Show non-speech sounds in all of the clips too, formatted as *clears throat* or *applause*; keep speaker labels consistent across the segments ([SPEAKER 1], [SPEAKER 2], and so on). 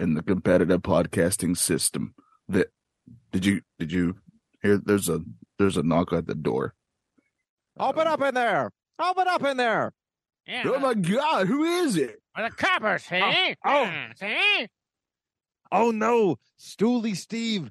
[SPEAKER 1] in the competitive podcasting system that did you did you hear there's a there's a knock at the door
[SPEAKER 2] Open up in there! Open up in there!
[SPEAKER 3] Yeah,
[SPEAKER 1] oh my god who is it
[SPEAKER 3] the coppers, see?
[SPEAKER 2] oh.
[SPEAKER 3] Yeah, see?
[SPEAKER 2] Oh no, Stooley Steve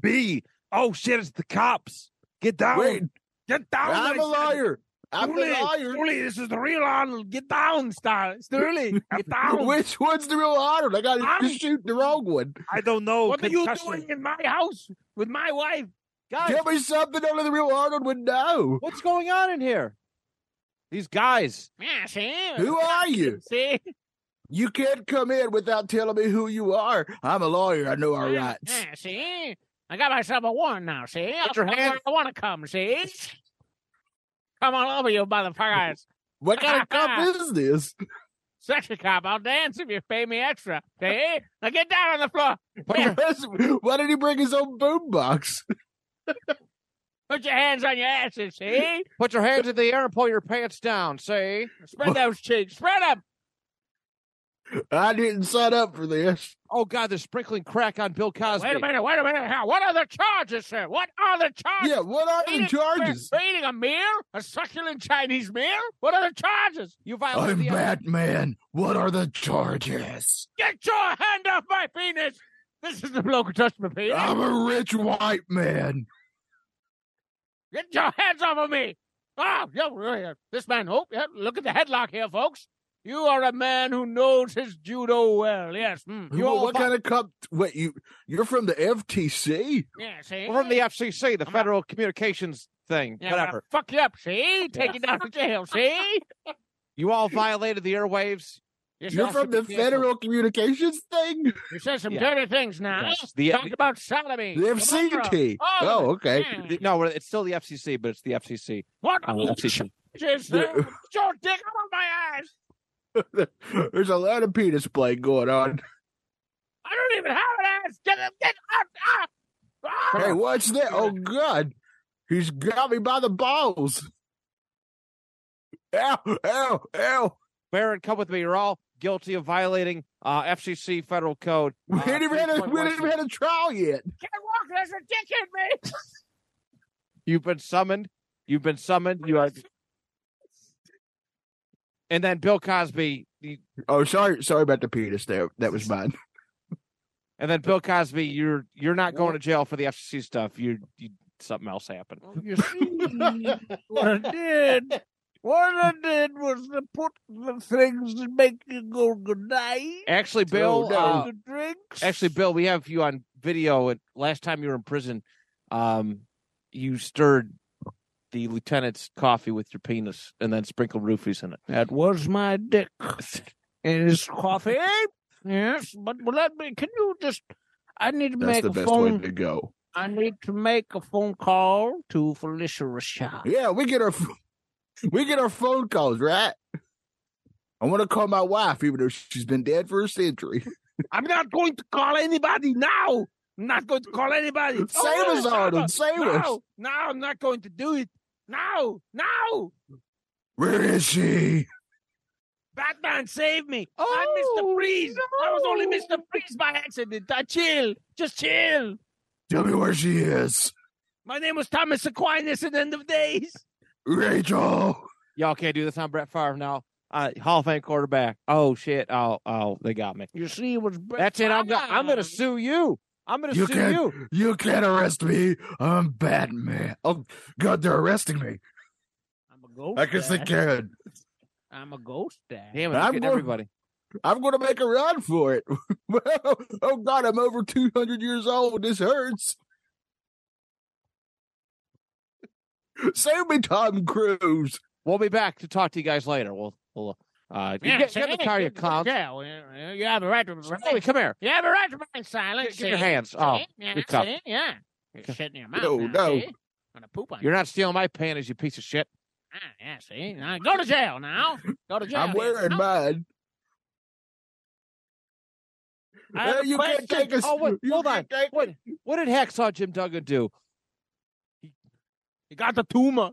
[SPEAKER 2] B. Oh shit, it's the cops. Get down.
[SPEAKER 1] wait
[SPEAKER 3] Get down!
[SPEAKER 1] i'm
[SPEAKER 3] I
[SPEAKER 1] a
[SPEAKER 3] said.
[SPEAKER 1] liar i'm a
[SPEAKER 3] Stooley,
[SPEAKER 1] liar
[SPEAKER 3] Stooley, this is the real Arnold. Get down, Star. Stooley, *laughs* get down.
[SPEAKER 1] which one's the real honor i gotta
[SPEAKER 3] I'm-
[SPEAKER 1] just shoot the wrong one
[SPEAKER 2] I don't know.
[SPEAKER 3] what are you
[SPEAKER 2] concussion.
[SPEAKER 3] doing in my house with my wife?
[SPEAKER 2] Guys,
[SPEAKER 1] give me something only the real arnold would know
[SPEAKER 2] what's going on in here? These guys.
[SPEAKER 3] Yeah, see?
[SPEAKER 1] who are you
[SPEAKER 3] *laughs* See?
[SPEAKER 1] you can't come in without telling me who you are i'm a lawyer i know our
[SPEAKER 3] Yeah,
[SPEAKER 1] rights
[SPEAKER 3] Yeah, see? I got myself a warrant now, see?
[SPEAKER 2] Put your
[SPEAKER 3] I,
[SPEAKER 2] hand-
[SPEAKER 3] I want to come, see? Come on over, you *laughs* motherfuckers.
[SPEAKER 1] what kind of
[SPEAKER 3] *laughs*
[SPEAKER 1] cop is this
[SPEAKER 3] Sexy cop, I'll dance if you pay me extra, see? Now get down on the floor.
[SPEAKER 1] *laughs* why did he bring his own boom box
[SPEAKER 3] Put your hands on your asses, see? *laughs*
[SPEAKER 2] Put your hands in the air and pull your pants down. See?
[SPEAKER 3] Spread those cheeks. Spread them.
[SPEAKER 1] I didn't sign up for this.
[SPEAKER 2] Oh God, they're sprinkling crack on Bill Cosby.
[SPEAKER 3] Wait a minute. Wait a minute. Now, What are the charges, sir? What are the charges?
[SPEAKER 1] Yeah, what are the
[SPEAKER 3] Eating-
[SPEAKER 1] charges?
[SPEAKER 3] For eating a meal? A succulent Chinese meal? What are the charges?
[SPEAKER 2] You violated
[SPEAKER 1] I'm
[SPEAKER 2] the
[SPEAKER 1] Batman. What are the charges?
[SPEAKER 3] Get your hand off my penis. This is the bloke who touched my penis.
[SPEAKER 1] I'm a rich white man.
[SPEAKER 3] Get your hands off of me. Ah, yeah, this man Hope. Yeah, look at the headlock here, folks. You are a man who knows his judo well. Yes. Mm.
[SPEAKER 2] You
[SPEAKER 1] Well,
[SPEAKER 2] all
[SPEAKER 1] what
[SPEAKER 2] fi-
[SPEAKER 1] kind of cop? Wait, you you're from the FTC?
[SPEAKER 3] Yeah, see?
[SPEAKER 2] We're from the FCC, the
[SPEAKER 3] I'm not-
[SPEAKER 2] Federal Communications thing.
[SPEAKER 3] yeah,
[SPEAKER 2] whatever.
[SPEAKER 3] well, Fuck you up, see? Take you down to
[SPEAKER 1] *laughs*
[SPEAKER 3] jail, see?
[SPEAKER 2] You all violated the airwaves.
[SPEAKER 1] You're from the Federal Communications thing?
[SPEAKER 3] You said some
[SPEAKER 2] Yeah.
[SPEAKER 3] dirty things now.
[SPEAKER 2] Yes, the-
[SPEAKER 3] Talk
[SPEAKER 2] the-
[SPEAKER 3] about sodomy.
[SPEAKER 1] The FCT.
[SPEAKER 3] all of
[SPEAKER 1] Oh, okay.
[SPEAKER 3] Yeah.
[SPEAKER 2] The- No, it's still the FCC, but it's the FCC.
[SPEAKER 3] Mm. What?
[SPEAKER 2] I will FCC.
[SPEAKER 3] Just
[SPEAKER 1] The-
[SPEAKER 3] uh, put your dick out of my ass.
[SPEAKER 2] hmm.
[SPEAKER 1] There's a lot of penis play going on.
[SPEAKER 3] I don't even have an ass. Get it, get out. Ah. Ah.
[SPEAKER 1] Hey, what's that? Oh, God. He's got me by the balls. Ow, ow,
[SPEAKER 2] Uh,
[SPEAKER 1] ow.
[SPEAKER 2] Baron, come with me. You're all guilty of violating uh, FCC federal code.
[SPEAKER 1] We
[SPEAKER 2] uh,
[SPEAKER 1] ain't even had a, we
[SPEAKER 2] 3.16.
[SPEAKER 1] ain't even had a trial yet.
[SPEAKER 3] Can't walk. There's a dick in me.
[SPEAKER 2] You've been summoned. You've been summoned. You are. And then Bill Cosby. you-
[SPEAKER 1] Oh, sorry, sorry about the penis there. That was mine. *laughs*
[SPEAKER 2] And then Bill Cosby. You're you're not going to jail for the FCC stuff. You, you something else happened.
[SPEAKER 3] You *laughs* see, what I did, what I did was to put the things that make you go good night.
[SPEAKER 2] Actually, Bill.
[SPEAKER 1] Oh, no.
[SPEAKER 2] uh,
[SPEAKER 1] uh,
[SPEAKER 3] the drinks.
[SPEAKER 2] actually, Bill, we have you on video. And last time you were in prison, um, you stirred the lieutenant's coffee with your penis and then sprinkled roofies in it.
[SPEAKER 3] that was my *laughs* dick in his coffee. Yes, but let me. Can you just? I need to
[SPEAKER 1] That's
[SPEAKER 3] make
[SPEAKER 1] the
[SPEAKER 3] a
[SPEAKER 1] best
[SPEAKER 3] phone.
[SPEAKER 1] way to go.
[SPEAKER 3] I need to make a phone call to
[SPEAKER 1] *laughs*
[SPEAKER 3] Felicia Rashad.
[SPEAKER 1] Yeah, we get our we get our phone calls, right? I want to call my wife, even though she's been dead for a century. *laughs*
[SPEAKER 3] I'm not going to call anybody now. I'm not going to
[SPEAKER 1] *laughs*
[SPEAKER 3] call anybody. Oh,
[SPEAKER 1] Save us, Arnold. Save us.
[SPEAKER 3] No, no, I'm not going to do it. No, no.
[SPEAKER 1] Where is she?
[SPEAKER 3] Batman, save me. I'm Mr. Freeze. I was only Mr. Freeze by accident. I chill. Just chill.
[SPEAKER 1] Tell me where she is,
[SPEAKER 3] My name was Thomas Aquinas in the end of days.
[SPEAKER 1] Rachel.
[SPEAKER 2] Y'all can't do this on Brett Favre now. Uh, Hall of Fame quarterback. Oh shit! Oh oh, they got me.
[SPEAKER 3] You see, it was Brett
[SPEAKER 2] That's it. I'm gonna,
[SPEAKER 3] Favre.
[SPEAKER 2] I'm gonna sue you. I'm gonna
[SPEAKER 1] You
[SPEAKER 2] sue
[SPEAKER 1] can't-
[SPEAKER 2] you.
[SPEAKER 1] You can't arrest me. I'm Batman. Oh God, they're arresting me.
[SPEAKER 3] I'm a ghost.
[SPEAKER 1] I guess they
[SPEAKER 3] dad.
[SPEAKER 1] can.
[SPEAKER 3] I'm a ghost. Dad.
[SPEAKER 2] Damn it!
[SPEAKER 1] I'm
[SPEAKER 2] I'm getting
[SPEAKER 1] going-
[SPEAKER 2] everybody.
[SPEAKER 1] I'm going to make a run for it. *laughs* oh God, I'm over 200 years old. This hurts. Save me, Tom Cruise.
[SPEAKER 2] We'll be back to talk to you guys later. We'll, we'll uh, you get, get in the car, you clowns.
[SPEAKER 4] Yeah, well, you have a right to
[SPEAKER 2] Hey,
[SPEAKER 4] remain.
[SPEAKER 2] come here.
[SPEAKER 4] You have a right to remain silent.
[SPEAKER 2] Get- get your
[SPEAKER 4] see?
[SPEAKER 2] hands. Oh,
[SPEAKER 4] See? yeah,
[SPEAKER 2] you cuck.
[SPEAKER 4] see? yeah. You're shitting your mouth.
[SPEAKER 1] No,
[SPEAKER 4] now,
[SPEAKER 1] no.
[SPEAKER 4] See? Gonna poop on you.
[SPEAKER 2] You're not stealing my panties, you piece of shit.
[SPEAKER 4] Ah, yeah, see? Now go to jail now. Go to jail.
[SPEAKER 1] I'm wearing
[SPEAKER 4] now.
[SPEAKER 1] mine.
[SPEAKER 4] I have
[SPEAKER 1] Hey,
[SPEAKER 4] a
[SPEAKER 1] you can't
[SPEAKER 4] question.
[SPEAKER 1] take us.
[SPEAKER 2] Oh, wait,
[SPEAKER 1] you
[SPEAKER 2] hold
[SPEAKER 1] can't take-
[SPEAKER 2] What, what did Hacksaw Jim Duggan do?
[SPEAKER 4] You got the tumor.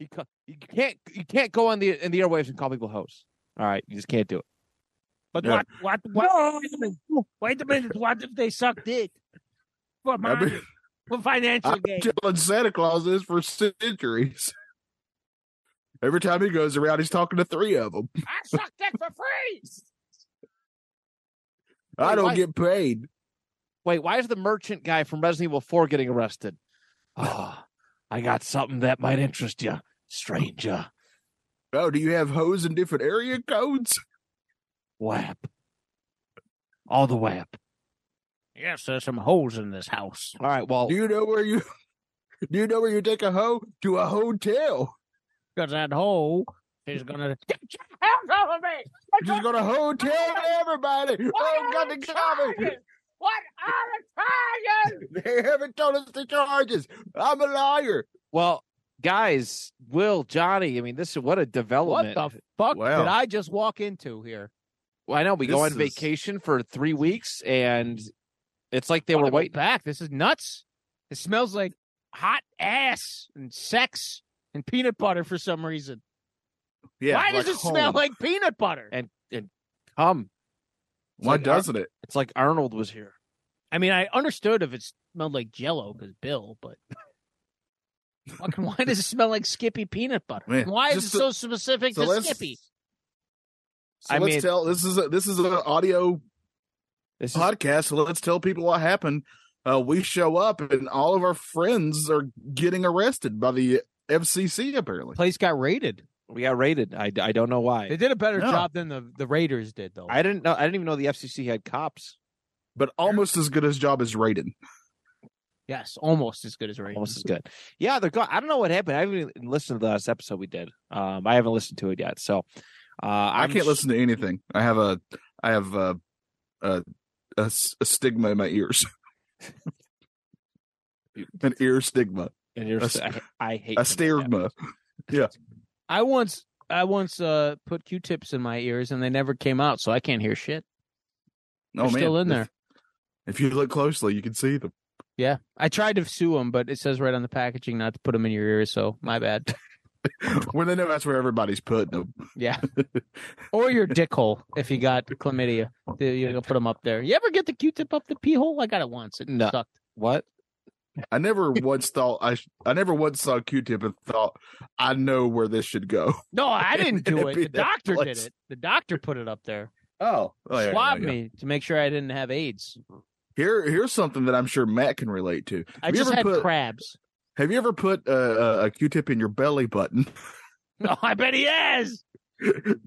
[SPEAKER 2] You, ca- you can't you can't go on the in the airwaves and call people hoes. All right, you just can't do it.
[SPEAKER 4] But
[SPEAKER 1] Yeah.
[SPEAKER 4] what, what, what? Wait a minute. Wait a minute. What if they suck dick for
[SPEAKER 1] I've
[SPEAKER 4] money,
[SPEAKER 1] been,
[SPEAKER 4] for financial
[SPEAKER 1] I've been
[SPEAKER 4] gain?
[SPEAKER 1] telling Santa Claus this for centuries. Every time he goes around, he's talking to three of them.
[SPEAKER 4] I suck dick for free.
[SPEAKER 1] I
[SPEAKER 2] Hey,
[SPEAKER 1] don't
[SPEAKER 2] why-
[SPEAKER 1] get paid.
[SPEAKER 2] Wait, why is the merchant guy from Resident Evil 4 getting arrested? Ah, I got something that might interest you, stranger.
[SPEAKER 1] Oh, do you have hoes in different area codes?
[SPEAKER 2] Whap. All the whap.
[SPEAKER 4] Yes, there's some holes in this house.
[SPEAKER 2] All right, well,
[SPEAKER 1] Do you know where you? *laughs* Do you know where you take a hoe to a hotel?
[SPEAKER 4] Because that hole is gonna get your hands over me.
[SPEAKER 1] She's gonna hotel everybody. Oh, God, they got me.
[SPEAKER 4] What are the charges?
[SPEAKER 1] They haven't told us the charges. I'm a liar.
[SPEAKER 2] well, guys, Will, Johnny, I mean, this is what a
[SPEAKER 3] What
[SPEAKER 2] development.
[SPEAKER 3] the fuck
[SPEAKER 1] Wow.
[SPEAKER 3] did I just walk into here?
[SPEAKER 2] Well, I know we go on
[SPEAKER 1] This is-
[SPEAKER 2] vacation for three weeks, and it's like they
[SPEAKER 3] I
[SPEAKER 2] were
[SPEAKER 3] wanna go
[SPEAKER 2] waiting.
[SPEAKER 3] back. This is nuts. It smells like hot ass and sex and peanut butter for some reason.
[SPEAKER 1] Yeah.
[SPEAKER 3] Why does
[SPEAKER 1] like
[SPEAKER 3] it smell
[SPEAKER 1] home.
[SPEAKER 3] like peanut butter?
[SPEAKER 2] And and come,
[SPEAKER 1] Why
[SPEAKER 2] like-
[SPEAKER 1] doesn't it?
[SPEAKER 2] it's like Arnold was here.
[SPEAKER 3] I mean, I understood if it smelled like Jello because Bill, but *laughs* fucking why does it smell like Skippy peanut butter?
[SPEAKER 1] Man,
[SPEAKER 3] why is it
[SPEAKER 1] just
[SPEAKER 3] so specific
[SPEAKER 1] so
[SPEAKER 3] to
[SPEAKER 1] let's-
[SPEAKER 3] Skippy?
[SPEAKER 1] So
[SPEAKER 2] I
[SPEAKER 1] let's
[SPEAKER 2] mean-
[SPEAKER 1] tell this is a, this is an audio
[SPEAKER 2] This is
[SPEAKER 1] podcast. So let's tell people what happened. Uh, we show up and all of our friends are getting arrested by the FCC. Apparently,
[SPEAKER 3] Place got raided.
[SPEAKER 2] we got raided. I, I don't know why.
[SPEAKER 3] They did a better
[SPEAKER 1] No.
[SPEAKER 3] job than the the Raiders did, though.
[SPEAKER 2] I didn't know. I didn't even know the FCC had cops.
[SPEAKER 1] but almost as good as job as Raiden.
[SPEAKER 3] yes, almost as good as Raiders.
[SPEAKER 2] Almost as good. Yeah, they're gone. I don't know what happened. I haven't even listened to the last episode we did. Um, I haven't listened to it yet. So uh,
[SPEAKER 1] I
[SPEAKER 2] I'm
[SPEAKER 1] can't listen to anything. I have a I have a a, a s- a stigma in my ears. *laughs* An ear stigma,
[SPEAKER 2] And you're,
[SPEAKER 1] A st-
[SPEAKER 2] I, I hate
[SPEAKER 1] a
[SPEAKER 2] when that
[SPEAKER 1] stigma.
[SPEAKER 2] happens.
[SPEAKER 3] I once I once uh put Q-tips in my ears and they never came out, so I can't hear shit.
[SPEAKER 1] Oh man,
[SPEAKER 3] They're still in
[SPEAKER 1] If-
[SPEAKER 3] there.
[SPEAKER 1] If, you look closely, you can see *laughs* them.
[SPEAKER 3] Yeah, I tried to sue them, but it says right on the packaging not to put them in your ears, so
[SPEAKER 1] *laughs*
[SPEAKER 3] my bad.
[SPEAKER 1] when they know that's where everybody's putting them.
[SPEAKER 3] Yeah, or your dick hole if you got chlamydia, you gonna put them up there. You ever get the Q-tip up the pee hole? I got it once. It
[SPEAKER 2] No.
[SPEAKER 3] sucked.
[SPEAKER 2] What?
[SPEAKER 1] I
[SPEAKER 3] *laughs*
[SPEAKER 1] never once thought I sh- I never once saw Q-tip and thought I know where this should go. *laughs*
[SPEAKER 3] No, I didn't
[SPEAKER 1] It'd
[SPEAKER 3] do it.
[SPEAKER 1] be
[SPEAKER 3] The
[SPEAKER 1] that
[SPEAKER 3] doctor did
[SPEAKER 1] place.
[SPEAKER 3] it. The doctor put it up there.
[SPEAKER 1] Oh, oh, yeah,
[SPEAKER 3] Swabbed
[SPEAKER 1] yeah, yeah.
[SPEAKER 3] me to make sure I didn't have AIDS.
[SPEAKER 1] Here, here's something that I'm sure Matt can relate to.
[SPEAKER 3] I
[SPEAKER 1] Have you
[SPEAKER 3] just
[SPEAKER 1] ever
[SPEAKER 3] had
[SPEAKER 1] put-
[SPEAKER 3] crabs. *laughs*
[SPEAKER 1] Have you ever put uh, a, a Q-tip in your belly button? *laughs*
[SPEAKER 3] No, I bet he has.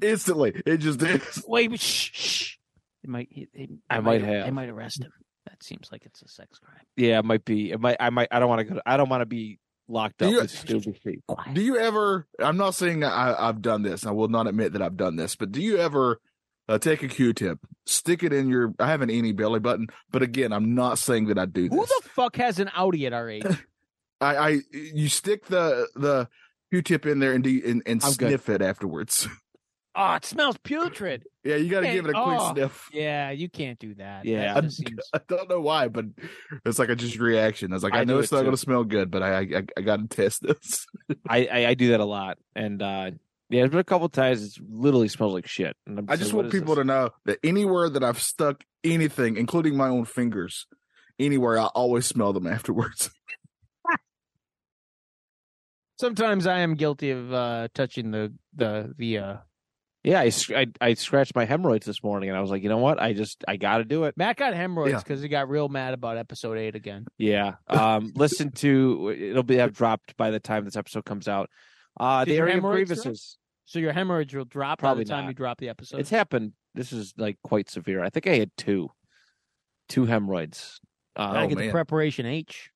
[SPEAKER 1] Instantly, it just is.
[SPEAKER 3] Wait, shh, shh. It might. It, it,
[SPEAKER 2] I
[SPEAKER 3] it
[SPEAKER 2] might have.
[SPEAKER 3] They might arrest him. That seems like it's a sex crime.
[SPEAKER 2] Yeah, it might be. It might. I might. I don't want to go. to- I don't want to be locked
[SPEAKER 1] Do
[SPEAKER 2] up
[SPEAKER 1] you-
[SPEAKER 2] with stupid people.
[SPEAKER 3] Quiet.
[SPEAKER 1] Do you ever? I'm not saying I, I've done this. I will not admit that I've done this. But do you ever uh, take a Q-tip, stick it in your? I haven't any belly button. But again, I'm not saying that I do this.
[SPEAKER 3] Who the fuck has an Audi at
[SPEAKER 1] *laughs*
[SPEAKER 3] our age?
[SPEAKER 1] I, I you stick the the Q-tip in there and do, and, and
[SPEAKER 2] I'm good.
[SPEAKER 1] sniff it afterwards. *laughs*
[SPEAKER 3] oh, it smells putrid.
[SPEAKER 1] Yeah, you got to
[SPEAKER 3] Hey,
[SPEAKER 1] give it a quick
[SPEAKER 3] oh.
[SPEAKER 1] sniff.
[SPEAKER 3] Yeah, you can't do that.
[SPEAKER 2] Yeah.
[SPEAKER 3] That just seems-
[SPEAKER 1] I don't know why, but it's like a just reaction. I was like, I,
[SPEAKER 2] I
[SPEAKER 1] know
[SPEAKER 2] do
[SPEAKER 1] it's
[SPEAKER 2] it
[SPEAKER 1] not
[SPEAKER 2] too.
[SPEAKER 1] going to smell good, but I I, I got to test this.
[SPEAKER 2] I, I I do that a lot, and uh yeah, it's been a couple times. It literally smells like shit. And I'm
[SPEAKER 1] I just want people to know that anywhere that I've stuck anything, including my own fingers, anywhere, I always smell them *laughs* afterwards.
[SPEAKER 3] Sometimes I am guilty of uh, touching the the the. Uh...
[SPEAKER 2] Yeah, I, sc- I I scratched my hemorrhoids this morning, and I was like, you know what? I just I got to do it.
[SPEAKER 3] Matt got hemorrhoids
[SPEAKER 1] Yeah.
[SPEAKER 3] because he got real mad about episode eight again. *laughs*
[SPEAKER 2] Yeah. Um, listen to it'll be have dropped by the time this episode comes out. Uh,
[SPEAKER 3] Did
[SPEAKER 2] the
[SPEAKER 3] your
[SPEAKER 2] area of
[SPEAKER 3] hemorrhoids
[SPEAKER 2] grievances.
[SPEAKER 3] So your hemorrhage will drop by
[SPEAKER 2] Probably
[SPEAKER 3] the time
[SPEAKER 2] not.
[SPEAKER 3] you drop the episode.
[SPEAKER 2] it's happened. This is like quite severe. I think I had two, two hemorrhoids. Uh,
[SPEAKER 3] I
[SPEAKER 1] Oh,
[SPEAKER 3] get
[SPEAKER 1] man.
[SPEAKER 3] the preparation H.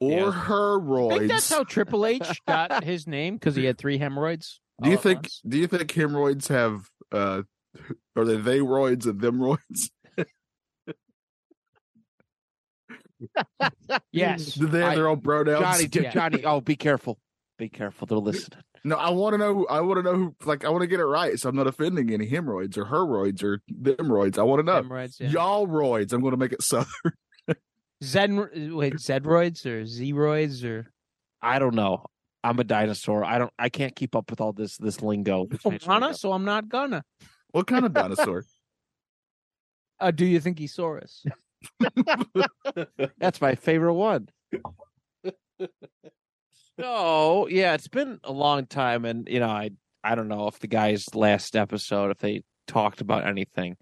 [SPEAKER 1] or
[SPEAKER 2] Yeah.
[SPEAKER 3] I think
[SPEAKER 1] hemorrhoids.
[SPEAKER 3] that's how Triple H got his name because he had three hemorrhoids.
[SPEAKER 1] do you
[SPEAKER 3] all at
[SPEAKER 1] think?
[SPEAKER 3] once.
[SPEAKER 1] Do you think hemorrhoids have? uh Are they theyroids and themroids? *laughs*
[SPEAKER 3] Yes.
[SPEAKER 1] Do they have
[SPEAKER 2] I-
[SPEAKER 1] their own pronouns?
[SPEAKER 2] Johnny, J-
[SPEAKER 3] Yeah.
[SPEAKER 2] Johnny, oh, be careful, be careful.
[SPEAKER 3] *laughs*
[SPEAKER 2] They're listening.
[SPEAKER 1] No, I want to know. I want to know. who- Like, I want to get it right, so I'm not offending any hemorrhoids or herroids or themroids. I want to know.
[SPEAKER 3] Hemorrhoids. Yeah.
[SPEAKER 1] Y'all roids. I'm going to make it so. *laughs*
[SPEAKER 3] Zen. Wait, Zedroids or Zeroids or
[SPEAKER 2] I don't know. I'm a dinosaur. I don't. I can't keep up with all this this lingo.
[SPEAKER 3] don't wanna, so I'm not gonna.
[SPEAKER 1] What kind of
[SPEAKER 3] *laughs*
[SPEAKER 1] dinosaur?
[SPEAKER 3] Uh, do you think he saw us?
[SPEAKER 2] That's my favorite one. so yeah, it's been a long time, and you know, I I don't know if the guys last episode if they talked about anything.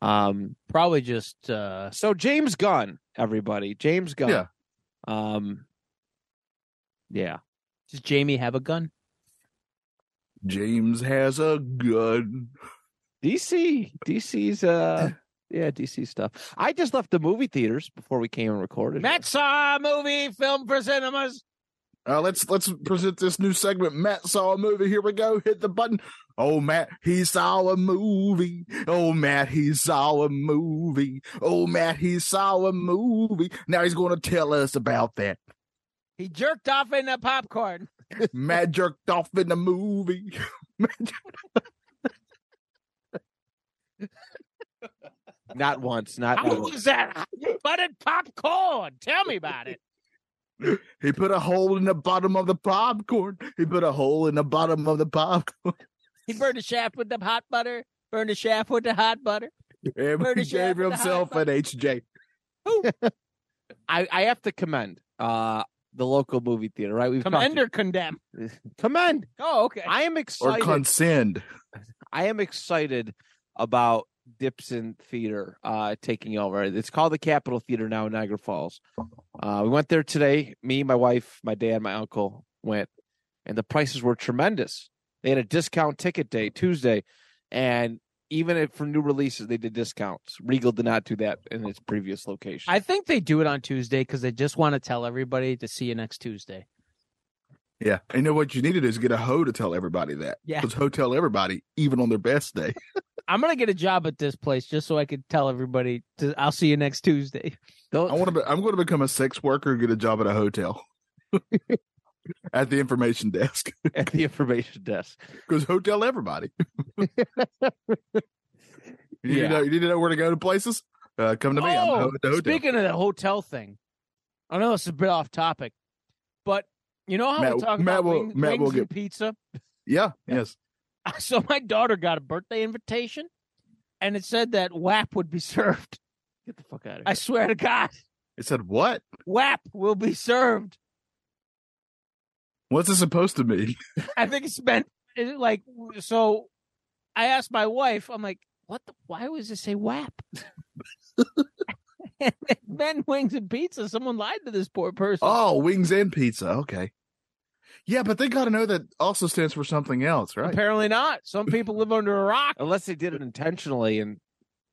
[SPEAKER 2] Um.
[SPEAKER 3] *laughs* Probably just uh,
[SPEAKER 2] So James Gunn, everybody, James Gunn.
[SPEAKER 1] Yeah.
[SPEAKER 2] Um. Yeah.
[SPEAKER 3] does Jamie have a *laughs* gun?
[SPEAKER 1] James has a gun.
[SPEAKER 2] DC. DC's. Uh. Yeah, DC stuff. I just left the movie theaters before we came and recorded.
[SPEAKER 3] Matt saw a movie film for cinemas.
[SPEAKER 1] Uh, let's let's present this new segment. Matt saw a movie. Here we go. Hit the button. Oh Matt, he saw a movie. Oh Matt, he saw a movie. Oh Matt, he saw a movie. Now he's going to tell us about that. *laughs*
[SPEAKER 3] He jerked off in the *laughs* popcorn.
[SPEAKER 1] Matt jerked off in the movie. *laughs*
[SPEAKER 2] Not once. Not.
[SPEAKER 4] How
[SPEAKER 2] not once.
[SPEAKER 4] was that? Butted popcorn. Tell me about it.
[SPEAKER 1] He put a hole in the bottom of the popcorn. He put a hole in the bottom of the popcorn. *laughs*
[SPEAKER 3] He burned a shaft with the hot butter. Burned a shaft with the hot butter.
[SPEAKER 1] And
[SPEAKER 3] Where
[SPEAKER 1] he
[SPEAKER 3] did you
[SPEAKER 1] gave
[SPEAKER 3] have the hot
[SPEAKER 1] himself an
[SPEAKER 3] button?
[SPEAKER 1] HJ.
[SPEAKER 2] I, I have to commend uh the local movie theater, right? We've talked-
[SPEAKER 3] Commend or condemn?
[SPEAKER 2] commend.
[SPEAKER 3] Oh, okay.
[SPEAKER 2] I am
[SPEAKER 1] Or
[SPEAKER 2] excited.
[SPEAKER 1] consend.
[SPEAKER 2] I am excited about Dipson Theater uh taking over. It's called the Capitol Theater now in Niagara Falls. Uh we went there today. Me, my wife, my dad, my uncle went, and the prices were tremendous. They had a discount ticket day Tuesday, and even if for new releases, they did discounts. Regal did not do that in its previous location.
[SPEAKER 3] I think they do it on Tuesday because they just want to tell everybody to see you next Tuesday.
[SPEAKER 1] Yeah. You know what you need to do is get a hoe to tell everybody that.
[SPEAKER 3] Yeah.
[SPEAKER 1] Because hoe tell everybody, even on their best
[SPEAKER 3] *laughs*
[SPEAKER 1] day.
[SPEAKER 3] I'm gonna get a job at this place just so I could tell everybody. To, I'll see you next
[SPEAKER 1] *laughs*
[SPEAKER 3] Tuesday.
[SPEAKER 2] Don't- *laughs*
[SPEAKER 1] I want to. Be, I'm going to become a sex worker and get a job at a
[SPEAKER 3] *laughs*
[SPEAKER 1] hotel at the information desk
[SPEAKER 2] at the information desk.
[SPEAKER 1] because hotel
[SPEAKER 3] *laughs*
[SPEAKER 1] everybody. you, need to
[SPEAKER 2] Yeah.
[SPEAKER 1] know, you need to know where to go to places. Uh, come to me. I'm the ho- the hotel.
[SPEAKER 3] Oh, speaking of the hotel thing, I know this is a bit off topic, but you know how
[SPEAKER 1] Matt-
[SPEAKER 3] we talk
[SPEAKER 1] Matt
[SPEAKER 3] about
[SPEAKER 1] will-
[SPEAKER 3] wing-
[SPEAKER 1] Matt
[SPEAKER 3] wings
[SPEAKER 1] will
[SPEAKER 3] and pizza. *laughs*
[SPEAKER 1] yeah, Yes.
[SPEAKER 3] So my daughter got a birthday invitation, and it said that WAP would be *laughs* served.
[SPEAKER 2] Get the fuck out of here.
[SPEAKER 3] I swear to God,
[SPEAKER 1] It said what?
[SPEAKER 3] WAP will be served.
[SPEAKER 1] What's it supposed to mean? *laughs*
[SPEAKER 3] I think it's meant it, like so. I asked my wife. I'm like, what? The, why was it say WAP? *laughs* and it meant wings and pizza. Someone lied to this poor person.
[SPEAKER 1] Oh, wings and pizza. Okay. Yeah, but they got to know that also stands for something else, right?
[SPEAKER 3] Apparently not. Some people live under a rock.
[SPEAKER 2] Unless they did it intentionally and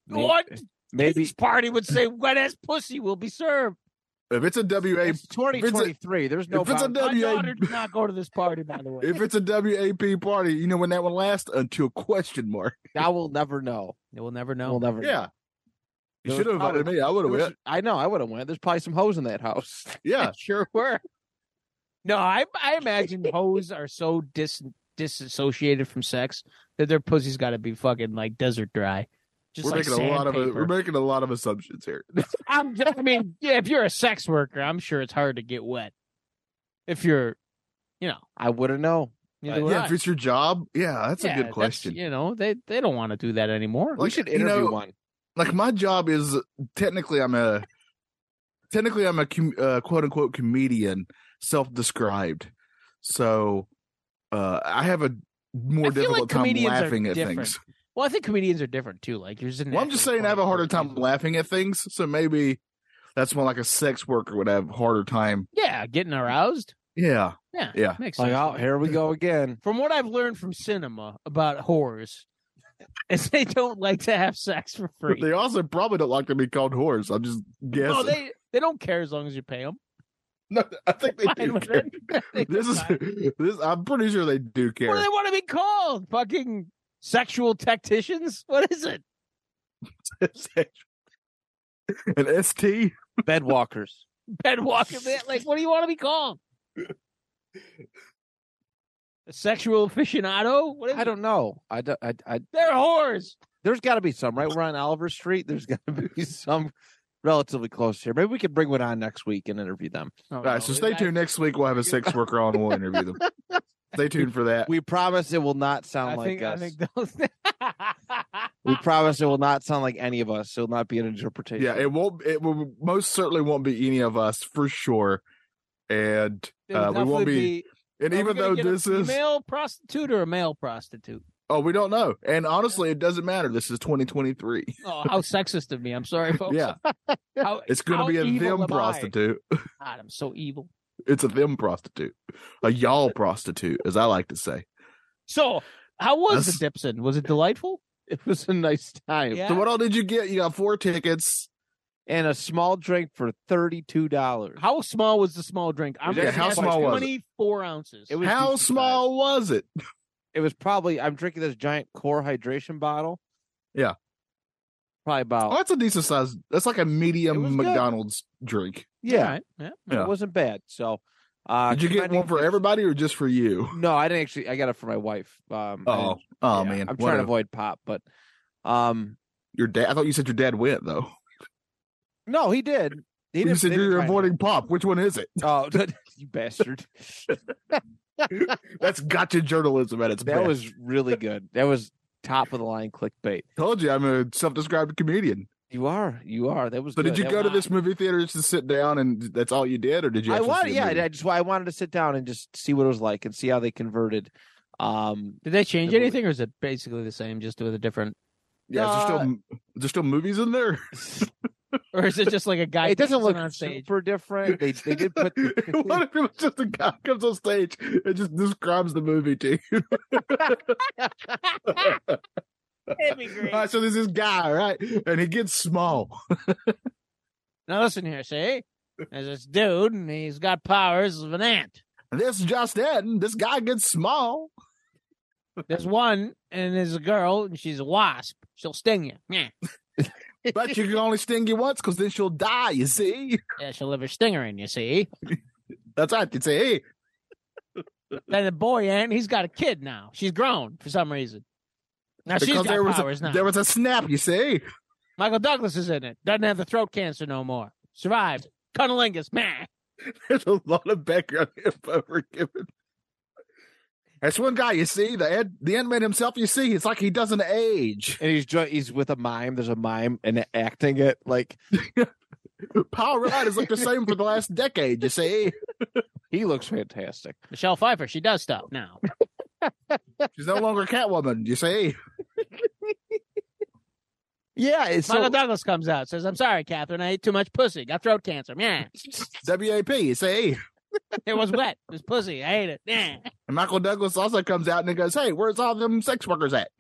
[SPEAKER 2] may-
[SPEAKER 3] What?
[SPEAKER 2] *laughs* Maybe
[SPEAKER 3] This party would say wet ass pussy will be served.
[SPEAKER 1] If it's a WA,
[SPEAKER 2] it's 2023. There's no.
[SPEAKER 1] if it's a
[SPEAKER 2] bound-
[SPEAKER 3] My
[SPEAKER 1] WA,
[SPEAKER 3] daughter did not go to this party, by the way.
[SPEAKER 1] if it's a WAP party, you know when that one lasts until question mark.
[SPEAKER 2] I will never know.
[SPEAKER 3] We'll never
[SPEAKER 2] We'll never. know.
[SPEAKER 1] Yeah. You
[SPEAKER 2] There
[SPEAKER 1] should have
[SPEAKER 2] was
[SPEAKER 1] invited me. I would
[SPEAKER 2] There
[SPEAKER 1] have
[SPEAKER 2] was-
[SPEAKER 1] went.
[SPEAKER 2] I know. I would have went. There's probably some hoes in that house.
[SPEAKER 1] Yeah.
[SPEAKER 3] sure were. No, I I imagine hoes are so dis disassociated from sex that their pussy's got to be fucking like desert dry. Just
[SPEAKER 1] we're
[SPEAKER 3] like
[SPEAKER 1] making a lot of
[SPEAKER 3] sandpaper.
[SPEAKER 1] we're making a lot of assumptions here.
[SPEAKER 3] *laughs* I'm just, I mean, yeah, if you're a sex worker, I'm sure it's hard to get wet. If you're, you know,
[SPEAKER 2] I wouldn't know.
[SPEAKER 3] neither would
[SPEAKER 1] Uh, yeah,
[SPEAKER 3] I.
[SPEAKER 1] if it's your job, yeah, that's
[SPEAKER 3] Yeah,
[SPEAKER 1] a good question.
[SPEAKER 3] You know, they they don't want to do that anymore.
[SPEAKER 2] we
[SPEAKER 1] Like,
[SPEAKER 2] should
[SPEAKER 1] you
[SPEAKER 2] interview
[SPEAKER 1] know-
[SPEAKER 2] one.
[SPEAKER 1] Like my job is technically I'm a technically I'm a com- uh, quote unquote comedian, self described. So uh I have a more
[SPEAKER 3] I feel
[SPEAKER 1] difficult
[SPEAKER 3] like
[SPEAKER 1] time
[SPEAKER 3] comedians are
[SPEAKER 1] laughing at
[SPEAKER 3] different.
[SPEAKER 1] things.
[SPEAKER 3] Well, I think comedians are different too. Like you're just.
[SPEAKER 1] Well, I'm just saying I have a harder time laughing at things. So maybe that's when like a sex worker would have a harder time
[SPEAKER 3] Yeah, getting aroused.
[SPEAKER 1] Yeah.
[SPEAKER 3] Yeah.
[SPEAKER 1] Yeah.
[SPEAKER 3] Makes
[SPEAKER 2] Like,
[SPEAKER 3] sense.
[SPEAKER 2] oh, here we
[SPEAKER 1] *laughs*
[SPEAKER 2] go again.
[SPEAKER 3] From what I've learned from cinema about horrors, *laughs* is they don't like to have sex for
[SPEAKER 1] But
[SPEAKER 3] free.
[SPEAKER 1] they also probably don't like to be called whores. I'm just guessing.
[SPEAKER 3] No, they they don't care as long as you pay them.
[SPEAKER 1] No, I think *laughs* they
[SPEAKER 3] Fine
[SPEAKER 1] do
[SPEAKER 3] with
[SPEAKER 1] care.
[SPEAKER 3] it. *laughs* They
[SPEAKER 1] This is
[SPEAKER 3] fine.
[SPEAKER 1] *laughs* this. I'm pretty sure they do care. *laughs*
[SPEAKER 3] What do they want to be called? Fucking sexual tacticians? What is it?
[SPEAKER 1] An ST.
[SPEAKER 2] Bedwalkers.
[SPEAKER 3] Bed walking
[SPEAKER 1] *laughs*
[SPEAKER 3] man? Like, what do you want to be called? A sexual aficionado? What is
[SPEAKER 2] I don't know. I, don't, I, I
[SPEAKER 3] They're whores.
[SPEAKER 2] there's got to be some, right? We're on Oliver Street. There's got to be *laughs* some relatively close here. Maybe we could bring one on next week and interview them.
[SPEAKER 3] Oh,
[SPEAKER 1] All right,
[SPEAKER 3] no,
[SPEAKER 1] so stay
[SPEAKER 3] I-
[SPEAKER 1] tuned. Next week we'll have a *laughs* sex worker on. and We'll interview them. *laughs* Stay tuned for that.
[SPEAKER 2] We promise it will not sound
[SPEAKER 3] I
[SPEAKER 2] like
[SPEAKER 3] think, I
[SPEAKER 2] us.
[SPEAKER 3] think those. *laughs*
[SPEAKER 2] We promise it will not sound like any of us. It'll not be an interpretation.
[SPEAKER 1] Yeah, it won't. It will most certainly won't be any of us for sure. And
[SPEAKER 3] They
[SPEAKER 1] uh,
[SPEAKER 3] would
[SPEAKER 1] we won't
[SPEAKER 3] definitely
[SPEAKER 1] be. And
[SPEAKER 3] are we
[SPEAKER 1] even
[SPEAKER 3] gonna
[SPEAKER 1] though
[SPEAKER 3] get a
[SPEAKER 1] this is,
[SPEAKER 3] female prostitute or a male prostitute.
[SPEAKER 1] oh, we don't know. And honestly, it doesn't matter. This is 2023.
[SPEAKER 3] Oh,
[SPEAKER 2] *laughs*
[SPEAKER 3] how sexist of me! I'm sorry, folks.
[SPEAKER 1] Yeah,
[SPEAKER 3] *laughs* How-
[SPEAKER 1] it's going to
[SPEAKER 3] how
[SPEAKER 1] be a
[SPEAKER 3] evil am
[SPEAKER 1] them
[SPEAKER 3] I?
[SPEAKER 1] prostitute.
[SPEAKER 3] God, I'm so evil.
[SPEAKER 1] It's a them prostitute, a y'all prostitute, as I like to say.
[SPEAKER 3] So, how was
[SPEAKER 1] That's-
[SPEAKER 3] the Dipson? Was it delightful?
[SPEAKER 2] *laughs* It was a nice time.
[SPEAKER 3] Yeah.
[SPEAKER 1] So what all did you get? You got four tickets.
[SPEAKER 2] And a small drink for $32.
[SPEAKER 3] How small was the small drink? I'm
[SPEAKER 2] Yeah,
[SPEAKER 3] guessing
[SPEAKER 2] how
[SPEAKER 3] it's
[SPEAKER 2] small was it?
[SPEAKER 3] 24 ounces.
[SPEAKER 2] It was
[SPEAKER 1] How
[SPEAKER 2] decent size.
[SPEAKER 1] small was it?
[SPEAKER 2] It was probably, I'm drinking this giant core hydration bottle.
[SPEAKER 1] Yeah.
[SPEAKER 2] Probably about,
[SPEAKER 1] Oh, that's a decent size. That's like a
[SPEAKER 2] It was
[SPEAKER 1] medium
[SPEAKER 2] good.
[SPEAKER 1] McDonald's drink.
[SPEAKER 2] yeah,
[SPEAKER 3] All right. yeah.
[SPEAKER 1] Yeah.
[SPEAKER 2] It wasn't bad. So, uh,
[SPEAKER 1] Did you get
[SPEAKER 2] commending
[SPEAKER 1] one for
[SPEAKER 2] Dipson.
[SPEAKER 1] everybody or just for you?
[SPEAKER 2] No, I didn't actually. I got it for my wife. Um, I
[SPEAKER 1] Oh,
[SPEAKER 2] didn't-
[SPEAKER 1] oh
[SPEAKER 2] yeah,
[SPEAKER 1] man,
[SPEAKER 2] I'm
[SPEAKER 1] What
[SPEAKER 2] trying to
[SPEAKER 1] a-
[SPEAKER 2] avoid pop, but um,
[SPEAKER 1] your dad. I thought you said your dad went though.
[SPEAKER 2] no, he did. He
[SPEAKER 1] you
[SPEAKER 2] didn't-
[SPEAKER 1] said
[SPEAKER 2] they didn't
[SPEAKER 1] you're
[SPEAKER 2] try to-
[SPEAKER 1] avoiding pop. Which
[SPEAKER 2] *laughs*
[SPEAKER 1] one is it?
[SPEAKER 2] Oh,
[SPEAKER 1] *laughs*
[SPEAKER 2] you bastard!
[SPEAKER 1] That's gotcha journalism at its
[SPEAKER 2] That
[SPEAKER 1] best.
[SPEAKER 2] was really good. That was top of the line clickbait.
[SPEAKER 1] Told you, I'm a self-described comedian.
[SPEAKER 2] You are, you are. That was.
[SPEAKER 1] So did
[SPEAKER 2] good.
[SPEAKER 1] you
[SPEAKER 2] That
[SPEAKER 1] go to
[SPEAKER 2] was-
[SPEAKER 1] this movie theater just to sit down and that's all you did, or did you?
[SPEAKER 2] I
[SPEAKER 1] actually
[SPEAKER 2] wanted,
[SPEAKER 1] see a
[SPEAKER 2] yeah.
[SPEAKER 1] movie?
[SPEAKER 2] I just, I wanted to sit down and just see what it was like and see how they converted. Um,
[SPEAKER 3] Did they change
[SPEAKER 2] The movie.
[SPEAKER 3] anything, or is it basically the same, just with a different?
[SPEAKER 1] yeah. Is
[SPEAKER 2] uh,
[SPEAKER 1] there still is there still movies in there?
[SPEAKER 3] Or is it just like a guy?
[SPEAKER 2] it doesn't
[SPEAKER 3] dancing
[SPEAKER 2] look
[SPEAKER 3] on stage.
[SPEAKER 2] super different. They they did *laughs*
[SPEAKER 1] *laughs*
[SPEAKER 2] put.
[SPEAKER 1] what if it was just a guy comes on stage and just describes the movie to you?
[SPEAKER 3] That'd be great.
[SPEAKER 1] All right, so there's this guy, right, and he gets small.
[SPEAKER 3] *laughs* Now listen here, see, there's this dude, and he's got powers of an ant.
[SPEAKER 1] This just in, this guy gets small.
[SPEAKER 3] There's one, and there's a girl, and she's a wasp. She'll sting you. Yeah,
[SPEAKER 1] but you can only sting you once because then she'll die, you see?
[SPEAKER 3] yeah she'll have her stinger in you. See,
[SPEAKER 1] That's right. You'd say, hey,
[SPEAKER 3] then the boy ant, he's got a kid now. She's grown for some reason. Now she's
[SPEAKER 1] because
[SPEAKER 3] got
[SPEAKER 1] there was,
[SPEAKER 3] powers
[SPEAKER 1] a,
[SPEAKER 3] now.
[SPEAKER 1] there was a snap, you see?
[SPEAKER 3] Michael Douglas is in it. Doesn't have the throat cancer no more. Survived. Cunnilingus, man.
[SPEAKER 1] There's a lot of background *laughs* info we're given. That's one guy, you see, the ed, the inmate himself, you see, it's like he doesn't age. *laughs*
[SPEAKER 2] And he's jo- he's with a mime. There's a mime and acting it like
[SPEAKER 1] Paul Rudd is like the same for the last decade, you see?
[SPEAKER 2] he looks fantastic.
[SPEAKER 3] Michelle Pfeiffer, she does stuff
[SPEAKER 1] *laughs*
[SPEAKER 3] now.
[SPEAKER 1] She's no longer Catwoman, you see?
[SPEAKER 2] Yeah, it's
[SPEAKER 3] Michael
[SPEAKER 2] so,
[SPEAKER 3] Douglas comes out, says, I'm sorry, Catherine, I ate too much pussy. Got throat cancer. Yeah.
[SPEAKER 1] WAP, you see?
[SPEAKER 3] It was wet. It was pussy. I ate it. Yeah.
[SPEAKER 1] And Michael Douglas also comes out and he goes, Hey, where's all them sex workers at?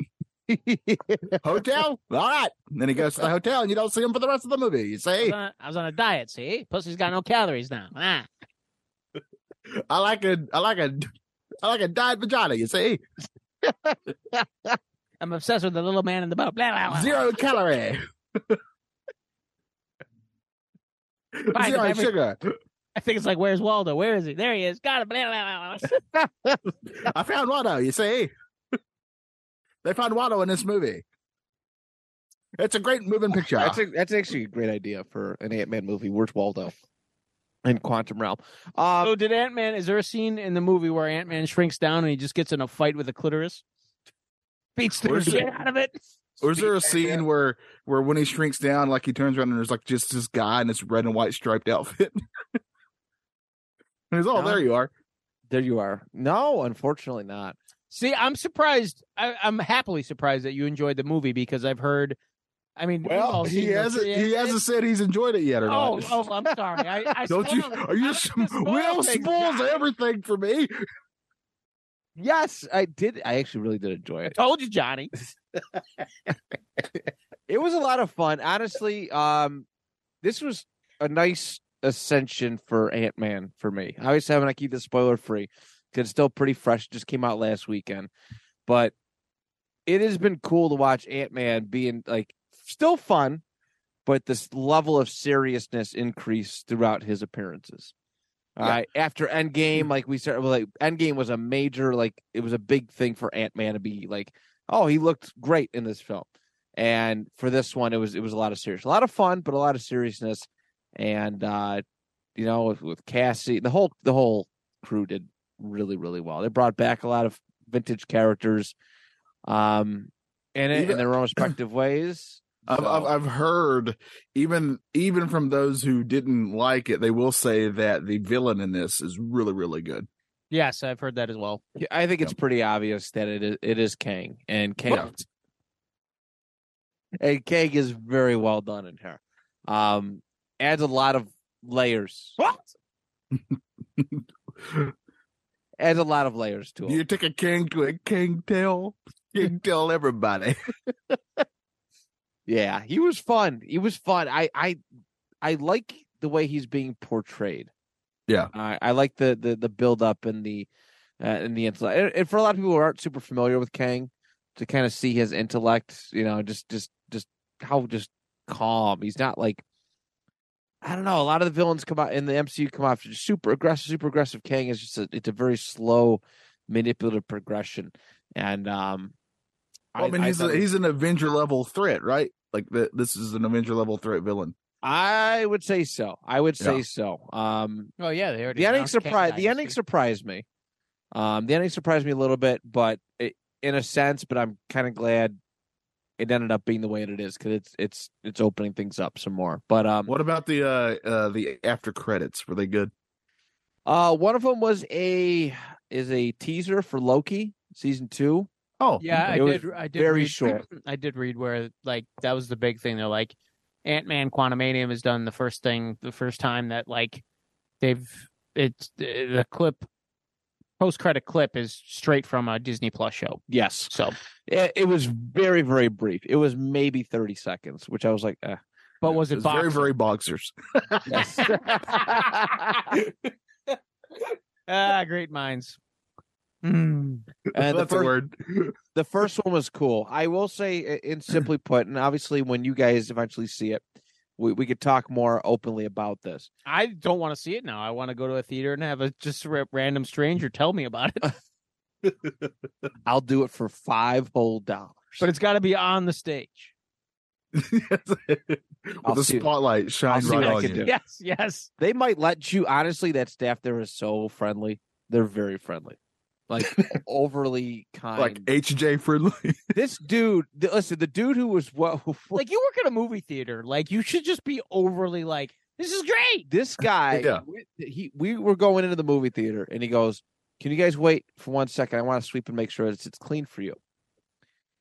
[SPEAKER 1] *laughs* hotel? All right. And then he goes to the hotel and you don't see him for the rest of the movie, you
[SPEAKER 3] I was
[SPEAKER 1] see?
[SPEAKER 3] on a, I was on a diet, see? Pussy's got no calories now. Ah.
[SPEAKER 1] I like a I like a I like a dyed vagina, you see?
[SPEAKER 3] I'm obsessed with the little man in the boat. Blah, blah, blah.
[SPEAKER 1] Zero calorie.
[SPEAKER 3] Fine,
[SPEAKER 1] Zero
[SPEAKER 3] every- *laughs*
[SPEAKER 1] sugar.
[SPEAKER 3] I think it's like, where's Waldo? Where is he? There he is. Got it. Blah, blah, blah, blah.
[SPEAKER 1] I found Watto, you see? They found Watto in this movie. It's a great moving picture.
[SPEAKER 2] that's a, that's actually a great idea for an Ant Man movie. Where's Waldo? And Quantum Realm. Uh,
[SPEAKER 3] Oh, did Ant Man? Is there a scene in the movie where Ant Man shrinks down and he just gets in a fight with a clitoris? Beats the
[SPEAKER 1] Where's
[SPEAKER 3] shit
[SPEAKER 1] it?
[SPEAKER 3] out of it.
[SPEAKER 2] Oh,
[SPEAKER 1] or is there a scene where where when he shrinks down, like he turns around and there's like just this guy in this red and white striped outfit? *laughs* and he's, oh,
[SPEAKER 2] No.
[SPEAKER 1] there you are.
[SPEAKER 2] there you are. No, unfortunately not.
[SPEAKER 3] See, I'm surprised. I, I'm happily surprised that you enjoyed the movie because I've heard I mean, we've
[SPEAKER 1] Well,
[SPEAKER 3] all
[SPEAKER 1] he
[SPEAKER 3] seen those-
[SPEAKER 1] hasn't
[SPEAKER 3] yeah,
[SPEAKER 1] he
[SPEAKER 3] yeah.
[SPEAKER 1] hasn't said he's enjoyed it yet or
[SPEAKER 3] Oh,
[SPEAKER 1] not.
[SPEAKER 3] oh, I'm sorry. I, I
[SPEAKER 1] don't you?
[SPEAKER 3] spoiled it.
[SPEAKER 1] Are you?
[SPEAKER 3] I like to
[SPEAKER 1] *laughs* Will
[SPEAKER 3] spoil things,
[SPEAKER 1] spoils
[SPEAKER 3] guys.
[SPEAKER 1] everything for me.
[SPEAKER 2] Yes, I did. I actually really did enjoy it.
[SPEAKER 3] Told you, Johnny.
[SPEAKER 2] It was a lot of fun, honestly. Um, this was a nice ascension for Ant Man for me. I always have, and I keep this spoiler free because it's still pretty fresh. It just came out last weekend, but it has been cool to watch Ant Man being like still fun, but this level of seriousness increased throughout his appearances. All
[SPEAKER 1] Yeah. Mm-hmm.
[SPEAKER 2] right, after Endgame, like we started, like Endgame was a major, like it was a big thing for Ant Man to be like, oh, he looked great in this film. And for this one, it was it was a lot of serious, a lot of fun, but a lot of seriousness. And uh, you know, with, with Cassie, the whole the whole crew did really really well. They brought back a lot of vintage characters, um, in it in
[SPEAKER 1] Even-
[SPEAKER 2] their own respective ways.
[SPEAKER 1] I've,
[SPEAKER 2] So-
[SPEAKER 1] I've I've heard even even from those who didn't like it, they will say that the villain in this is really really good.
[SPEAKER 3] Yes, I've heard that as well.
[SPEAKER 2] Yeah, I think it's pretty obvious that it is it is Kang and Kang
[SPEAKER 1] Well-
[SPEAKER 2] and Kang is very well done in here. Um, adds a lot of layers. What? adds a lot of layers to it.
[SPEAKER 1] You take a king to a king tail,
[SPEAKER 2] *laughs*
[SPEAKER 1] king tell everybody.
[SPEAKER 2] Yeah, he was fun. He was fun. I I I like the way he's being portrayed.
[SPEAKER 1] Yeah.
[SPEAKER 2] I, I like the the the build up and the uh, and the intellect. And, and for a lot of people who aren't super familiar with Kang, to kind of see his intellect, you know, just just just how just calm. He's not like I don't know. A lot of the villains come out in the MCU come off just super aggressive, super aggressive. Kang is just a, it's a very slow, manipulative progression, and um,
[SPEAKER 1] I, mean, he's
[SPEAKER 2] thought
[SPEAKER 1] a,
[SPEAKER 2] it was-
[SPEAKER 1] he's an Avenger level threat, right? Like the, this is an Avenger level threat villain.
[SPEAKER 2] I would say so. I would say
[SPEAKER 1] Yeah.
[SPEAKER 2] so. Um,
[SPEAKER 3] Oh yeah, they already.
[SPEAKER 2] the ending
[SPEAKER 3] announced Kang
[SPEAKER 2] surprise. The ending
[SPEAKER 3] Dynasty.
[SPEAKER 2] surprised me. Um, the ending surprised me a little bit, but it, in a sense, but I'm kind of glad it ended up being the way that it is because it's it's it's opening things up some more. But um,
[SPEAKER 1] What about the uh, uh the after credits? Were they good?
[SPEAKER 2] uh, one of them was a is a teaser for Loki season two. *laughs*
[SPEAKER 1] Oh
[SPEAKER 3] Yeah, I
[SPEAKER 2] It was
[SPEAKER 3] did. I did
[SPEAKER 2] very
[SPEAKER 3] read,
[SPEAKER 2] short.
[SPEAKER 3] *clears throat* I did read where like that was the big thing. They're like, Ant Man Quantumanium has done the first thing, the first time that like they've it's the the clip, post credit clip is straight from a Disney Plus show.
[SPEAKER 2] Yes,
[SPEAKER 3] So,
[SPEAKER 2] it, it was very very brief. It was maybe thirty seconds, which I was like,
[SPEAKER 1] *laughs*
[SPEAKER 2] eh.
[SPEAKER 3] but was it,
[SPEAKER 1] very
[SPEAKER 3] boxing?
[SPEAKER 1] very boxers?
[SPEAKER 2] yes.
[SPEAKER 3] *laughs*
[SPEAKER 2] *laughs*
[SPEAKER 3] ah great minds? Hmm.
[SPEAKER 2] And Uh, the
[SPEAKER 1] That's a
[SPEAKER 2] first-
[SPEAKER 1] word. *laughs*
[SPEAKER 2] the first one was cool. I will say, i- *clears throat* in simply put, and obviously when you guys eventually see it, we, we could talk more openly about this.
[SPEAKER 3] I don't want to see it now. I want to go to a theater and have a just a random stranger tell me about
[SPEAKER 2] *laughs*
[SPEAKER 3] it.
[SPEAKER 2] I'll do it for five whole dollars.
[SPEAKER 3] But it's got to be on the stage.
[SPEAKER 1] With
[SPEAKER 2] I'll
[SPEAKER 1] the
[SPEAKER 2] see-
[SPEAKER 1] spotlight
[SPEAKER 2] I'll
[SPEAKER 1] shine
[SPEAKER 2] see what
[SPEAKER 1] right Oh,
[SPEAKER 2] I
[SPEAKER 1] on
[SPEAKER 2] can
[SPEAKER 1] you.
[SPEAKER 2] do.
[SPEAKER 3] Yes, yes.
[SPEAKER 2] They might let you. Honestly, that staff there is so friendly. They're very friendly, *laughs* like overly kind.
[SPEAKER 1] Like HJ friendly.
[SPEAKER 2] this dude. th- Listen, the dude who was what?
[SPEAKER 3] Like you work at a movie theater. Like you should just be overly like, this is great.
[SPEAKER 2] this guy
[SPEAKER 1] *laughs* Yeah.
[SPEAKER 2] we- he we were going into the movie theater and he goes can you guys wait for one second i want to sweep and make sure it's, it's clean for you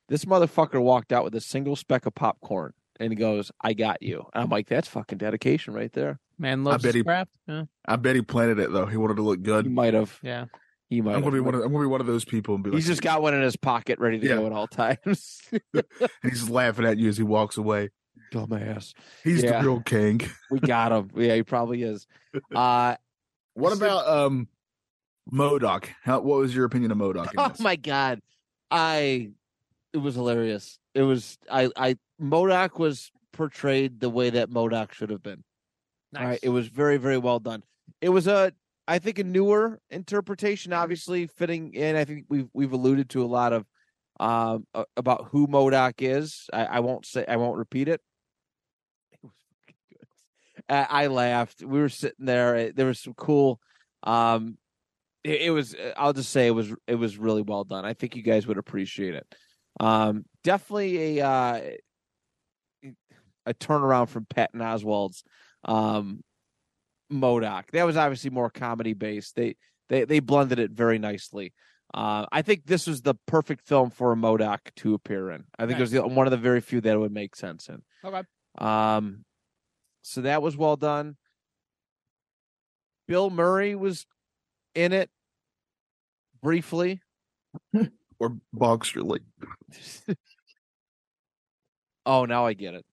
[SPEAKER 2] this motherfucker walked out with a single speck of popcorn and he goes i got you and i'm like that's fucking dedication right there
[SPEAKER 3] Man
[SPEAKER 1] I
[SPEAKER 3] loves
[SPEAKER 1] bet
[SPEAKER 3] his
[SPEAKER 1] he-
[SPEAKER 3] craft. Yeah.
[SPEAKER 1] I bet he planted it though. He wanted to look
[SPEAKER 2] he
[SPEAKER 1] good.
[SPEAKER 2] might have
[SPEAKER 3] yeah.
[SPEAKER 2] he might
[SPEAKER 1] I'm gonna
[SPEAKER 2] have.
[SPEAKER 1] be one. Of, I'm gonna be one of those people and be like,
[SPEAKER 2] he's just got one in his pocket ready to
[SPEAKER 1] Yeah.
[SPEAKER 2] go at all times *laughs*
[SPEAKER 1] and he's laughing at you as he walks away.
[SPEAKER 2] dumbass
[SPEAKER 1] He's
[SPEAKER 2] Yeah.
[SPEAKER 1] the real king.
[SPEAKER 2] we got him yeah he probably
[SPEAKER 1] *laughs*
[SPEAKER 2] is uh
[SPEAKER 1] What
[SPEAKER 2] Sid-
[SPEAKER 1] about um Modoc? How, what was your opinion of Modoc?
[SPEAKER 2] *laughs*
[SPEAKER 1] in
[SPEAKER 2] oh
[SPEAKER 1] this?
[SPEAKER 2] my god i it was hilarious it was i i modoc was portrayed the way that modoc should have been
[SPEAKER 3] Nice.
[SPEAKER 2] all right it was very very well done it was a i think a newer interpretation obviously fitting in i think we've we've alluded to a lot of um a- about who modoc is i, I won't say i won't repeat it it was fucking good I, I laughed we were sitting there uh, there was some cool um it, it was uh, i'll just say it was it was really well done i think you guys would appreciate it um definitely a uh a turnaround from patton oswald's um modoc that was obviously more comedy based they they they blended it very nicely Uh, I think this was the perfect film for a Modoc to appear in. I think it was the, one of the very few that it would make sense in.
[SPEAKER 4] Okay.
[SPEAKER 2] Um, so that was well done. Bill Murray was in it briefly.
[SPEAKER 1] or Boxer League.
[SPEAKER 2] oh, now I get it.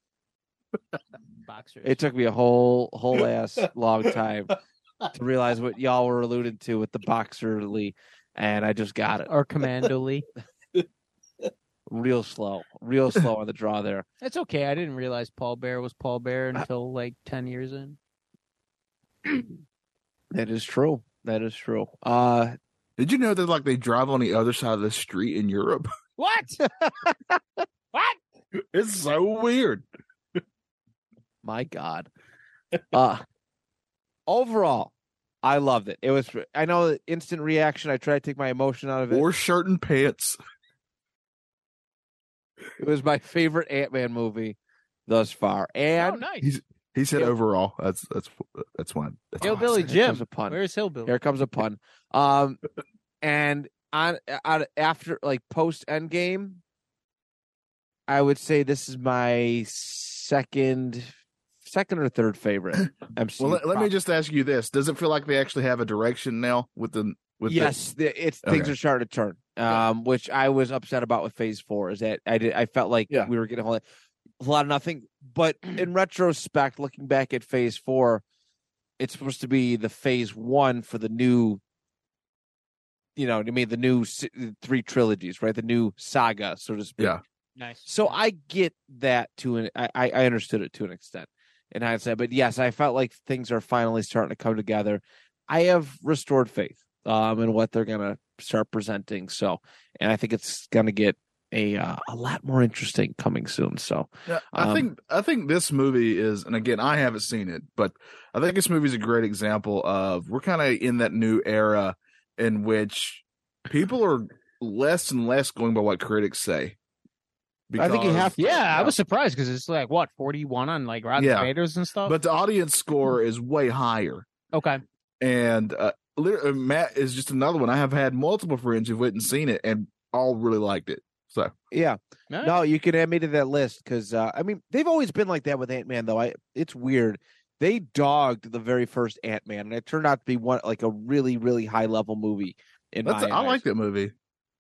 [SPEAKER 3] Boxers.
[SPEAKER 2] It took me a whole whole ass long time to realize what y'all were alluding to with the boxer Lee, and I just got it
[SPEAKER 3] or Commando Lee.
[SPEAKER 2] real slow, real slow on the draw there.
[SPEAKER 3] It's okay. I didn't realize Paul Bear was Paul Bear until like ten years in.
[SPEAKER 2] That is true. That is true. Uh,
[SPEAKER 1] Did you know that like they drive on the other side of the street in Europe? *laughs*
[SPEAKER 3] *laughs*
[SPEAKER 4] What? what?
[SPEAKER 1] It's so weird.
[SPEAKER 2] my God. Uh, overall, I loved it. It was. I know the instant reaction. I tried to take my emotion out of it.
[SPEAKER 1] Or shirt and pants.
[SPEAKER 2] It was my favorite Ant Man movie thus far,
[SPEAKER 4] Oh,
[SPEAKER 2] and
[SPEAKER 4] nice.
[SPEAKER 1] He's- He said
[SPEAKER 2] Yep.
[SPEAKER 1] overall. That's that's that's one. That's
[SPEAKER 3] Yo,
[SPEAKER 1] one.
[SPEAKER 3] Billy
[SPEAKER 2] here comes
[SPEAKER 3] Jim.
[SPEAKER 2] a pun.
[SPEAKER 3] Where's Hillbilly?
[SPEAKER 2] Here comes a pun. Um, and on, on after like post end game, I would say this is my second, second or third favorite. MCU
[SPEAKER 1] *laughs* Well, let, let me
[SPEAKER 2] prop.
[SPEAKER 1] just ask you this: Does it feel like they actually have a direction now with the with
[SPEAKER 2] yes, the, it's things
[SPEAKER 1] Okay.
[SPEAKER 2] are starting to turn. Um, which I was upset about with Phase Four is that I did I felt like
[SPEAKER 1] Yeah.
[SPEAKER 2] we were getting a whole a lot of nothing. But in retrospect, looking back at Phase Four, it's supposed to be the Phase One for the new. You know, I mean, the new s- three trilogies, right? The new saga, so to speak.
[SPEAKER 1] Yeah.
[SPEAKER 3] Nice.
[SPEAKER 2] So I get that to an I, I I understood it to an extent in hindsight. But yes, I felt like things are finally starting to come together. I have restored faith um in what they're gonna start presenting. So and I think it's gonna get a uh, a lot more interesting coming soon. So
[SPEAKER 1] Yeah, I
[SPEAKER 2] Um,
[SPEAKER 1] think I think this movie is, and again, I haven't seen it, but I think this movie is a great example of we're kind of in that new era in which people are less and less going by what critics say.
[SPEAKER 2] I think you have
[SPEAKER 3] yeah, I was surprised because it's like what forty one on like Rotten
[SPEAKER 1] Yeah.
[SPEAKER 3] Tomatoes and stuff.
[SPEAKER 1] but the audience score is way higher,
[SPEAKER 3] okay,
[SPEAKER 1] and uh, lit- uh, Matt is just another one. I have had multiple friends who went and seen it, and all really liked it. So
[SPEAKER 2] yeah.
[SPEAKER 3] Nice.
[SPEAKER 2] No, you can add me to that list because uh I mean they've always been like that with Ant Man though. I it's weird. They dogged the very first Ant Man and it turned out to be one like a really, really high level movie. In
[SPEAKER 1] that's
[SPEAKER 2] my
[SPEAKER 1] I
[SPEAKER 2] eyes.
[SPEAKER 1] like that movie.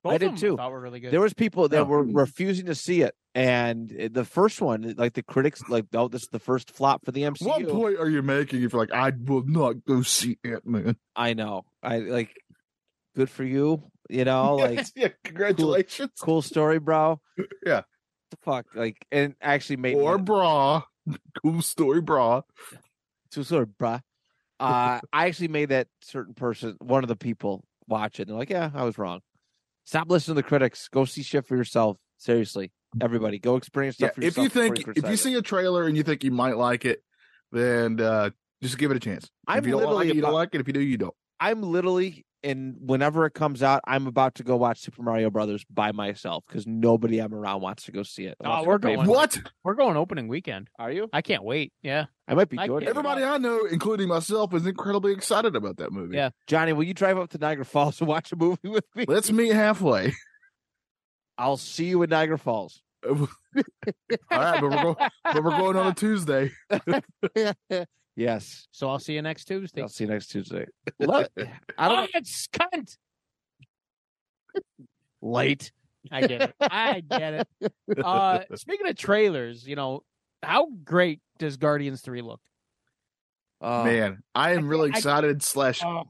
[SPEAKER 3] Both of
[SPEAKER 2] did
[SPEAKER 3] them
[SPEAKER 2] too.
[SPEAKER 3] Thought were really good.
[SPEAKER 2] there was people that
[SPEAKER 1] Yeah.
[SPEAKER 2] were refusing to see it and eh, the first one like the critics like oh this is the first flop for the mcu
[SPEAKER 1] What point are you making if you're like, I will not go see Ant Man?
[SPEAKER 2] i know i like good for you you
[SPEAKER 1] *laughs*
[SPEAKER 2] know like
[SPEAKER 1] yeah, congratulations.
[SPEAKER 2] cool story bro
[SPEAKER 1] Yeah.
[SPEAKER 2] the fuck like and actually made
[SPEAKER 1] or bra. *laughs* Cool story, bra.
[SPEAKER 2] so sort of bruh uh i actually made that certain person one of the people watch it and they're like yeah i was wrong stop listening to the critics go see shit for yourself seriously everybody go experience stuff for
[SPEAKER 1] if
[SPEAKER 2] yourself
[SPEAKER 1] you
[SPEAKER 2] before
[SPEAKER 1] think if
[SPEAKER 2] criticize
[SPEAKER 1] you
[SPEAKER 2] it.
[SPEAKER 1] see a trailer and you think you might like it, then uh just give it a chance.
[SPEAKER 2] I'm
[SPEAKER 1] if you don't like
[SPEAKER 2] literally
[SPEAKER 1] it, you don't
[SPEAKER 2] about-
[SPEAKER 1] like it. If you do, you don't.
[SPEAKER 2] I'm literally and whenever it comes out, I'm about to go watch Super Mario Brothers by myself because nobody I'm around wants to go see it.
[SPEAKER 3] Oh,
[SPEAKER 2] Wants to
[SPEAKER 3] we're
[SPEAKER 2] go pay
[SPEAKER 3] going.
[SPEAKER 2] for it.
[SPEAKER 1] What?
[SPEAKER 3] We're going opening weekend.
[SPEAKER 2] Are you?
[SPEAKER 3] I can't wait. Yeah.
[SPEAKER 2] I might be
[SPEAKER 3] I
[SPEAKER 2] joining.
[SPEAKER 3] can't-
[SPEAKER 2] you.
[SPEAKER 1] Everybody I know, including myself, is incredibly excited about that movie.
[SPEAKER 3] Yeah.
[SPEAKER 2] Johnny, will you drive up to Niagara Falls and watch a movie with me?
[SPEAKER 1] Let's meet halfway. *laughs*
[SPEAKER 2] I'll see you in Niagara Falls.
[SPEAKER 1] All right, but we're going but we're
[SPEAKER 3] *laughs*
[SPEAKER 1] going on a Tuesday.
[SPEAKER 2] Yes.
[SPEAKER 3] So I'll see you next Tuesday.
[SPEAKER 2] I'll see you next Tuesday. Love *laughs* it.
[SPEAKER 4] Oh,
[SPEAKER 2] I
[SPEAKER 3] Ah,
[SPEAKER 2] don't
[SPEAKER 4] it's cunt.
[SPEAKER 2] late.
[SPEAKER 3] I get it. I get it.
[SPEAKER 1] *laughs*
[SPEAKER 3] Uh, speaking of trailers, you know, how great does Guardians 3 look?
[SPEAKER 2] Uh,
[SPEAKER 1] Man, I am
[SPEAKER 3] I
[SPEAKER 1] really
[SPEAKER 3] think I-
[SPEAKER 1] excited. slash,
[SPEAKER 3] Oh,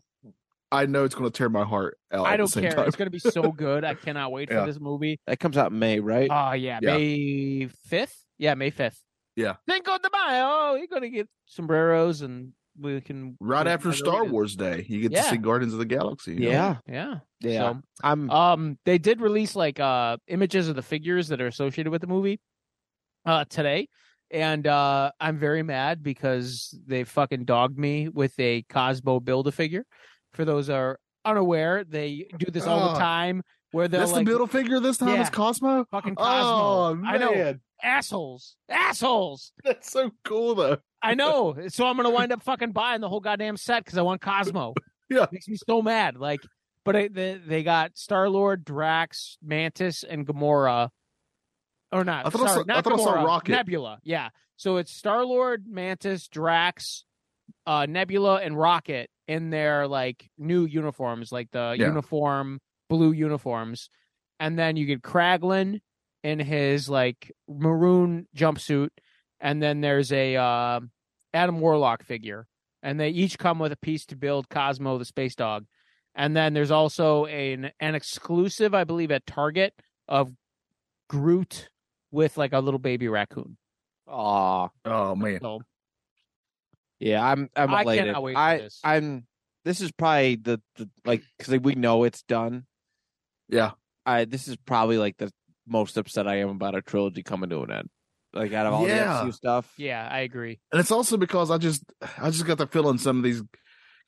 [SPEAKER 1] I know it's going to tear my heart out.
[SPEAKER 3] I
[SPEAKER 1] at the
[SPEAKER 3] don't
[SPEAKER 1] same
[SPEAKER 3] care.
[SPEAKER 1] time.
[SPEAKER 3] It's going to be so good. I cannot wait
[SPEAKER 1] Yeah.
[SPEAKER 3] for this movie.
[SPEAKER 2] That comes out in May, right?
[SPEAKER 3] Oh, yeah.
[SPEAKER 1] Yeah.
[SPEAKER 3] May 5th? Yeah, May 5th.
[SPEAKER 1] Yeah.
[SPEAKER 3] Cinco de Mayo. Oh, You're going to get sombreros and we can.
[SPEAKER 1] Right
[SPEAKER 3] we-
[SPEAKER 1] after
[SPEAKER 3] I know
[SPEAKER 1] Star
[SPEAKER 3] we did-
[SPEAKER 1] Wars Day, you get
[SPEAKER 3] Yeah.
[SPEAKER 1] to see Guardians of the Galaxy. you know?
[SPEAKER 2] yeah.
[SPEAKER 3] Yeah.
[SPEAKER 2] Yeah.
[SPEAKER 1] Hmm.
[SPEAKER 2] I'm
[SPEAKER 3] So, um, they did release like uh images of the figures that are associated with the movie uh today. And uh I'm very mad because they fucking dogged me with a Cosmo build a figure. For those that are unaware, they do this all
[SPEAKER 1] Oh.
[SPEAKER 3] the time where they're
[SPEAKER 1] That's
[SPEAKER 3] like
[SPEAKER 1] the middle figure this time
[SPEAKER 3] Yeah.
[SPEAKER 1] is Cosmo.
[SPEAKER 3] fucking Cosmo.
[SPEAKER 1] Oh man,
[SPEAKER 3] I know assholes. Assholes.
[SPEAKER 1] that's so cool though.
[SPEAKER 3] I know. So I'm gonna wind up fucking buying the whole goddamn set because I want Cosmo.
[SPEAKER 1] *laughs* Yeah.
[SPEAKER 3] makes me so mad. Like But it, they, they got Star Lord, Drax, Mantis, and Gamora. Or not?
[SPEAKER 1] I thought I
[SPEAKER 3] sorry,
[SPEAKER 1] saw-
[SPEAKER 3] not
[SPEAKER 1] I thought I saw
[SPEAKER 3] Gamora,
[SPEAKER 1] Rocket.
[SPEAKER 3] Nebula. Yeah. So it's Star Lord, Mantis, Drax, uh, Nebula, and Rocket in their like new uniforms, like the
[SPEAKER 1] Yeah.
[SPEAKER 3] uniform blue uniforms, and then you get Kraglin in his like maroon jumpsuit, and then there's a uh, Adam Warlock figure, and they each come with a piece to build Cosmo the space dog, and then there's also an an exclusive, I believe, at Target of Groot with like a little baby raccoon.
[SPEAKER 2] Aw.
[SPEAKER 1] Oh man.
[SPEAKER 3] So
[SPEAKER 2] Yeah, I'm I'm
[SPEAKER 3] I
[SPEAKER 2] elated.
[SPEAKER 3] cannot wait for
[SPEAKER 2] I
[SPEAKER 3] this.
[SPEAKER 2] I'm this is probably the, the like cuz we know it's done.
[SPEAKER 1] Yeah.
[SPEAKER 2] I this is probably like the most upset I am about a trilogy coming to an end. Like out of all
[SPEAKER 1] Yeah.
[SPEAKER 2] the MCU stuff.
[SPEAKER 3] yeah, I agree.
[SPEAKER 1] And it's also because I just I just got the feeling some of these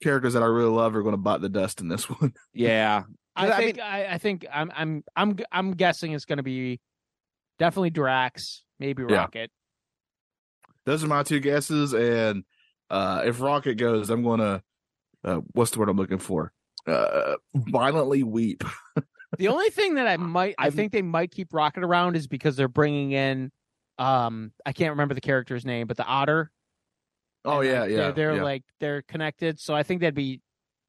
[SPEAKER 1] characters that I really love are going to bite the dust in this *laughs* one.
[SPEAKER 2] Yeah.
[SPEAKER 3] I,
[SPEAKER 2] I
[SPEAKER 3] think I, I think I'm I'm I'm I'm guessing it's going to be definitely Drax, maybe
[SPEAKER 1] Yeah.
[SPEAKER 3] Rocket.
[SPEAKER 1] Those are my two guesses. And uh if Rocket goes, I'm going to uh, what's the word I'm looking for? Uh violently weep.
[SPEAKER 3] The only thing that I might I
[SPEAKER 2] I'm-
[SPEAKER 3] think they might keep Rocket around is because they're bringing in um I can't remember the character's name, but the otter.
[SPEAKER 1] Oh
[SPEAKER 3] And,
[SPEAKER 1] yeah,
[SPEAKER 3] like,
[SPEAKER 1] yeah.
[SPEAKER 3] They're, they're
[SPEAKER 1] yeah.
[SPEAKER 3] like they're connected, so I think that'd be.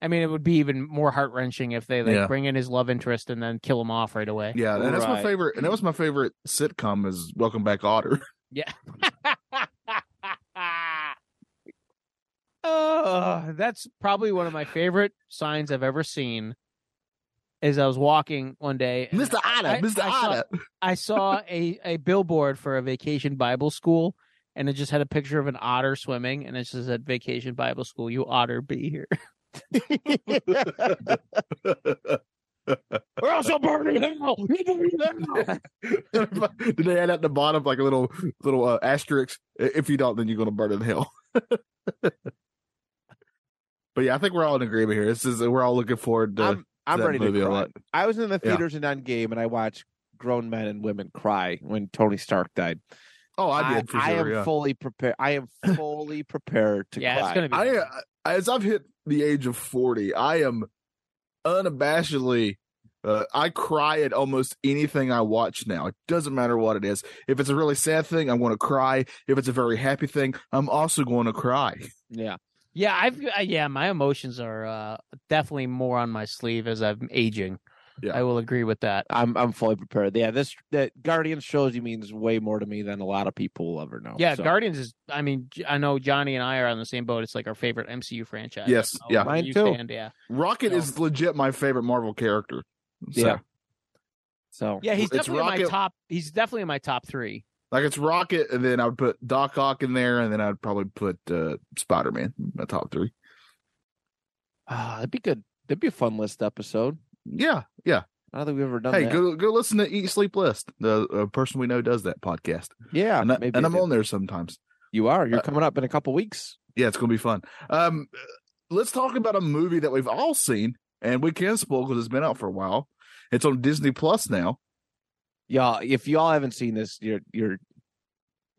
[SPEAKER 3] I mean, it would be even more heart wrenching if they like
[SPEAKER 1] Yeah.
[SPEAKER 3] bring in his love interest and then kill him off right away.
[SPEAKER 1] yeah, and that's my
[SPEAKER 2] Right.
[SPEAKER 1] favorite. And that was my favorite sitcom is Welcome Back Otter.
[SPEAKER 3] *laughs*
[SPEAKER 1] *laughs*
[SPEAKER 3] Oh, that's probably one of my favorite signs I've ever seen. Is I was walking one day, and
[SPEAKER 1] Mr. Otter,
[SPEAKER 3] I-
[SPEAKER 1] Mr.
[SPEAKER 3] I saw-
[SPEAKER 1] Otter.
[SPEAKER 3] I saw a, a billboard for a vacation Bible school, and it just had a picture of an otter swimming, and it just said "Vacation Bible School." You otter, be here. *laughs*
[SPEAKER 1] *laughs*
[SPEAKER 4] We're also burning hell. You burning hell.
[SPEAKER 1] *laughs* Did they add at the bottom like a little little uh, asterisk? I- If you don't, then you're gonna burn in hell. *laughs* but yeah, I think we're all in agreement here. This is we're all looking forward to.
[SPEAKER 2] I'm I'm
[SPEAKER 1] that
[SPEAKER 2] ready to
[SPEAKER 1] movie a
[SPEAKER 2] cry.
[SPEAKER 1] lot.
[SPEAKER 2] I was in the
[SPEAKER 1] Yeah.
[SPEAKER 2] theaters and on game and I watched grown men and women cry when Tony Stark died.
[SPEAKER 1] oh, I did for
[SPEAKER 2] I
[SPEAKER 1] sure.
[SPEAKER 2] am
[SPEAKER 1] yeah.
[SPEAKER 2] fully prepared. I
[SPEAKER 1] *laughs*
[SPEAKER 2] am fully prepared to
[SPEAKER 3] yeah,
[SPEAKER 2] cry.
[SPEAKER 3] it's gonna be.
[SPEAKER 1] I uh, as I've hit the age of forty, I am unabashedly. Uh, I cry at almost anything I watch now. It doesn't matter what it is. If it's a really sad thing, I'm going to cry. If it's a very happy thing, I'm also going to cry.
[SPEAKER 2] yeah.
[SPEAKER 3] yeah, I've uh, yeah, my emotions are uh, definitely more on my sleeve as I'm aging.
[SPEAKER 1] Yeah.
[SPEAKER 3] I will agree with that.
[SPEAKER 2] I'm I'm fully prepared. Yeah, this that Guardians trilogy means way more to me than a lot of people will ever know.
[SPEAKER 3] Yeah,
[SPEAKER 2] Oh, so.
[SPEAKER 3] Guardians is. I mean, J- I know Johnny and I are on the same boat. It's like our favorite MCU franchise.
[SPEAKER 1] Yes,
[SPEAKER 3] Oh,
[SPEAKER 1] yeah.
[SPEAKER 3] where
[SPEAKER 2] Mine
[SPEAKER 3] you
[SPEAKER 2] too.
[SPEAKER 3] stand, yeah,
[SPEAKER 1] Rocket
[SPEAKER 3] No.
[SPEAKER 1] is legit my favorite Marvel character. So,
[SPEAKER 2] Yeah. So
[SPEAKER 3] yeah.
[SPEAKER 1] It's
[SPEAKER 3] He's definitely in my
[SPEAKER 1] Rocket-
[SPEAKER 3] top. He's definitely in my top three.
[SPEAKER 1] Like it's Rocket, and then I would put Doc Ock in there, and then I'd probably put uh, Spider Man in my top three.
[SPEAKER 2] ah, that'd be good. That'd be a fun list episode.
[SPEAKER 1] Yeah, yeah.
[SPEAKER 2] I don't think we've ever done
[SPEAKER 1] hey,
[SPEAKER 2] that.
[SPEAKER 1] go go listen to Eat Sleep List. The uh, person we know does that podcast,
[SPEAKER 2] Yeah,
[SPEAKER 1] and, I,
[SPEAKER 2] Ah, maybe
[SPEAKER 1] and
[SPEAKER 2] I
[SPEAKER 1] I'm
[SPEAKER 2] do.
[SPEAKER 1] on there sometimes.
[SPEAKER 2] You are. You're
[SPEAKER 1] Uh,
[SPEAKER 2] coming up in a couple weeks.
[SPEAKER 1] Yeah, it's gonna be fun. Um, let's talk about a movie that we've all seen, and we can spoil because it's been out for a while. It's on Disney Plus now.
[SPEAKER 2] Y'all, if y'all haven't seen this, you're you're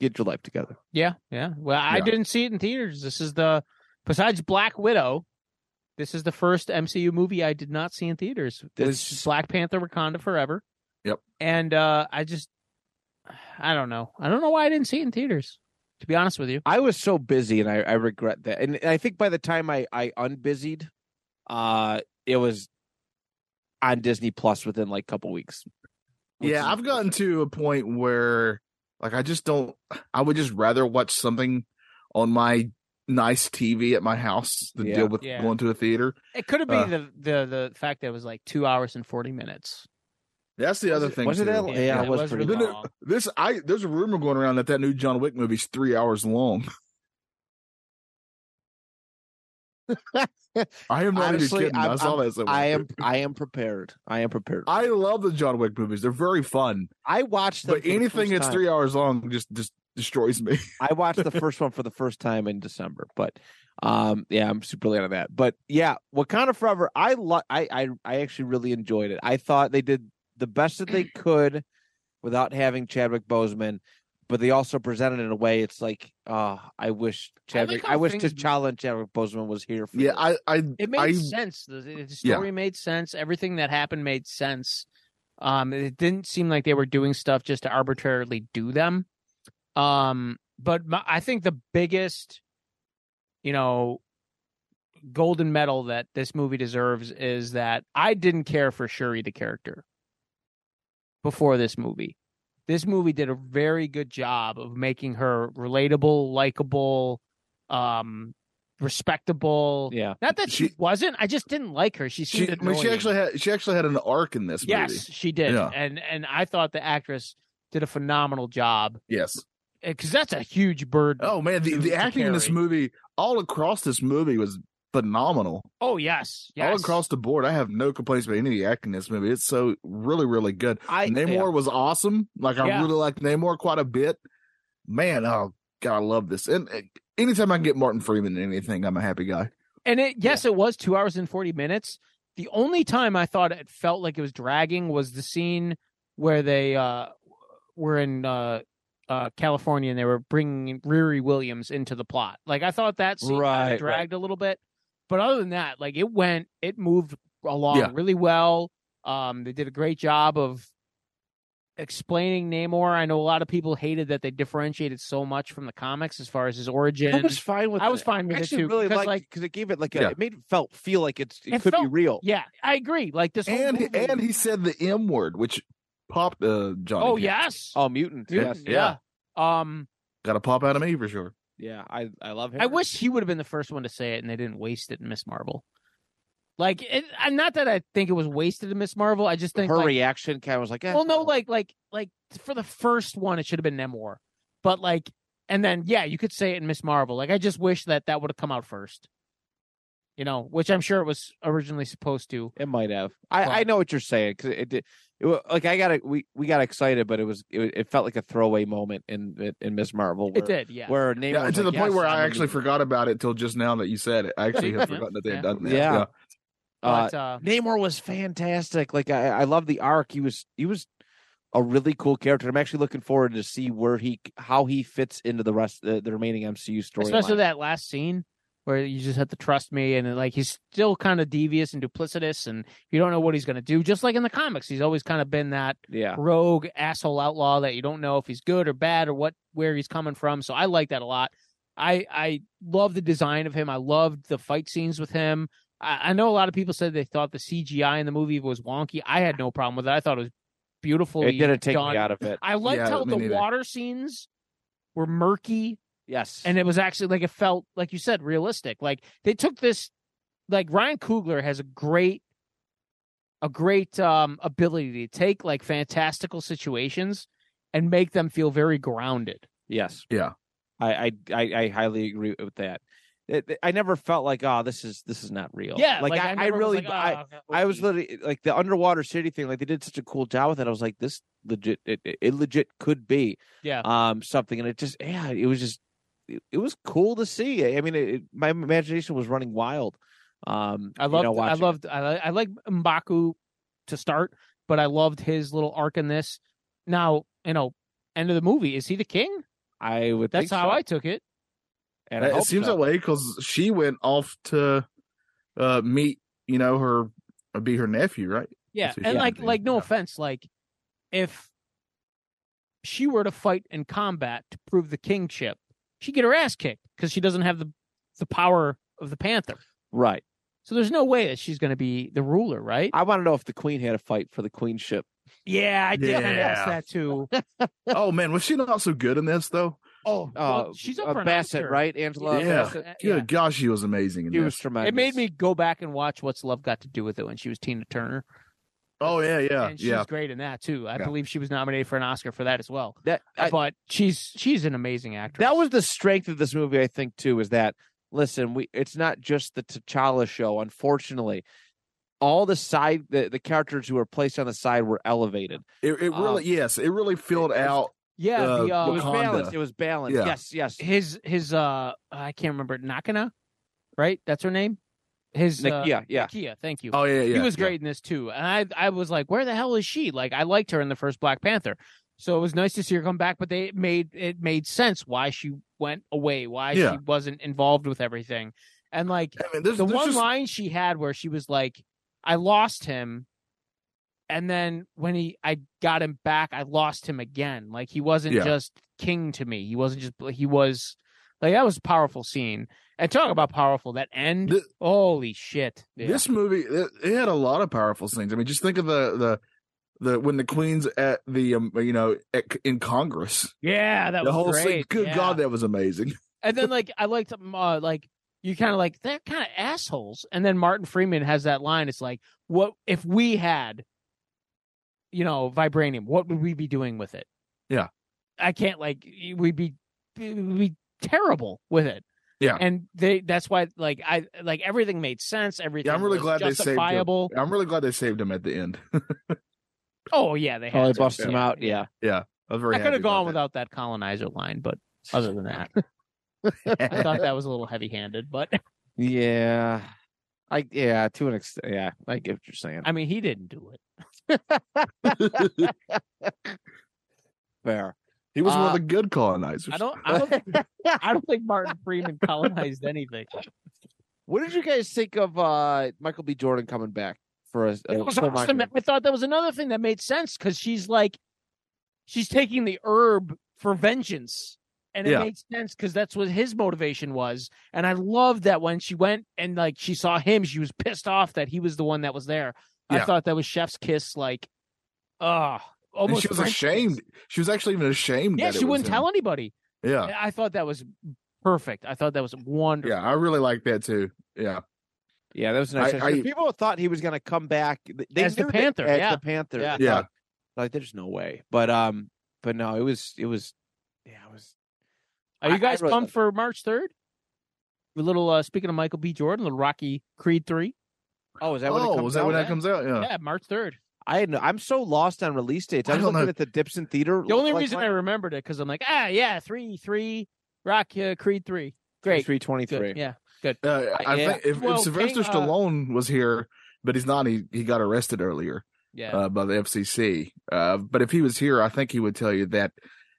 [SPEAKER 2] get your life together.
[SPEAKER 3] Yeah, yeah. Well, I
[SPEAKER 1] Yeah.
[SPEAKER 3] didn't see it in theaters. This is the besides Black Widow, this is the first MCU movie I did not see in theaters. This
[SPEAKER 2] This-
[SPEAKER 3] was Black Panther Wakanda Forever.
[SPEAKER 1] Yep.
[SPEAKER 3] And uh I just I don't know. I don't know why I didn't see it in theaters. To be honest with you.
[SPEAKER 2] I was so busy, and I, I regret that. And I think by the time I I unbusied, uh, it was on Disney Plus within like a couple weeks. which is
[SPEAKER 1] yeah, I've gotten
[SPEAKER 2] unfortunate.
[SPEAKER 1] to a point where like I just don't I would just rather watch something on my nice TV at my house than
[SPEAKER 2] Yeah.
[SPEAKER 1] deal with
[SPEAKER 3] Yeah.
[SPEAKER 1] going to a theater.
[SPEAKER 3] It could have
[SPEAKER 1] Uh.
[SPEAKER 3] been the, the the fact that it was like two hours and forty minutes.
[SPEAKER 1] That's the other thing.
[SPEAKER 2] was it
[SPEAKER 1] too.
[SPEAKER 2] that Yeah, it was pretty
[SPEAKER 3] really
[SPEAKER 1] long.
[SPEAKER 3] long.
[SPEAKER 1] This I there's a rumor going around that that new John Wick movie's 3 hours long. *laughs* I am not
[SPEAKER 2] Honestly,
[SPEAKER 1] even kidding. i
[SPEAKER 2] I'm-
[SPEAKER 1] saw that somewhere.
[SPEAKER 2] I am I am prepared. I am prepared. I,
[SPEAKER 1] I love the John Wick movies. They're very fun.
[SPEAKER 2] watched them
[SPEAKER 1] But
[SPEAKER 2] for the
[SPEAKER 1] anything
[SPEAKER 2] first
[SPEAKER 1] that's
[SPEAKER 2] time.
[SPEAKER 1] 3 hours long just just destroys me.
[SPEAKER 2] I watched the first one for the first time in December, but um, yeah, I'm super late on that. But yeah, Wakanda Forever. I lo- I, I I actually really enjoyed
[SPEAKER 3] *clears throat*
[SPEAKER 2] it. I thought they did the best that they could without having Chadwick Boseman. but they also presented it in a way it's like, uh, I wish Chadwick,
[SPEAKER 3] how
[SPEAKER 2] I, wish
[SPEAKER 3] things-
[SPEAKER 2] T'Challa and Chadwick Boseman was here. For
[SPEAKER 1] Yeah,
[SPEAKER 2] this.
[SPEAKER 1] I, I,
[SPEAKER 3] it made
[SPEAKER 1] Um, I-
[SPEAKER 3] sense. The, the
[SPEAKER 1] Yeah.
[SPEAKER 3] story made sense. Everything that happened made sense. Um, it didn't seem like they were doing stuff just to arbitrarily do them. Um, but my, I think the biggest, you know, golden medal that this movie deserves is that I didn't care for Shuri the character before this movie. This movie did a very good job of making her relatable, likable, um, respectable.
[SPEAKER 2] yeah.
[SPEAKER 3] Not that she,
[SPEAKER 1] She-
[SPEAKER 3] wasn't. I just didn't like her. She
[SPEAKER 1] she,
[SPEAKER 3] seemed.
[SPEAKER 1] I mean, she
[SPEAKER 3] annoying.
[SPEAKER 1] actually had, she actually had an arc in this
[SPEAKER 3] Yes,
[SPEAKER 1] movie.
[SPEAKER 3] she did,
[SPEAKER 1] Yeah.
[SPEAKER 3] and and I thought the actress did a phenomenal job
[SPEAKER 1] Yes.
[SPEAKER 3] because that's a huge bird.
[SPEAKER 1] Oh man, the,
[SPEAKER 3] To-
[SPEAKER 1] the
[SPEAKER 3] to
[SPEAKER 1] acting in this
[SPEAKER 3] carry.
[SPEAKER 1] movie, all across this movie, was phenomenal.
[SPEAKER 3] Oh, yes,
[SPEAKER 1] All
[SPEAKER 3] yes.
[SPEAKER 1] across the board, I have no complaints about any of the acting in this movie. It's so really, really good.
[SPEAKER 2] I,
[SPEAKER 1] Namor
[SPEAKER 2] yeah.
[SPEAKER 1] was awesome. Like I
[SPEAKER 3] Yeah.
[SPEAKER 1] really liked Namor quite a bit. Man, oh god, I love this. And uh, anytime I can get Martin Freeman in anything, I'm a happy guy.
[SPEAKER 3] And it yes, it was two hours and forty minutes. The only time I thought it felt like it was dragging was the scene where they uh were in uh uh California and they were bringing Riri Williams into the plot. Like I thought that scene kinda
[SPEAKER 2] Right, right.
[SPEAKER 3] dragged a little bit, but other than that, like it went, it moved along
[SPEAKER 1] Yeah.
[SPEAKER 3] really well. Um, they did a great job of explaining Namor. I know a lot of people hated that they differentiated so much from the comics as far as his origin.
[SPEAKER 2] I was fine with.
[SPEAKER 3] I was
[SPEAKER 2] it.
[SPEAKER 3] fine with
[SPEAKER 2] I
[SPEAKER 3] it
[SPEAKER 2] actually
[SPEAKER 3] too,
[SPEAKER 2] Really
[SPEAKER 3] because,
[SPEAKER 2] liked
[SPEAKER 3] like-
[SPEAKER 2] because it gave it like a,
[SPEAKER 1] Yeah.
[SPEAKER 2] it made it felt feel like it's it,
[SPEAKER 3] It
[SPEAKER 2] could be
[SPEAKER 3] felt-
[SPEAKER 2] real.
[SPEAKER 3] Yeah, I agree. Like this whole
[SPEAKER 1] And
[SPEAKER 3] movie-
[SPEAKER 1] and he said the M word, which popped uh Johnny.
[SPEAKER 3] oh
[SPEAKER 1] Cage.
[SPEAKER 3] yes,
[SPEAKER 2] Oh, mutant. Yes.
[SPEAKER 3] Mutant, yeah. Um,
[SPEAKER 1] Gotta pop out of me for sure.
[SPEAKER 2] Yeah. I I love him.
[SPEAKER 3] I wish he would have been the first one to say it, and they didn't waste it in Miss Marvel. Like, it, I- not that I think it was wasted in Miss Marvel. I just think,
[SPEAKER 2] her
[SPEAKER 3] like,
[SPEAKER 2] reaction kind of was like, eh,
[SPEAKER 3] well, no, like, like, like for the first one, it should have been Nemor, but like, and then yeah, you could say it in Miss Marvel. Like, I just wish that that would have come out first. You know, which I'm sure it was originally supposed to.
[SPEAKER 2] It might have. I,
[SPEAKER 3] Well-
[SPEAKER 2] I know what you're saying because it did. It, wa- like I got we we got excited, but it was it, it felt like a throwaway moment in in Miss Marvel. Where,
[SPEAKER 3] It did, yeah.
[SPEAKER 2] Where Namor
[SPEAKER 1] Yeah,
[SPEAKER 2] was
[SPEAKER 1] to
[SPEAKER 2] like,
[SPEAKER 1] the point
[SPEAKER 2] "Yes,
[SPEAKER 1] where
[SPEAKER 2] I'm
[SPEAKER 1] I
[SPEAKER 2] a
[SPEAKER 1] actually
[SPEAKER 2] mutant."
[SPEAKER 1] forgot about it till just now that you said it. I actually had
[SPEAKER 3] Yeah.
[SPEAKER 1] forgotten that they had
[SPEAKER 3] Yeah.
[SPEAKER 1] done that.
[SPEAKER 2] Yeah. Uh,
[SPEAKER 3] But uh,
[SPEAKER 2] Namor was fantastic. Like I I love the arc. He was he was a really cool character. I'm actually looking forward to see where he how he fits into the rest the, the remaining MCU story.
[SPEAKER 3] especially that last scene where you just have to trust me and like he's still kind of devious and duplicitous and you don't know what he's going to do just like in the comics he's always kind of been that
[SPEAKER 2] Yeah.
[SPEAKER 3] rogue asshole outlaw that you don't know if he's good or bad or what where he's coming from so i like that a lot i i love the design of him i loved the fight scenes with him i, I know a lot of people said they thought the cgi in the movie was wonky i had no problem with it i thought it was beautifully
[SPEAKER 2] It didn't take
[SPEAKER 3] done.
[SPEAKER 2] me out of it.
[SPEAKER 3] i liked
[SPEAKER 1] Yeah,
[SPEAKER 3] how
[SPEAKER 1] me
[SPEAKER 3] the
[SPEAKER 1] neither.
[SPEAKER 3] water scenes were murky
[SPEAKER 2] Yes.
[SPEAKER 3] and it was actually like it felt like you said realistic like they took this like ryan kugler has a great a great um ability to take like fantastical situations and make them feel very grounded
[SPEAKER 2] Yes.
[SPEAKER 1] Yeah.
[SPEAKER 2] I I I, I highly agree with that. It, it- I never felt like oh this is this is not real.
[SPEAKER 3] yeah
[SPEAKER 2] Like, I, I,
[SPEAKER 3] never was
[SPEAKER 2] really
[SPEAKER 3] like,
[SPEAKER 2] I,
[SPEAKER 3] "Oh,
[SPEAKER 2] I was
[SPEAKER 3] okay."
[SPEAKER 2] literally like the underwater city thing. Like they did such a cool job with it. I was like this legit it, it- it legit could be
[SPEAKER 3] yeah
[SPEAKER 2] um something. And it just yeah it was just it, it was cool to see. I mean it, it- my imagination was running wild. Um
[SPEAKER 3] I
[SPEAKER 2] you
[SPEAKER 3] loved.
[SPEAKER 2] know,
[SPEAKER 3] I
[SPEAKER 2] watching it.
[SPEAKER 3] loved. I, li- I like Mbaku to start, but I loved his little arc in this. Now you know, end of the movie is he the king?
[SPEAKER 2] I would
[SPEAKER 3] That's
[SPEAKER 2] think
[SPEAKER 3] how
[SPEAKER 2] so.
[SPEAKER 3] I took it.
[SPEAKER 2] and I
[SPEAKER 1] It
[SPEAKER 2] hope
[SPEAKER 1] seems
[SPEAKER 2] so.
[SPEAKER 1] that way because she went off to uh, meet, you know, her uh, be her nephew, right?
[SPEAKER 3] Yeah,
[SPEAKER 1] That's what
[SPEAKER 3] and
[SPEAKER 1] she
[SPEAKER 3] like
[SPEAKER 1] did,
[SPEAKER 3] like no
[SPEAKER 1] yeah.
[SPEAKER 3] offense, like if she were to fight in combat to prove the kingship, she'd get her ass kicked because she doesn't have the the power of the panther.
[SPEAKER 2] right.
[SPEAKER 3] So there's no way that she's going to be the ruler, right?
[SPEAKER 2] I want to know if the queen had a fight for the queenship.
[SPEAKER 3] yeah, I did
[SPEAKER 1] Yeah.
[SPEAKER 3] ask
[SPEAKER 1] *laughs*
[SPEAKER 3] that too.
[SPEAKER 1] oh man, was she not so good in this though?
[SPEAKER 3] Oh,
[SPEAKER 2] Uh,
[SPEAKER 3] well, she's
[SPEAKER 2] uh,
[SPEAKER 3] a
[SPEAKER 2] Bassett,
[SPEAKER 3] pronouncer.
[SPEAKER 2] right? Angela.
[SPEAKER 1] Yeah.
[SPEAKER 2] Bassett?
[SPEAKER 3] Uh,
[SPEAKER 1] Good gosh, she was amazing in
[SPEAKER 2] She
[SPEAKER 1] this.
[SPEAKER 2] was tremendous.
[SPEAKER 3] It made me go back and watch what's love got to do with it when she was Tina Turner.
[SPEAKER 1] oh yeah, yeah,
[SPEAKER 3] and she's
[SPEAKER 1] yeah.
[SPEAKER 3] great in that too. I
[SPEAKER 1] Yeah.
[SPEAKER 3] believe she was nominated for an Oscar for that as well.
[SPEAKER 2] that I-
[SPEAKER 3] but she's she's an amazing actress.
[SPEAKER 2] that was the strength of this movie, I think, too, is that listen, we it's not just the T'Challa show. Unfortunately, all the side the, the characters who were placed on the side were elevated.
[SPEAKER 1] It, it really,
[SPEAKER 2] um,
[SPEAKER 1] yes, it really filled
[SPEAKER 2] it was-
[SPEAKER 1] out.
[SPEAKER 3] yeah.
[SPEAKER 1] uh,
[SPEAKER 3] the, uh,
[SPEAKER 2] it was
[SPEAKER 1] Wakanda.
[SPEAKER 2] balanced. It was balanced.
[SPEAKER 1] Yeah.
[SPEAKER 2] Yes, yes.
[SPEAKER 3] his his uh I can't remember Nakana, right? That's her name. His
[SPEAKER 2] Nick-
[SPEAKER 3] uh,
[SPEAKER 2] yeah, yeah.
[SPEAKER 3] Nakia, thank you.
[SPEAKER 1] Oh yeah, yeah.
[SPEAKER 3] he was
[SPEAKER 1] yeah.
[SPEAKER 3] great in this too, and I I was like, where the hell is she? Like I liked her in the first Black Panther, So it was nice to see her come back, but they it made it made sense why she went away, why
[SPEAKER 1] Yeah.
[SPEAKER 3] she wasn't involved with everything. And like
[SPEAKER 1] I mean, there's,
[SPEAKER 3] the
[SPEAKER 1] there's
[SPEAKER 3] one
[SPEAKER 1] just-
[SPEAKER 3] line she had where she was like, I lost him. And then when he I got him back, I lost him again. Like he wasn't
[SPEAKER 1] Yeah.
[SPEAKER 3] just king to me. He wasn't just he was like that was a powerful scene. And talk about powerful that end.
[SPEAKER 1] Th-
[SPEAKER 3] holy shit. Yeah.
[SPEAKER 1] This movie it, it had a lot of powerful scenes. I mean, just think of the the the when the queen's at the um, you know at, in Congress.
[SPEAKER 3] yeah, that
[SPEAKER 1] the
[SPEAKER 3] was
[SPEAKER 1] whole
[SPEAKER 3] great.
[SPEAKER 1] scene. Good
[SPEAKER 3] yeah.
[SPEAKER 1] God, that was amazing. *laughs*
[SPEAKER 3] and then like I liked um, uh, like you kind of like they're kind of assholes. And then Martin Freeman has that line. It's like, what if we had, you know, vibranium? What would we be doing with it?
[SPEAKER 1] Yeah.
[SPEAKER 3] I can't like we'd be we'd be terrible with it.
[SPEAKER 1] Yeah.
[SPEAKER 3] and they that's why like I like everything made sense. Everything.
[SPEAKER 1] Yeah, I'm really
[SPEAKER 3] was
[SPEAKER 1] glad they saved him.
[SPEAKER 3] justifiable.
[SPEAKER 1] I'm really glad they saved him at the end. *laughs*
[SPEAKER 3] Oh yeah, they had.
[SPEAKER 2] Oh, they
[SPEAKER 3] to.
[SPEAKER 2] busted him out. Yeah.
[SPEAKER 1] I was very.
[SPEAKER 3] I
[SPEAKER 1] happy
[SPEAKER 3] could have
[SPEAKER 1] about
[SPEAKER 3] gone
[SPEAKER 1] that.
[SPEAKER 3] without that colonizer line, but other than that,
[SPEAKER 1] *laughs*
[SPEAKER 3] I thought that was a little heavy-handed. But
[SPEAKER 2] Yeah. I yeah, to an extent. Yeah, I get what you're saying.
[SPEAKER 3] I mean, he didn't do it.
[SPEAKER 2] Fair.
[SPEAKER 1] He was one
[SPEAKER 3] Uh,
[SPEAKER 1] of the good colonizers.
[SPEAKER 3] I don't. *laughs* I don't. I don't think Martin Freeman
[SPEAKER 1] *laughs*
[SPEAKER 3] colonized anything.
[SPEAKER 2] What did you guys think of uh Michael B. Jordan coming back for us?
[SPEAKER 3] It was awesome. I thought that was another thing that made sense because she's like, she's taking the herb for vengeance, and it
[SPEAKER 1] Yeah.
[SPEAKER 3] made sense because that's what his motivation was. And I loved that when she went and like she saw him, she was pissed off that he was the one that was there. I
[SPEAKER 1] Yeah.
[SPEAKER 3] thought that was Chef's kiss. Like, ah,
[SPEAKER 1] And
[SPEAKER 3] almost.
[SPEAKER 1] she was
[SPEAKER 3] French kiss.
[SPEAKER 1] ashamed. She was actually even ashamed.
[SPEAKER 3] Yeah,
[SPEAKER 1] that it
[SPEAKER 3] she
[SPEAKER 1] was
[SPEAKER 3] wouldn't
[SPEAKER 1] him.
[SPEAKER 3] tell anybody.
[SPEAKER 1] Yeah,
[SPEAKER 3] I thought that was perfect. I thought that was wonderful.
[SPEAKER 1] yeah, I really like that too. Yeah,
[SPEAKER 2] Yeah, that was nice.
[SPEAKER 1] I- I-
[SPEAKER 2] People thought he was going to come back. th- They
[SPEAKER 3] As the
[SPEAKER 2] knew that-
[SPEAKER 3] Panther,
[SPEAKER 2] as
[SPEAKER 3] yeah.
[SPEAKER 2] the Panther.
[SPEAKER 3] Yeah.
[SPEAKER 1] Yeah.
[SPEAKER 2] Thought- Like, there's no way. But um, but no, it was it was. Yeah, it was.
[SPEAKER 3] Are you
[SPEAKER 2] I- I
[SPEAKER 3] guys
[SPEAKER 2] really
[SPEAKER 3] pumped
[SPEAKER 2] like-
[SPEAKER 3] for March third? A little uh, speaking of Michael B. Jordan, little Rocky Creed three.
[SPEAKER 2] Oh, is that when it
[SPEAKER 1] oh,
[SPEAKER 2] comes
[SPEAKER 1] was that
[SPEAKER 2] out?
[SPEAKER 1] when that
[SPEAKER 3] yeah.
[SPEAKER 1] comes out? Yeah,
[SPEAKER 3] Yeah, March third.
[SPEAKER 2] I had no, I'm so lost on release dates. I,
[SPEAKER 1] I
[SPEAKER 2] was
[SPEAKER 1] don't
[SPEAKER 2] looking
[SPEAKER 1] know.
[SPEAKER 2] at the Dipson Theater.
[SPEAKER 3] The only
[SPEAKER 2] like,
[SPEAKER 3] reason I remembered it because I'm like, ah, yeah, three, three, Rock uh, Creed three. Great,
[SPEAKER 2] three twenty
[SPEAKER 3] good,
[SPEAKER 2] three.
[SPEAKER 3] yeah.
[SPEAKER 1] Uh, I
[SPEAKER 2] Yeah.
[SPEAKER 1] think if,
[SPEAKER 3] Well,
[SPEAKER 1] if Sylvester
[SPEAKER 3] King, uh,
[SPEAKER 1] Stallone was here, but he's not. He he got arrested earlier
[SPEAKER 3] Yeah,
[SPEAKER 1] uh, by the FCC. Uh, but if he was here, I think he would tell you that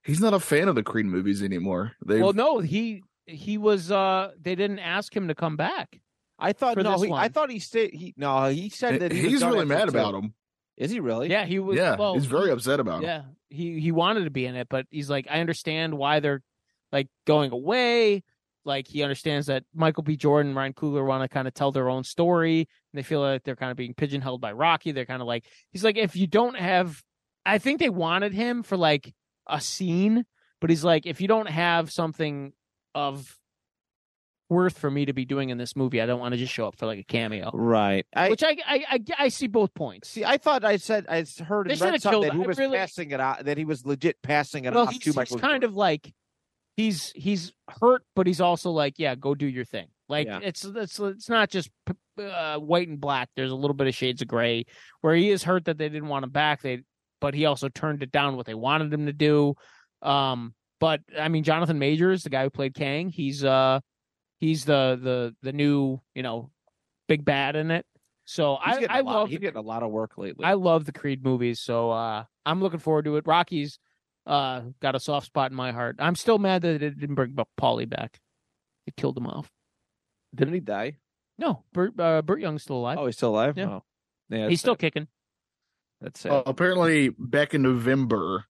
[SPEAKER 1] he's not a fan of the Creed movies anymore. They
[SPEAKER 3] well, no, he he was. uh They didn't ask him to come back.
[SPEAKER 2] I thought
[SPEAKER 3] For
[SPEAKER 2] no,
[SPEAKER 3] this
[SPEAKER 2] he, I
[SPEAKER 3] one.
[SPEAKER 2] thought he stayed. He no, he said that he was
[SPEAKER 1] he's
[SPEAKER 2] done
[SPEAKER 1] really
[SPEAKER 2] after
[SPEAKER 1] mad
[SPEAKER 2] two.
[SPEAKER 1] about him.
[SPEAKER 2] Is he really?
[SPEAKER 3] Yeah, he was.
[SPEAKER 1] Yeah,
[SPEAKER 3] well,
[SPEAKER 1] he's very
[SPEAKER 3] he-
[SPEAKER 1] upset about him.
[SPEAKER 3] Yeah, he he wanted to be in it, but he's like, I understand why they're like going away. Like he understands that Michael B. Jordan, Ryan Coogler want to kind of tell their own story. And they feel like they're kind of being pigeonholed by Rocky. They're kind of like, he's like, if you don't have, I think they wanted him for like a scene, but he's like, if you don't have something of worth for me to be doing in this movie, I don't want to just show up for like a cameo.
[SPEAKER 2] Right. I
[SPEAKER 3] Which I I I, I see both points.
[SPEAKER 2] see. I thought I said I heard
[SPEAKER 3] They
[SPEAKER 2] and read
[SPEAKER 3] should've
[SPEAKER 2] something
[SPEAKER 3] killed-
[SPEAKER 2] that he
[SPEAKER 3] I
[SPEAKER 2] was
[SPEAKER 3] really-
[SPEAKER 2] passing it out. That he was legit passing it
[SPEAKER 3] well,
[SPEAKER 2] off
[SPEAKER 3] he's,
[SPEAKER 2] to
[SPEAKER 3] he's
[SPEAKER 2] Michael.
[SPEAKER 3] kind of like he's he's hurt, but he's also like, yeah, go do your thing. Like
[SPEAKER 2] Yeah.
[SPEAKER 3] it's it's it's not just p- uh, white and black. There's a little bit of shades of gray where he is hurt that they didn't want him back. They but he also turned it down what they wanted him to do. Um, but I mean, Jonathan Majors, the guy who played Kang, he's uh he's the the the new you know big bad in it. So
[SPEAKER 2] He's
[SPEAKER 3] I
[SPEAKER 2] getting a
[SPEAKER 3] I
[SPEAKER 2] lot-
[SPEAKER 3] love
[SPEAKER 2] He's getting a lot of work lately.
[SPEAKER 3] I love the Creed movies, so uh, I'm looking forward to it. Rocky's uh, got a soft spot in my heart. I'm still mad that it didn't bring Paulie back. It killed him off.
[SPEAKER 2] Didn't he die?
[SPEAKER 3] No, Burt, uh, Burt Young's still alive.
[SPEAKER 2] Oh, he's still alive.
[SPEAKER 3] Yeah.
[SPEAKER 2] Oh. yeah
[SPEAKER 3] He's
[SPEAKER 2] that's
[SPEAKER 3] still
[SPEAKER 2] sad.
[SPEAKER 3] kicking. Oh.
[SPEAKER 2] That's
[SPEAKER 1] Uh,
[SPEAKER 2] it.
[SPEAKER 1] apparently, back in November,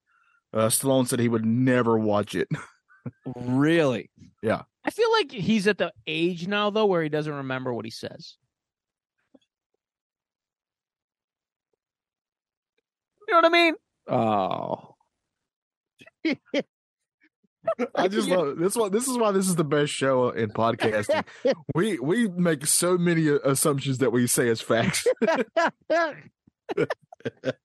[SPEAKER 1] uh, Stallone said he would never watch it. *laughs*
[SPEAKER 2] Really?
[SPEAKER 3] I feel like he's at the age now though where he doesn't remember what he says. You know what I mean?
[SPEAKER 2] Oh.
[SPEAKER 1] I just love this one. This is why this is the best show in
[SPEAKER 3] *laughs*
[SPEAKER 1] podcasting. we we make so many uh, assumptions that we say as
[SPEAKER 3] *laughs*
[SPEAKER 1] facts.
[SPEAKER 3] You know what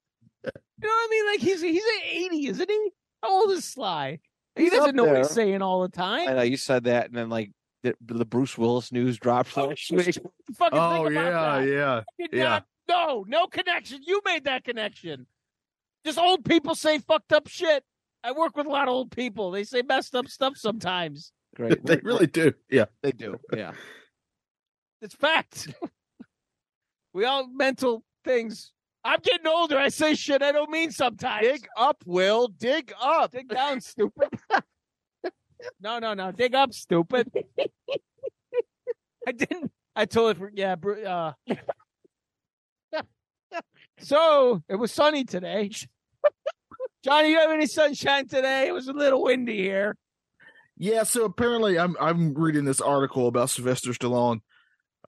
[SPEAKER 3] I mean? Like he's he's at 80, isn't he? How old is Sly? He
[SPEAKER 2] He's
[SPEAKER 3] doesn't
[SPEAKER 2] up
[SPEAKER 3] know what he's
[SPEAKER 2] there.
[SPEAKER 3] saying all the time.
[SPEAKER 2] I know you said that, and then like the, the Bruce Willis news *laughs* dropped last week.
[SPEAKER 3] Fucking
[SPEAKER 1] oh
[SPEAKER 3] think about
[SPEAKER 1] yeah,
[SPEAKER 3] that.
[SPEAKER 1] yeah.
[SPEAKER 3] did
[SPEAKER 1] Yeah.
[SPEAKER 3] not no no connection you made that connection just old people say fucked up shit i work with a lot of old people they say messed up stuff sometimes
[SPEAKER 2] Great.
[SPEAKER 1] *laughs* They really do. Yeah.
[SPEAKER 2] they do. Yeah.
[SPEAKER 3] *laughs* it's fact we all mental things I'm getting older. I say shit I don't mean sometimes.
[SPEAKER 2] Dig up, Will. Dig up.
[SPEAKER 3] Dig down, stupid. *laughs* no, no, no. Dig up, stupid. I didn't. I totally forgot. Yeah. Bru- Uh... *laughs* so it was sunny today. Johnny, you have any sunshine today? It was a little windy here.
[SPEAKER 1] Yeah, so apparently I'm I'm reading this article about Sylvester Stallone,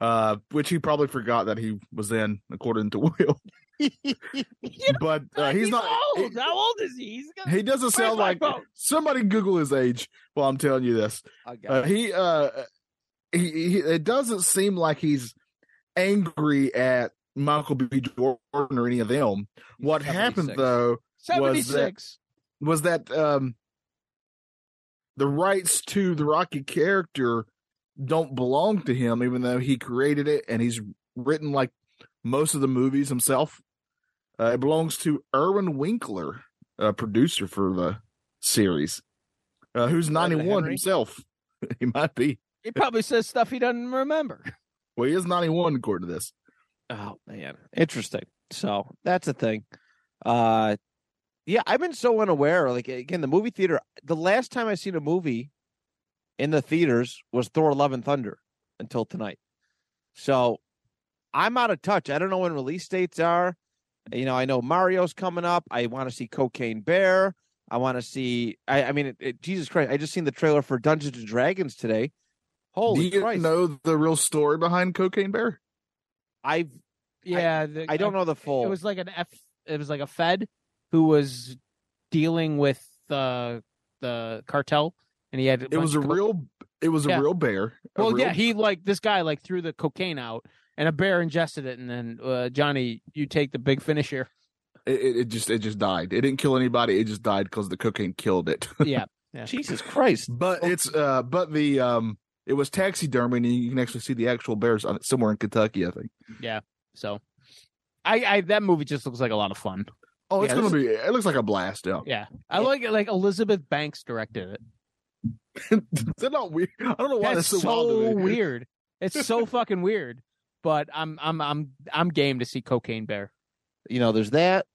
[SPEAKER 1] uh, which he probably forgot that he was in, according to *laughs* Will. but uh, he's, not.
[SPEAKER 3] old. How old is he? He's got-
[SPEAKER 1] He doesn't sound
[SPEAKER 3] my
[SPEAKER 1] like
[SPEAKER 3] phone?
[SPEAKER 1] somebody. Google his age while I'm telling you this.
[SPEAKER 2] I got
[SPEAKER 1] Uh, he uh, he, he it doesn't seem like he's angry at Michael B. Jordan or any of them. What happened
[SPEAKER 2] 76.
[SPEAKER 1] though
[SPEAKER 3] 76.
[SPEAKER 1] was that um the rights to the Rocky character don't belong to him, even though he created it and he's written like most of the movies himself. Uh, it belongs to Erwin Winkler, a producer for the series, uh, who's
[SPEAKER 2] Like the
[SPEAKER 1] 91
[SPEAKER 2] Henry?
[SPEAKER 1] himself. *laughs* he might be.
[SPEAKER 3] He probably says stuff he doesn't remember. *laughs*
[SPEAKER 1] Well, he is 91 according to this.
[SPEAKER 2] Oh man, interesting. So that's a thing. Uh, yeah, I've been so unaware. Like again, the movie theater. The last time I seen a movie in the theaters was Thor: Love and Thunder until tonight. So I'm out of touch. I don't know when release dates are. You know, I know Mario's coming up. I want to see Cocaine Bear. I want to see. I, I mean, it, it- Jesus Christ! I just seen the trailer for Dungeons and Dragons today. Holy
[SPEAKER 1] Do you
[SPEAKER 2] Christ!
[SPEAKER 1] know the real story behind Cocaine Bear?
[SPEAKER 2] I've
[SPEAKER 3] Yeah. the-
[SPEAKER 2] I don't know the full.
[SPEAKER 3] It was like an F. It was like a Fed who was dealing with uh, the cartel, and he had.
[SPEAKER 1] It was a
[SPEAKER 3] bunch of-
[SPEAKER 1] real. It was a
[SPEAKER 3] Yeah.
[SPEAKER 1] real bear. a
[SPEAKER 3] Well,
[SPEAKER 1] real
[SPEAKER 3] yeah, he like this guy like threw the cocaine out, and a bear ingested it, and then uh, Johnny, you take the big finish here.
[SPEAKER 1] it, it, it just it just died. It didn't kill anybody. It just died because the cocaine killed it. *laughs*
[SPEAKER 3] Yeah.
[SPEAKER 2] Jesus Christ. Oh,
[SPEAKER 1] But
[SPEAKER 3] Oh.
[SPEAKER 1] it's uh but the um it was taxidermy and you can actually see the actual bears on it somewhere in Kentucky, I think.
[SPEAKER 3] So, I, I that movie just looks like a lot of fun.
[SPEAKER 1] Oh, it's
[SPEAKER 2] Yeah,
[SPEAKER 1] gonna be. It looks like a blast. Yeah.
[SPEAKER 3] Yeah, I like it. Like Elizabeth Banks directed it.
[SPEAKER 1] *laughs* They're not weird. I don't know why
[SPEAKER 3] That's
[SPEAKER 1] that's so,
[SPEAKER 3] so
[SPEAKER 1] wild to me.
[SPEAKER 3] weird. It's so fucking weird. But I'm I'm I'm I'm game to see Cocaine Bear.
[SPEAKER 2] you know, there's that.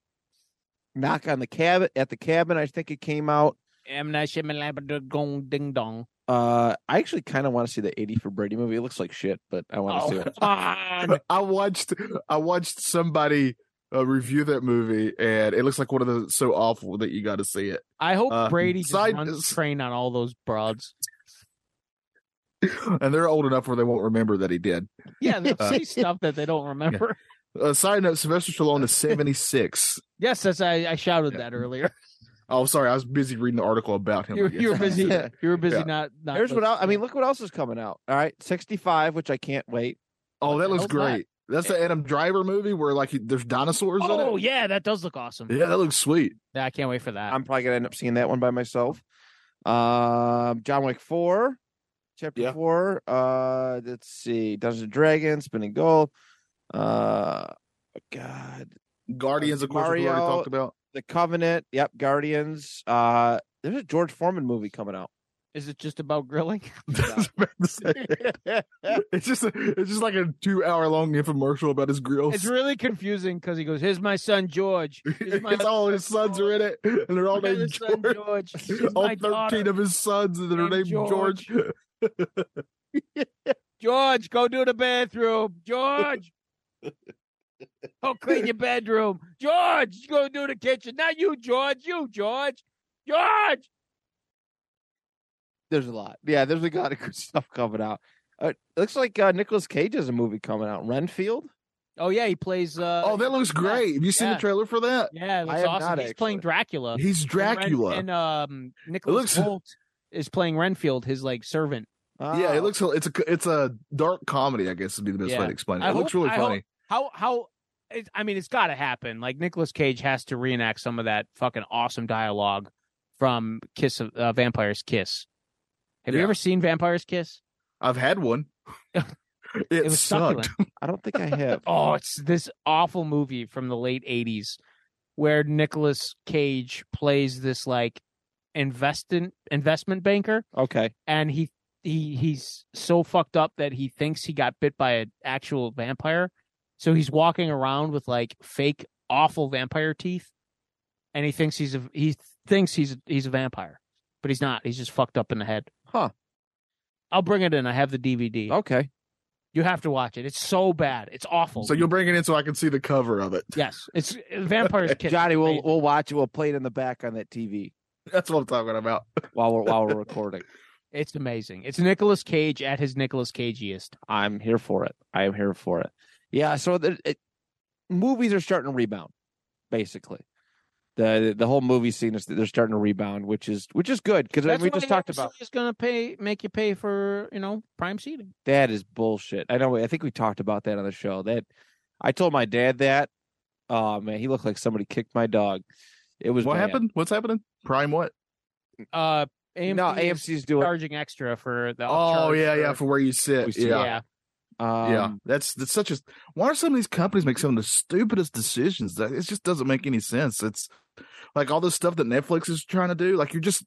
[SPEAKER 2] Knock on the cabin at the cabin. I think it came out.
[SPEAKER 3] M Night Shyamalan Gong Ding Dong.
[SPEAKER 2] Uh, I actually kind of want to see the '80 for Brady movie. It looks like shit, but I
[SPEAKER 3] Oh,
[SPEAKER 2] want to see
[SPEAKER 3] *laughs*
[SPEAKER 2] it.
[SPEAKER 3] on.
[SPEAKER 1] *laughs* I watched. I watched somebody uh, review that movie, and it looks like one of the so awful that you got to see it.
[SPEAKER 3] I hope
[SPEAKER 1] Uh,
[SPEAKER 3] Brady just
[SPEAKER 1] side-
[SPEAKER 3] runs train on all those broads.
[SPEAKER 1] And they're old enough where they won't remember that he did.
[SPEAKER 3] Yeah, they'll
[SPEAKER 1] Uh,
[SPEAKER 3] say stuff that they don't remember.
[SPEAKER 1] Uh, side note: Sylvester Stallone is seventy six.
[SPEAKER 3] Yes, that's I, I shouted
[SPEAKER 1] Yeah.
[SPEAKER 3] that earlier.
[SPEAKER 1] Oh, sorry, I was busy reading the article about him. I
[SPEAKER 3] You,
[SPEAKER 1] guess.
[SPEAKER 3] you were busy. You were busy
[SPEAKER 1] Yeah.
[SPEAKER 3] not. not
[SPEAKER 2] Here's what
[SPEAKER 3] listening.
[SPEAKER 2] else. I mean, look what else is coming out. All right, '65, which I can't wait.
[SPEAKER 1] *laughs* Oh, that looks
[SPEAKER 3] hell's that?
[SPEAKER 1] great. That's the Adam Driver movie where like he- there's dinosaurs in
[SPEAKER 3] Oh
[SPEAKER 1] it.
[SPEAKER 3] yeah, that does look awesome.
[SPEAKER 1] Yeah, that looks sweet.
[SPEAKER 3] Yeah, I can't wait for that.
[SPEAKER 2] I'm probably gonna end up seeing that one by myself. Um, John Wick Four, Chapter
[SPEAKER 1] Yeah.
[SPEAKER 2] Four. Uh, let's see, Dungeons and Dragons, Spinning Gold. Uh, God,
[SPEAKER 1] Guardians, of course, we
[SPEAKER 2] Mario.
[SPEAKER 1] already talked
[SPEAKER 3] *laughs*
[SPEAKER 1] about.
[SPEAKER 2] The Covenant. Yep, Guardians. Uh, there's a George Foreman movie coming out.
[SPEAKER 3] Is it just about grilling?
[SPEAKER 1] That's *laughs* about to say.
[SPEAKER 3] *laughs*
[SPEAKER 1] it's just a, it's just like a two hour long infomercial about his grills.
[SPEAKER 3] It's really confusing because he goes, "Here's my son George.
[SPEAKER 1] *laughs*
[SPEAKER 3] Here's my
[SPEAKER 1] It's all his sons are in it, and they're all
[SPEAKER 3] Look at
[SPEAKER 1] named
[SPEAKER 3] this son,
[SPEAKER 1] George.
[SPEAKER 3] *laughs* George. Here's
[SPEAKER 1] All
[SPEAKER 3] my
[SPEAKER 1] thirteen
[SPEAKER 3] daughter.
[SPEAKER 1] of his sons, and they're
[SPEAKER 3] named
[SPEAKER 1] named George.
[SPEAKER 3] George, go do the bathroom.
[SPEAKER 1] *laughs*
[SPEAKER 3] George, go clean your bedroom. George, go do the kitchen. Not you, George. You, George. George.
[SPEAKER 2] there's a lot. Yeah, there's a lot of good *laughs* stuff coming out. Uh, looks like uh, Nicolas Cage has a movie coming out. Renfield.
[SPEAKER 3] Oh yeah, he plays. Uh,
[SPEAKER 1] Oh, that looks great. Have you seen
[SPEAKER 3] Yeah.
[SPEAKER 1] the trailer for that?
[SPEAKER 3] yeah, it
[SPEAKER 2] I
[SPEAKER 3] looks
[SPEAKER 2] have
[SPEAKER 3] awesome.
[SPEAKER 2] not,
[SPEAKER 3] He's playing
[SPEAKER 2] actually.
[SPEAKER 3] Dracula.
[SPEAKER 1] He's Dracula.
[SPEAKER 3] Uh, and, Ren- and um, Nicholas
[SPEAKER 1] looks-
[SPEAKER 3] Holt is playing Renfield, his like servant.
[SPEAKER 1] yeah, it
[SPEAKER 2] Ah,
[SPEAKER 1] looks. It's a it's a dark comedy. I guess would be the best
[SPEAKER 3] uh, Yeah.
[SPEAKER 1] way to explain it.
[SPEAKER 3] I
[SPEAKER 1] it looks
[SPEAKER 3] hope-
[SPEAKER 1] really
[SPEAKER 3] I hope-
[SPEAKER 1] funny.
[SPEAKER 3] How how? It, I mean, it's got to happen. Like Nicolas Cage has to reenact some of that fucking awesome dialogue from Kiss of uh, Vampire's Kiss. Have you
[SPEAKER 1] Yeah.
[SPEAKER 3] ever seen Vampire's Kiss?
[SPEAKER 1] I've had
[SPEAKER 3] *laughs*
[SPEAKER 1] one. it,
[SPEAKER 3] it was
[SPEAKER 1] sucked. *laughs*
[SPEAKER 3] succulent.
[SPEAKER 2] I don't think I have.
[SPEAKER 3] Oh, it's this awful movie from the late '80s where Nicolas Cage plays this like investment investment banker,
[SPEAKER 2] okay.
[SPEAKER 3] and he he he's so fucked up that he thinks he got bit by an actual vampire, so he's walking around with like fake awful vampire teeth, and he thinks he's a he thinks he's he's a vampire, but he's not. He's just fucked up in the head.
[SPEAKER 2] Huh. Oh.
[SPEAKER 3] I'll bring it in. I have the DVD.
[SPEAKER 2] Okay.
[SPEAKER 3] You have to watch it. It's so bad. It's awful.
[SPEAKER 1] So you'll bring it in so I can see the cover of it.
[SPEAKER 3] *laughs* yes, it's vampires. Kiss.
[SPEAKER 2] Johnny,
[SPEAKER 3] It's
[SPEAKER 2] we'll
[SPEAKER 3] amazing.
[SPEAKER 2] we'll watch it. We'll play it in the back on that TV
[SPEAKER 1] *laughs* That's what I'm talking about.
[SPEAKER 2] while we're while we're recording.
[SPEAKER 3] It's amazing. It's Nicolas Cage at his Nicolas Cageiest.
[SPEAKER 2] I'm here for it. I am here for it. Yeah. So the it, movies are starting to rebound, basically. The the whole movie scene is they're starting to rebound, which is which is good because
[SPEAKER 3] That's
[SPEAKER 2] we
[SPEAKER 3] why
[SPEAKER 2] just talked
[SPEAKER 3] Amazon
[SPEAKER 2] about
[SPEAKER 3] is going to pay make you pay for you know prime seating.
[SPEAKER 2] that is bullshit. I know. I think we talked about that on the show. That I told my dad that. Oh man, he looked like somebody kicked my dog. It was
[SPEAKER 1] What
[SPEAKER 2] bad.
[SPEAKER 1] happened? What's happening? Prime what?
[SPEAKER 3] Uh, AMC
[SPEAKER 2] No,
[SPEAKER 3] is
[SPEAKER 2] AMC's doing.
[SPEAKER 3] charging extra for the.
[SPEAKER 1] Oh
[SPEAKER 3] upcharge
[SPEAKER 1] yeah, yeah,
[SPEAKER 3] for-
[SPEAKER 1] for where you
[SPEAKER 2] We
[SPEAKER 1] sit.
[SPEAKER 2] see-
[SPEAKER 1] Yeah.
[SPEAKER 3] yeah.
[SPEAKER 2] Um,
[SPEAKER 1] yeah, that's that's such a. Why are some of these companies make some of the stupidest decisions? That it just doesn't make any sense. It's like all this stuff that Netflix is trying to do. Like you're just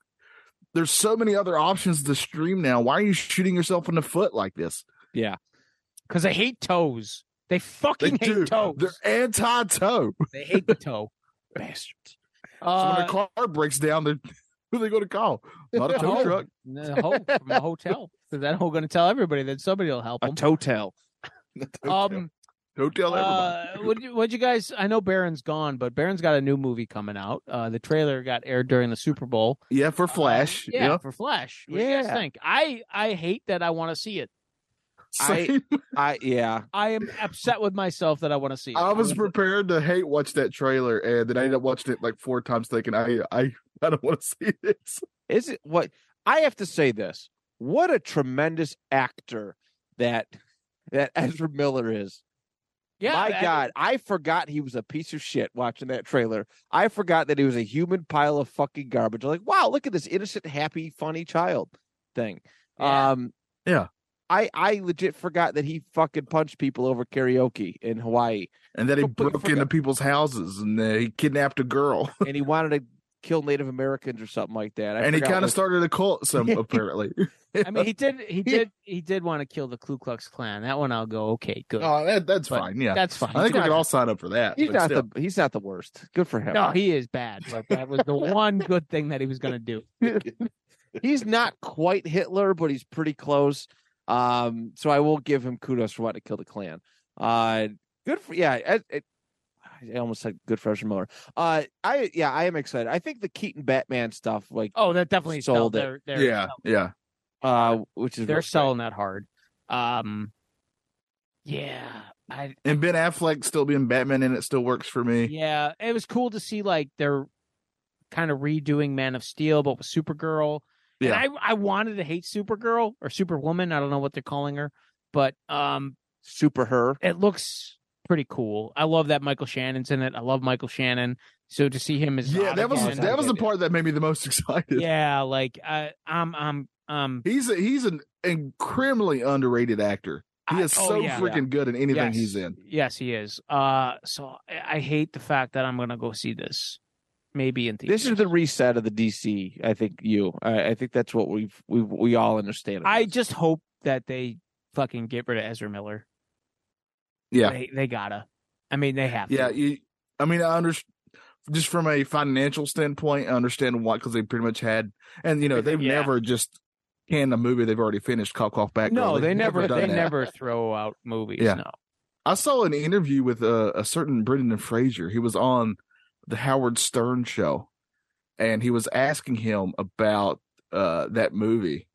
[SPEAKER 1] there's so many other options to stream now. Why are you shooting yourself in the foot like this?
[SPEAKER 3] *laughs* because they hate toes. They fucking hate toes.
[SPEAKER 1] They're anti toe.
[SPEAKER 3] *laughs* They hate
[SPEAKER 1] *laughs*
[SPEAKER 3] the toe.
[SPEAKER 2] bastards.
[SPEAKER 1] so when
[SPEAKER 3] Uh,
[SPEAKER 1] a car breaks down, they're *laughs* who are they going to call? Not a
[SPEAKER 3] *laughs*
[SPEAKER 1] tow
[SPEAKER 3] Oh.
[SPEAKER 1] truck.
[SPEAKER 3] the ho- from
[SPEAKER 1] *laughs*
[SPEAKER 3] a hotel. So then we're going to tell everybody that somebody will help
[SPEAKER 2] A
[SPEAKER 3] them.
[SPEAKER 2] toetel.
[SPEAKER 3] Um,
[SPEAKER 1] don't tell everybody.
[SPEAKER 3] uh, what what you guys? I know Baron's gone, but Baron's got a new movie coming out. Uh, the trailer got aired during the Super Bowl. Um,
[SPEAKER 1] yeah, for Flash.
[SPEAKER 3] uh, yeah,
[SPEAKER 1] yeah. *laughs*
[SPEAKER 3] for Flash. What do you guys
[SPEAKER 2] Yeah.
[SPEAKER 3] think? I I hate that I want to see it.
[SPEAKER 2] I-
[SPEAKER 1] Same.
[SPEAKER 2] I yeah.
[SPEAKER 3] I am upset with myself that I want to see it. Um,
[SPEAKER 1] I was prepared to hate watch that trailer, and then I ended up watching it like four times, thinking, I, I, I don't want to see this.
[SPEAKER 2] Is it what I have to say this? What a tremendous actor that that *laughs* Ezra Miller is.
[SPEAKER 3] yeah,
[SPEAKER 2] My
[SPEAKER 3] I-
[SPEAKER 2] God, I forgot he was a piece of shit watching that trailer. I forgot that he was a human pile of fucking garbage. I'm like, wow, look at this innocent, happy, funny child thing.
[SPEAKER 3] Yeah.
[SPEAKER 2] Um
[SPEAKER 1] Yeah.
[SPEAKER 2] I I legit forgot that he fucking punched people over karaoke in Hawaii.
[SPEAKER 1] And *laughs* then he
[SPEAKER 2] Completely
[SPEAKER 1] broke
[SPEAKER 2] forgot.
[SPEAKER 1] into people's houses and uh, he kidnapped a girl, *laughs*
[SPEAKER 2] and he wanted to kill Native Americans or something like that. I
[SPEAKER 1] and he
[SPEAKER 2] forgot
[SPEAKER 1] kind of
[SPEAKER 2] what-
[SPEAKER 1] started a cult. *laughs* Some apparently,
[SPEAKER 3] I mean, he did.
[SPEAKER 1] *laughs*
[SPEAKER 3] He did. He did want to kill the Ku Klux Klan. That one, I'll go. Okay, good.
[SPEAKER 1] oh, that, that's
[SPEAKER 3] But
[SPEAKER 1] fine. Yeah,
[SPEAKER 3] That's fine.
[SPEAKER 1] I think we
[SPEAKER 3] He's
[SPEAKER 1] could
[SPEAKER 3] not-
[SPEAKER 1] all sign up for that.
[SPEAKER 2] He's
[SPEAKER 1] but
[SPEAKER 2] not
[SPEAKER 1] still.
[SPEAKER 2] the he's not the worst. Good for him.
[SPEAKER 3] No, he is bad, but that was
[SPEAKER 1] *laughs*
[SPEAKER 3] the one good thing that he was going to do.
[SPEAKER 2] he's not quite Hitler, but he's pretty close. Um, so I will give him kudos for wanting to kill the Klan. Uh, good for yeah. It, it, I almost said good for Ezra Miller. Uh, I yeah, I am excited. I think the Keaton Batman stuff, like
[SPEAKER 3] Oh, that definitely
[SPEAKER 2] Sold
[SPEAKER 3] sold
[SPEAKER 2] it.
[SPEAKER 3] They're, they're,
[SPEAKER 1] yeah, yeah.
[SPEAKER 2] uh, which is
[SPEAKER 3] they're
[SPEAKER 2] really
[SPEAKER 3] selling that hard. Um, yeah, I
[SPEAKER 1] And Ben Affleck still being Batman in it still works for me.
[SPEAKER 3] yeah, it was cool to see like they're kind of redoing Man of Steel, but with Supergirl.
[SPEAKER 1] Yeah.
[SPEAKER 3] and I I wanted to hate Supergirl or Superwoman. I don't know what they're calling her, but um,
[SPEAKER 2] super her.
[SPEAKER 3] it looks pretty cool. I love that Michael Shannon's in it. I love Michael Shannon. So to see him as
[SPEAKER 1] Yeah,
[SPEAKER 3] Zod
[SPEAKER 1] that was
[SPEAKER 3] again-
[SPEAKER 1] that was the part that made me the most *laughs* excited.
[SPEAKER 3] yeah, like I, I'm, I'm, um,
[SPEAKER 1] He's a, he's an incredibly underrated actor. He
[SPEAKER 3] I-
[SPEAKER 1] is
[SPEAKER 3] oh,
[SPEAKER 1] so
[SPEAKER 3] yeah.
[SPEAKER 1] freaking good in anything
[SPEAKER 3] Yes.
[SPEAKER 1] he's in.
[SPEAKER 3] Yes, he is. Uh, so I, I hate the fact that I'm gonna go see this, maybe in theaters.
[SPEAKER 2] This is the reset of the DC. I think you. I, I think that's what we've we we all understand. of
[SPEAKER 3] I
[SPEAKER 2] this.
[SPEAKER 3] just hope that they fucking get rid of Ezra Miller.
[SPEAKER 1] Yeah.
[SPEAKER 3] they, they gotta. I mean, they have.
[SPEAKER 1] Yeah,
[SPEAKER 3] to.
[SPEAKER 1] you, I mean, I understand. Just from a financial standpoint, I understand why because they pretty much had, and you know, they've
[SPEAKER 3] Yeah.
[SPEAKER 1] never just canned a movie they've already finished. Cock off back.
[SPEAKER 3] No,
[SPEAKER 1] Girl.
[SPEAKER 3] they
[SPEAKER 1] They've
[SPEAKER 3] never.
[SPEAKER 1] done
[SPEAKER 3] They
[SPEAKER 1] that.
[SPEAKER 3] never throw out movies.
[SPEAKER 1] Yeah.
[SPEAKER 3] No.
[SPEAKER 1] I saw an interview with a, a certain Brendan Fraser. He was on the Howard Stern show, and he was asking him about uh, that movie,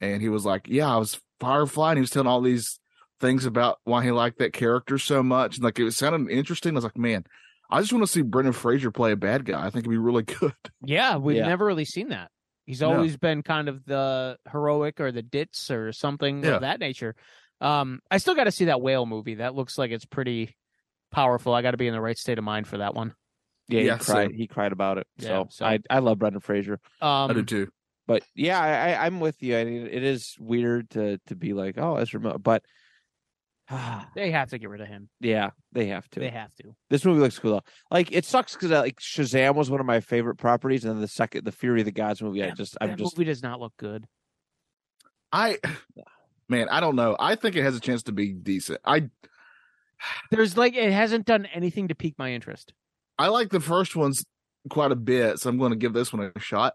[SPEAKER 1] and he was like, "Yeah, I was Firefly," and he was telling all these things about why he liked that character so much, and like it sounded interesting. I was like, "Man, I just want to see Brendan Fraser play a bad guy. I think it'd be really *laughs* good."
[SPEAKER 3] Yeah, we've
[SPEAKER 2] Yeah.
[SPEAKER 3] never really seen that. He's
[SPEAKER 1] No.
[SPEAKER 3] always been kind of the heroic or the ditz or something
[SPEAKER 1] Yeah.
[SPEAKER 3] of that nature. Um, I still got to see that whale movie. That looks like it's pretty powerful. I got to be in the right state of mind for that one.
[SPEAKER 2] yeah. He
[SPEAKER 1] Yeah, so-
[SPEAKER 2] cried. He cried about it.
[SPEAKER 3] Yeah,
[SPEAKER 2] so,
[SPEAKER 3] so-
[SPEAKER 2] I I love Brendan Fraser.
[SPEAKER 3] Um,
[SPEAKER 1] I do too.
[SPEAKER 2] but yeah, I, I, I'm with you. I mean, it is weird to to be like, oh, Ezra Miller, but *sighs*
[SPEAKER 3] They have to get rid of him.
[SPEAKER 2] yeah, they have to.
[SPEAKER 3] They have to.
[SPEAKER 2] This movie looks cool though. Like it sucks because like Shazam was one of my favorite properties, and then the second, the Fury of the Gods movie, I
[SPEAKER 3] Yeah,
[SPEAKER 2] just,
[SPEAKER 3] That
[SPEAKER 2] I'm just,
[SPEAKER 3] movie does not look good.
[SPEAKER 1] I man, I don't know. I think it has a chance to be decent. I
[SPEAKER 3] There's like it hasn't done anything to pique my interest.
[SPEAKER 1] I like the first ones quite a bit, so I'm going to give this one a shot.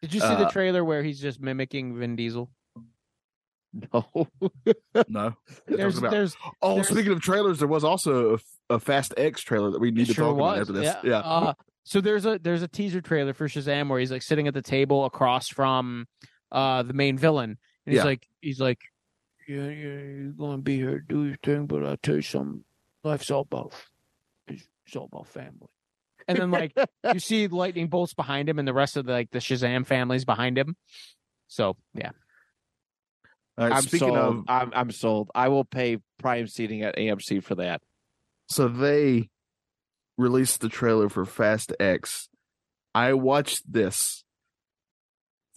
[SPEAKER 3] Did you see the
[SPEAKER 1] Uh,
[SPEAKER 3] trailer where he's just mimicking Vin Diesel?
[SPEAKER 2] *laughs* No.
[SPEAKER 1] No.
[SPEAKER 3] There's,
[SPEAKER 1] about-
[SPEAKER 3] there's
[SPEAKER 1] Oh,
[SPEAKER 3] There's-
[SPEAKER 1] speaking of trailers, there was also a, a Fast X trailer that we need
[SPEAKER 3] It
[SPEAKER 1] to
[SPEAKER 3] sure
[SPEAKER 1] talk
[SPEAKER 3] was.
[SPEAKER 1] about after this. Yeah.
[SPEAKER 3] Uh, so there's a there's a teaser trailer for Shazam where he's like sitting at the table across from uh the main villain, and he's
[SPEAKER 1] Yeah.
[SPEAKER 3] like he's like
[SPEAKER 4] Yeah, yeah, you're gonna be here, do your thing, but I tell you something, life's all about it's all about family.
[SPEAKER 3] and
[SPEAKER 1] *laughs*
[SPEAKER 3] then like you see lightning bolts behind him and the rest of the, like the Shazam families behind him. So yeah,
[SPEAKER 1] All right,
[SPEAKER 2] I'm
[SPEAKER 1] speaking
[SPEAKER 2] sold.
[SPEAKER 1] of,
[SPEAKER 2] I'm, I'm sold. I will pay prime seating at AMC for that.
[SPEAKER 1] so they released the trailer for Fast X. I watched this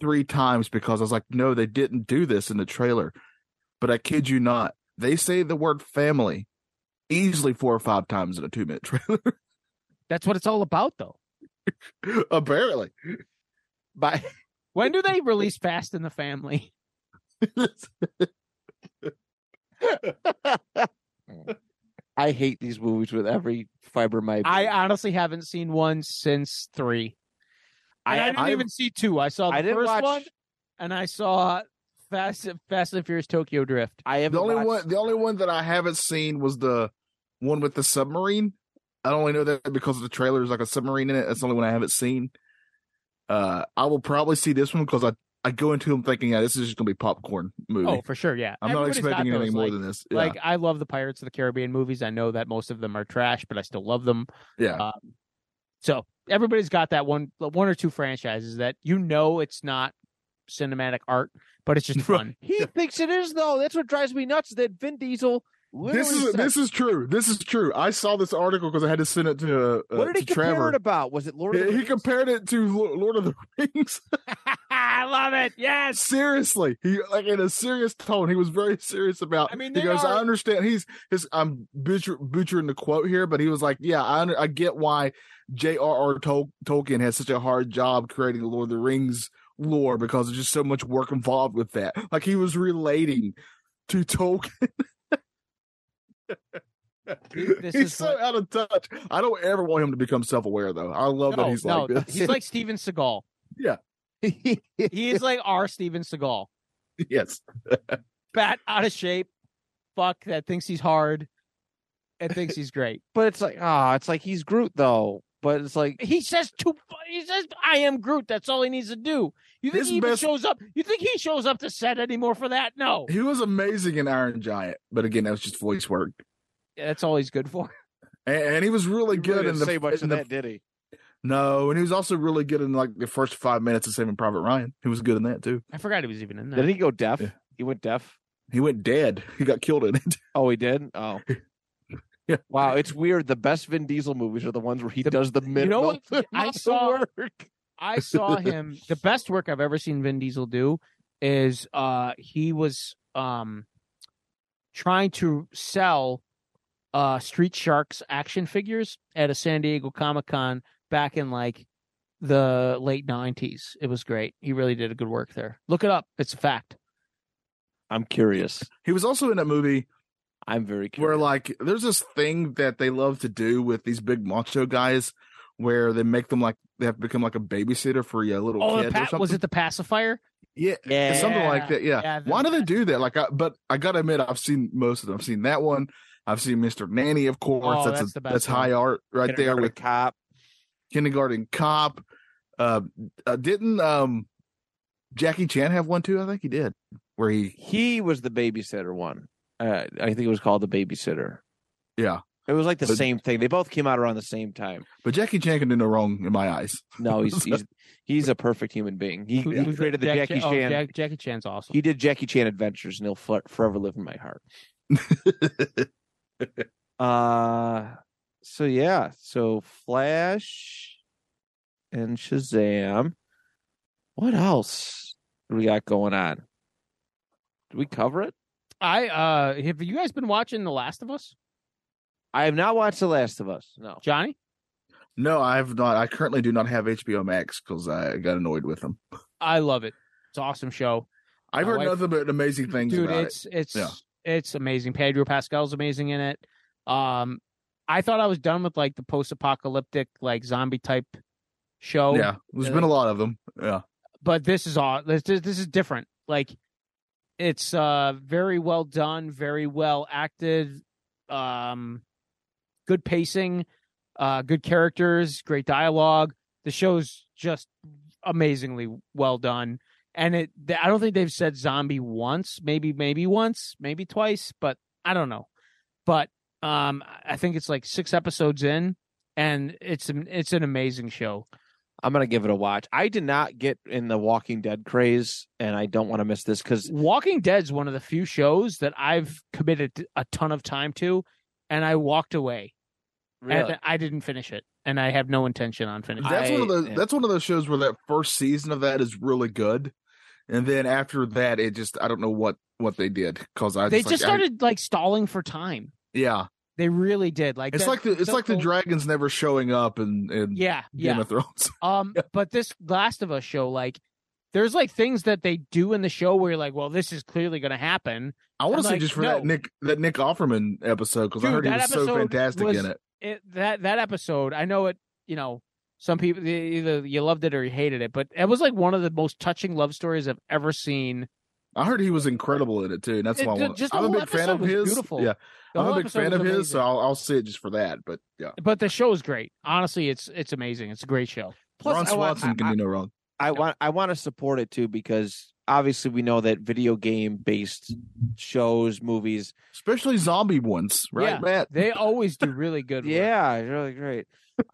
[SPEAKER 1] three times because I was like, no, they didn't do this in the trailer. But I kid you not, they say the word family easily four or five times in a *laughs* two minute trailer,
[SPEAKER 3] that's what it's all about though.
[SPEAKER 1] apparently. *laughs*
[SPEAKER 2] But
[SPEAKER 3] When do they release Fast in the Family?
[SPEAKER 2] I hate these movies with every fiber of my.
[SPEAKER 3] I honestly haven't seen one since three. And I, didn't
[SPEAKER 1] I-
[SPEAKER 3] even see two. I saw the
[SPEAKER 2] I didn't
[SPEAKER 3] first
[SPEAKER 2] watch.
[SPEAKER 3] one and I saw Fast Fast and Furious Tokyo Drift.
[SPEAKER 2] I haven't
[SPEAKER 1] the only
[SPEAKER 2] watched-
[SPEAKER 1] one the only one that I haven't seen was the one with the submarine. I only know that because the trailer is like a submarine in it. That's the only one I haven't seen. Uh, I will probably see this one because I, I go into them thinking, yeah, this is just gonna be popcorn movie.
[SPEAKER 3] Oh, for sure, yeah.
[SPEAKER 1] I'm
[SPEAKER 3] Everybody's
[SPEAKER 1] not
[SPEAKER 3] got
[SPEAKER 1] expecting anything
[SPEAKER 3] those,
[SPEAKER 1] more
[SPEAKER 3] like,
[SPEAKER 1] than this. Yeah,
[SPEAKER 3] Like I love the Pirates of the Caribbean movies. I know that most of them are trash, but I still love them.
[SPEAKER 1] yeah.
[SPEAKER 3] uh, So everybody's got that one, one or two franchises that you know it's not cinematic art,
[SPEAKER 1] *laughs*
[SPEAKER 3] but it's just fun.
[SPEAKER 2] *laughs* He thinks it is though. That's what drives me nuts. That Vin Diesel.
[SPEAKER 1] this
[SPEAKER 2] literally
[SPEAKER 1] is
[SPEAKER 2] said-
[SPEAKER 1] this is true. This is true. I saw this article because I had to send it to uh,
[SPEAKER 2] What did
[SPEAKER 1] to
[SPEAKER 2] he compare
[SPEAKER 1] Trevor.
[SPEAKER 2] it about? Was it Lord? of the
[SPEAKER 1] he
[SPEAKER 2] Rings?
[SPEAKER 1] compared it to Lo- Lord of the *laughs* Rings.
[SPEAKER 3] I love it. Yes.
[SPEAKER 1] seriously he like in a serious tone he was very serious about
[SPEAKER 3] I mean,
[SPEAKER 1] he
[SPEAKER 3] they
[SPEAKER 1] goes i
[SPEAKER 3] are-
[SPEAKER 1] understand he's his i'm butcher, butchering the quote here but he was like yeah i, under- I get why j.r.r Tol- tolkien had such a hard job creating the lord of the rings lore because there's just so much work involved with that like he was relating to tolkien he's
[SPEAKER 3] This is
[SPEAKER 1] so
[SPEAKER 3] what-
[SPEAKER 1] out of touch i don't ever want him to become self-aware though i love that
[SPEAKER 3] No,
[SPEAKER 1] he's
[SPEAKER 3] no,
[SPEAKER 1] like this
[SPEAKER 3] he's like Steven Seagal.
[SPEAKER 2] *laughs*
[SPEAKER 3] He
[SPEAKER 1] *laughs*
[SPEAKER 3] is like our Steven Seagal.
[SPEAKER 1] *laughs* yes
[SPEAKER 3] Fat, out of shape, fuck that thinks he's hard and thinks he's great.
[SPEAKER 2] but it's like ah, it's like he's Groot though. But it's like
[SPEAKER 3] He says two. He says, "I am Groot." That's all he needs to do. You think
[SPEAKER 1] His
[SPEAKER 3] he even
[SPEAKER 1] best-
[SPEAKER 3] shows up? You think he shows up to set anymore for that? No,
[SPEAKER 1] he was amazing in iron giant but again that was just voice work
[SPEAKER 3] that's all he's good for. *laughs*
[SPEAKER 1] and, and he was really
[SPEAKER 2] he
[SPEAKER 1] good
[SPEAKER 2] really
[SPEAKER 1] in
[SPEAKER 2] didn't
[SPEAKER 1] the
[SPEAKER 2] say much
[SPEAKER 1] in
[SPEAKER 2] of
[SPEAKER 1] the
[SPEAKER 2] that, did he?
[SPEAKER 1] No, and he was also really good in like the first five minutes of Saving Private Ryan. He was good in that too.
[SPEAKER 3] I forgot he was even in
[SPEAKER 2] Did
[SPEAKER 3] that.
[SPEAKER 2] he go deaf?
[SPEAKER 1] Yeah.
[SPEAKER 2] He went deaf.
[SPEAKER 1] He went dead. He got killed in it. *laughs*
[SPEAKER 2] Oh, he did. Oh.
[SPEAKER 1] Yeah.
[SPEAKER 2] Wow, it's weird. The best Vin Diesel movies are the ones where he does the minimal.
[SPEAKER 3] You know
[SPEAKER 2] *laughs*
[SPEAKER 3] what? I
[SPEAKER 2] amount of
[SPEAKER 3] saw.
[SPEAKER 2] work.
[SPEAKER 3] I
[SPEAKER 1] *laughs*
[SPEAKER 3] saw him. The best work I've ever seen Vin Diesel do is uh he was um trying to sell uh Street Sharks action figures at a San Diego Comic Con back in like the late nineties. It was great. He really did a good work there. Look it up. It's a fact.
[SPEAKER 2] I'm curious.
[SPEAKER 1] He was also in that movie
[SPEAKER 2] I'm very
[SPEAKER 1] where
[SPEAKER 2] curious.
[SPEAKER 1] like there's this thing that they love to do with these big macho guys where they make them like they have to become like a babysitter for your little kid
[SPEAKER 3] Oh, the
[SPEAKER 1] or
[SPEAKER 3] pa-
[SPEAKER 1] something.
[SPEAKER 3] was it the pacifier?
[SPEAKER 1] yeah, it's something like that. Yeah.
[SPEAKER 3] Yeah, the-
[SPEAKER 1] Why do they do that? Like, I, but I gotta admit, I've seen most of them. I've seen that one. I've seen Mr. Nanny, of course.
[SPEAKER 3] Oh,
[SPEAKER 1] that's
[SPEAKER 3] that's
[SPEAKER 1] that's,
[SPEAKER 3] the
[SPEAKER 1] a,
[SPEAKER 3] best
[SPEAKER 1] that's
[SPEAKER 3] one.
[SPEAKER 1] high art right there
[SPEAKER 2] Kindergarten
[SPEAKER 1] with
[SPEAKER 2] cop.
[SPEAKER 1] kindergarten cop. Uh, uh didn't um Jackie Chan have one too? I think he did. Where he
[SPEAKER 2] He was the babysitter one. Uh, I think it was called the babysitter.
[SPEAKER 1] yeah.
[SPEAKER 2] It was like the
[SPEAKER 1] But-
[SPEAKER 2] same thing. They both came out around the same time.
[SPEAKER 1] But Jackie Chan can do no wrong in my eyes.
[SPEAKER 2] No, he's he's he's a perfect human being. He,
[SPEAKER 3] Who-
[SPEAKER 2] he
[SPEAKER 3] who's
[SPEAKER 2] created the
[SPEAKER 3] Jack-
[SPEAKER 2] Jackie
[SPEAKER 3] oh,
[SPEAKER 2] Chan.
[SPEAKER 3] Jack- Jackie Chan's awesome.
[SPEAKER 2] He did Jackie Chan Adventures, and he'll fo- forever live in my heart. Uh, so yeah, so Flash and Shazam. What else do we got going on? Did we cover it?
[SPEAKER 3] I uh have you guys been watching The Last of Us?
[SPEAKER 2] I have not watched The Last of Us. No.
[SPEAKER 3] Johnny?
[SPEAKER 1] no, I have not. I currently do not have HBO Max because I got annoyed with them.
[SPEAKER 3] I love it. It's an awesome show.
[SPEAKER 1] I've
[SPEAKER 3] My
[SPEAKER 1] heard
[SPEAKER 3] wife-
[SPEAKER 1] nothing but amazing things
[SPEAKER 3] Dude,
[SPEAKER 1] about it.
[SPEAKER 3] it's it's it's amazing. Pedro Pascal's amazing in it. Um, I thought I was done with like the post-apocalyptic like zombie type show.
[SPEAKER 1] yeah, there's been a lot of them. Yeah,
[SPEAKER 3] but this is all this is this is different. Like it's uh very well done, very well acted, um good pacing, uh good characters, great dialogue. The show's just amazingly well done. And it th- I don't think they've said zombie once, maybe maybe once, maybe twice, but I don't know. But um I- I think it's like 6 episodes in and it's an, it's an amazing show.
[SPEAKER 2] I'm gonna give it a watch. I did not get in the Walking Dead craze, and I don't want to miss this because
[SPEAKER 3] Walking Dead's one of the few shows that I've committed a ton of time to, and I walked away.
[SPEAKER 2] uh,
[SPEAKER 3] And I didn't finish it, and I have no intention on finishing.
[SPEAKER 1] that's one of
[SPEAKER 2] I-
[SPEAKER 1] the that's one of those shows where that first season of that is really good, and then after that, it just I don't know what what they did because I
[SPEAKER 3] it. They
[SPEAKER 1] just,
[SPEAKER 3] just
[SPEAKER 1] like, I-
[SPEAKER 3] started like stalling for time.
[SPEAKER 1] yeah,
[SPEAKER 3] They really did. Like
[SPEAKER 1] it's
[SPEAKER 3] that-
[SPEAKER 1] like the it's like the dragons never showing up and and
[SPEAKER 3] yeah,
[SPEAKER 1] Game
[SPEAKER 3] yeah.
[SPEAKER 1] of Thrones. *laughs*
[SPEAKER 3] Um, but this Last of Us show, like, there's like things that they do in the show where you're like, well, this is clearly going to happen.
[SPEAKER 1] I want
[SPEAKER 3] I'm
[SPEAKER 1] to say
[SPEAKER 3] like,
[SPEAKER 1] just for that
[SPEAKER 3] no.
[SPEAKER 1] Nick that Nick Offerman episode because I
[SPEAKER 3] Dude,
[SPEAKER 1] heard he
[SPEAKER 3] that
[SPEAKER 1] was so
[SPEAKER 3] episode
[SPEAKER 1] fantastic
[SPEAKER 3] was-
[SPEAKER 1] in it.
[SPEAKER 3] it, that that episode, I know it. You know, some people they either you loved it or you hated it, but it was like one of the most touching love stories I've ever seen.
[SPEAKER 1] I heard he was incredible in it too, and that's
[SPEAKER 3] It-
[SPEAKER 1] why I
[SPEAKER 3] the-
[SPEAKER 1] want.
[SPEAKER 3] just the
[SPEAKER 1] I'm a
[SPEAKER 3] whole
[SPEAKER 1] big fan
[SPEAKER 3] episode
[SPEAKER 1] of
[SPEAKER 3] was
[SPEAKER 1] his.
[SPEAKER 3] beautiful.
[SPEAKER 1] Yeah,
[SPEAKER 3] The
[SPEAKER 1] I'm
[SPEAKER 3] whole
[SPEAKER 1] a big
[SPEAKER 3] episode
[SPEAKER 1] fan
[SPEAKER 3] was
[SPEAKER 1] of his, so
[SPEAKER 3] amazing.
[SPEAKER 1] I'll, I'll see it just for that. But yeah,
[SPEAKER 3] But the show is great. Honestly, it's it's amazing. It's a great show.
[SPEAKER 2] Plus,
[SPEAKER 1] Ron
[SPEAKER 2] I want-
[SPEAKER 1] Swanson can
[SPEAKER 2] I-
[SPEAKER 1] do no wrong.
[SPEAKER 2] I want I want to support it too because obviously we know that video game based shows, movies,
[SPEAKER 1] especially zombie ones, right,
[SPEAKER 3] Yeah.
[SPEAKER 1] Matt?
[SPEAKER 3] They always do really good. work.
[SPEAKER 2] yeah, it's really great.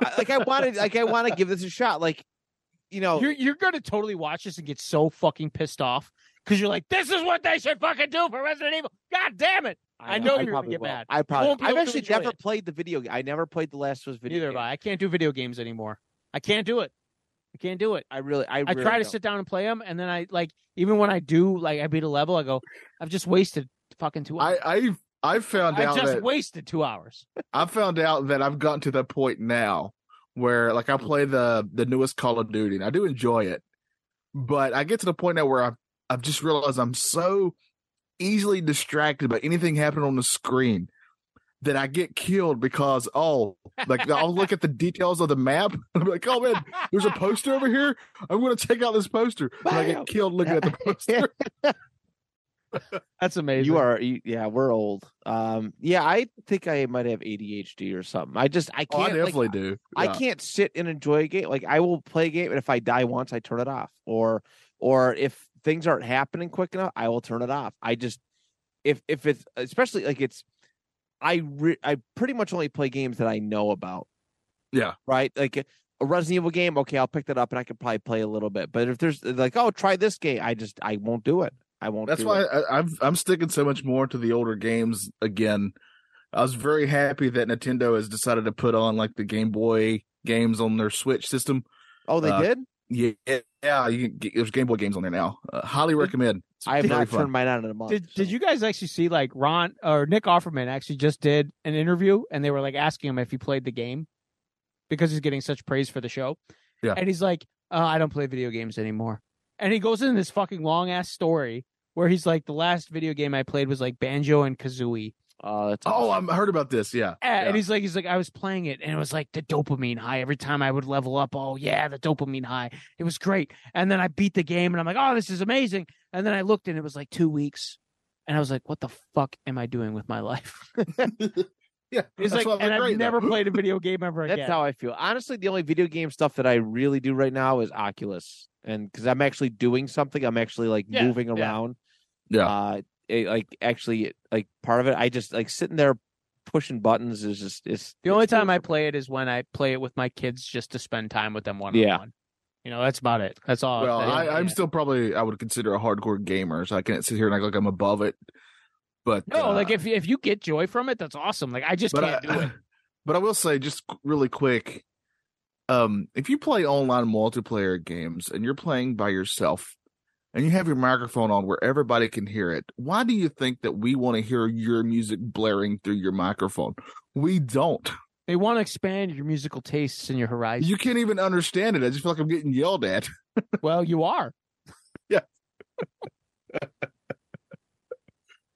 [SPEAKER 2] I, like I
[SPEAKER 3] *laughs*
[SPEAKER 2] wanted, like I want to give this a shot. Like you know,
[SPEAKER 3] you're you're gonna totally watch this and get so fucking pissed off because you're like, this is what they should fucking do for Resident Evil. God damn it! I know you're gonna
[SPEAKER 2] probably
[SPEAKER 3] get
[SPEAKER 2] will.
[SPEAKER 3] mad.
[SPEAKER 2] I
[SPEAKER 3] won't
[SPEAKER 2] probably.
[SPEAKER 3] be
[SPEAKER 2] I've
[SPEAKER 3] able to
[SPEAKER 2] actually
[SPEAKER 3] enjoy
[SPEAKER 2] never
[SPEAKER 3] it.
[SPEAKER 2] played the video. game. I never played the Last of Us video.
[SPEAKER 3] Neither have
[SPEAKER 2] game.
[SPEAKER 3] I. I can't do video games anymore. I can't do it. I can't do it.
[SPEAKER 2] I really, I,
[SPEAKER 3] I
[SPEAKER 2] really
[SPEAKER 3] try to
[SPEAKER 2] don't.
[SPEAKER 3] sit down and play them, and then I like even when I do, like I beat a level, I go, I've just wasted fucking two.
[SPEAKER 1] I
[SPEAKER 3] Hours.
[SPEAKER 1] I I found
[SPEAKER 3] I,
[SPEAKER 1] out
[SPEAKER 3] just
[SPEAKER 1] that
[SPEAKER 3] wasted two hours.
[SPEAKER 1] I found out that I've gotten to that point now where like I
[SPEAKER 2] Mm.
[SPEAKER 1] play the the newest Call of Duty and I do enjoy it, but I get to the point now where I've I've just realized I'm so easily distracted by anything happening on the screen that I get killed because oh like I'll look at the details of the map *laughs* and I'm like oh man there's
[SPEAKER 3] *laughs*
[SPEAKER 1] a poster over here I'm gonna check out this poster and I
[SPEAKER 2] Bam.
[SPEAKER 1] get killed
[SPEAKER 2] *laughs*
[SPEAKER 1] looking at the poster
[SPEAKER 3] That's amazing.
[SPEAKER 2] You are, you, yeah, we're old. Um, yeah, I think I might have ADHD or something. I just, I
[SPEAKER 1] oh, I
[SPEAKER 2] can't, like,
[SPEAKER 1] definitely do
[SPEAKER 2] I
[SPEAKER 1] Yeah.
[SPEAKER 2] can't sit and enjoy a game. Like I will play a game, and if I die once, I turn it off. Or, or if things aren't happening quick enough, I will turn it off. I just, if if it's especially like it's, I re, I pretty much only play games that I know about.
[SPEAKER 1] Yeah.
[SPEAKER 2] Right. Like a Resident Evil game. Okay, I'll pick that up and I can probably play a little bit. But if there's like, oh, try this game, I just I won't do it. I won't.
[SPEAKER 1] That's
[SPEAKER 2] do
[SPEAKER 1] why
[SPEAKER 2] It.
[SPEAKER 1] I, I've, I'm sticking so much more to the older games again. I was very happy that Nintendo has decided to put on like the Game Boy games on their Switch system.
[SPEAKER 2] Oh, they
[SPEAKER 1] uh,
[SPEAKER 2] did.
[SPEAKER 1] Yeah, yeah, you can get, there's Game Boy games on there now. Uh, highly recommend. It's
[SPEAKER 2] I have
[SPEAKER 1] very
[SPEAKER 2] not
[SPEAKER 1] fun.
[SPEAKER 2] turned mine on in a month.
[SPEAKER 3] Did
[SPEAKER 2] so.
[SPEAKER 3] Did you guys actually see like Ron or Nick Offerman actually just did an interview and they were like asking him if he played the game because he's getting such praise for the show.
[SPEAKER 1] Yeah.
[SPEAKER 3] and he's like, uh, I don't play video games anymore. And he goes in this fucking long ass story where he's like, the last video game I played was like Banjo and Kazooie.
[SPEAKER 2] Oh, that's
[SPEAKER 1] Oh,
[SPEAKER 2] awesome.
[SPEAKER 1] I'm- I heard about this. Yeah,
[SPEAKER 3] And
[SPEAKER 1] Yeah.
[SPEAKER 3] he's like, he's like, I was playing it, and it was like the dopamine high. Every time I would level up, oh yeah, the dopamine high. It was great. And then I beat the game, and I'm like, oh, this is amazing. And then I looked, and it was like two weeks, and I was like, what the fuck am I doing with my life? *laughs*
[SPEAKER 1] yeah.
[SPEAKER 3] He's
[SPEAKER 1] That's
[SPEAKER 3] like,
[SPEAKER 1] why I'm
[SPEAKER 3] and I've
[SPEAKER 1] great, though.
[SPEAKER 3] never played a video
[SPEAKER 1] *laughs*
[SPEAKER 3] game ever
[SPEAKER 2] That's
[SPEAKER 3] again.
[SPEAKER 2] how I feel. Honestly, the only video game stuff that I really do right now is Oculus, and because I'm actually doing something, I'm actually like
[SPEAKER 3] Yeah,
[SPEAKER 2] moving
[SPEAKER 3] yeah.
[SPEAKER 2] around.
[SPEAKER 1] Yeah.
[SPEAKER 2] Uh, it, like actually, like part of it, I just like sitting there pushing buttons is just is
[SPEAKER 3] the only time I play it is when I play it with my kids, just to spend time with them one on one. You know, that's about it. That's all.
[SPEAKER 1] Well,
[SPEAKER 3] that-
[SPEAKER 1] I, I'm *laughs*
[SPEAKER 3] yeah.
[SPEAKER 1] still probably I would consider a hardcore gamer, so I can't sit here and act like I'm above it. But
[SPEAKER 3] no,
[SPEAKER 1] uh,
[SPEAKER 3] like if if you get joy from it, that's awesome. Like I just
[SPEAKER 1] but
[SPEAKER 3] can't
[SPEAKER 1] I, *laughs*
[SPEAKER 3] do it.
[SPEAKER 1] But I will say, just qu- really quick, um, if you play online multiplayer games and you're playing by yourself, and you have your microphone on where everybody can hear it, why do you think that we want to hear your music blaring through your microphone? We don't.
[SPEAKER 3] They want to expand your musical tastes and your horizons.
[SPEAKER 1] You can't even understand it. I just feel like I'm getting yelled at. *laughs*
[SPEAKER 3] Well, you are.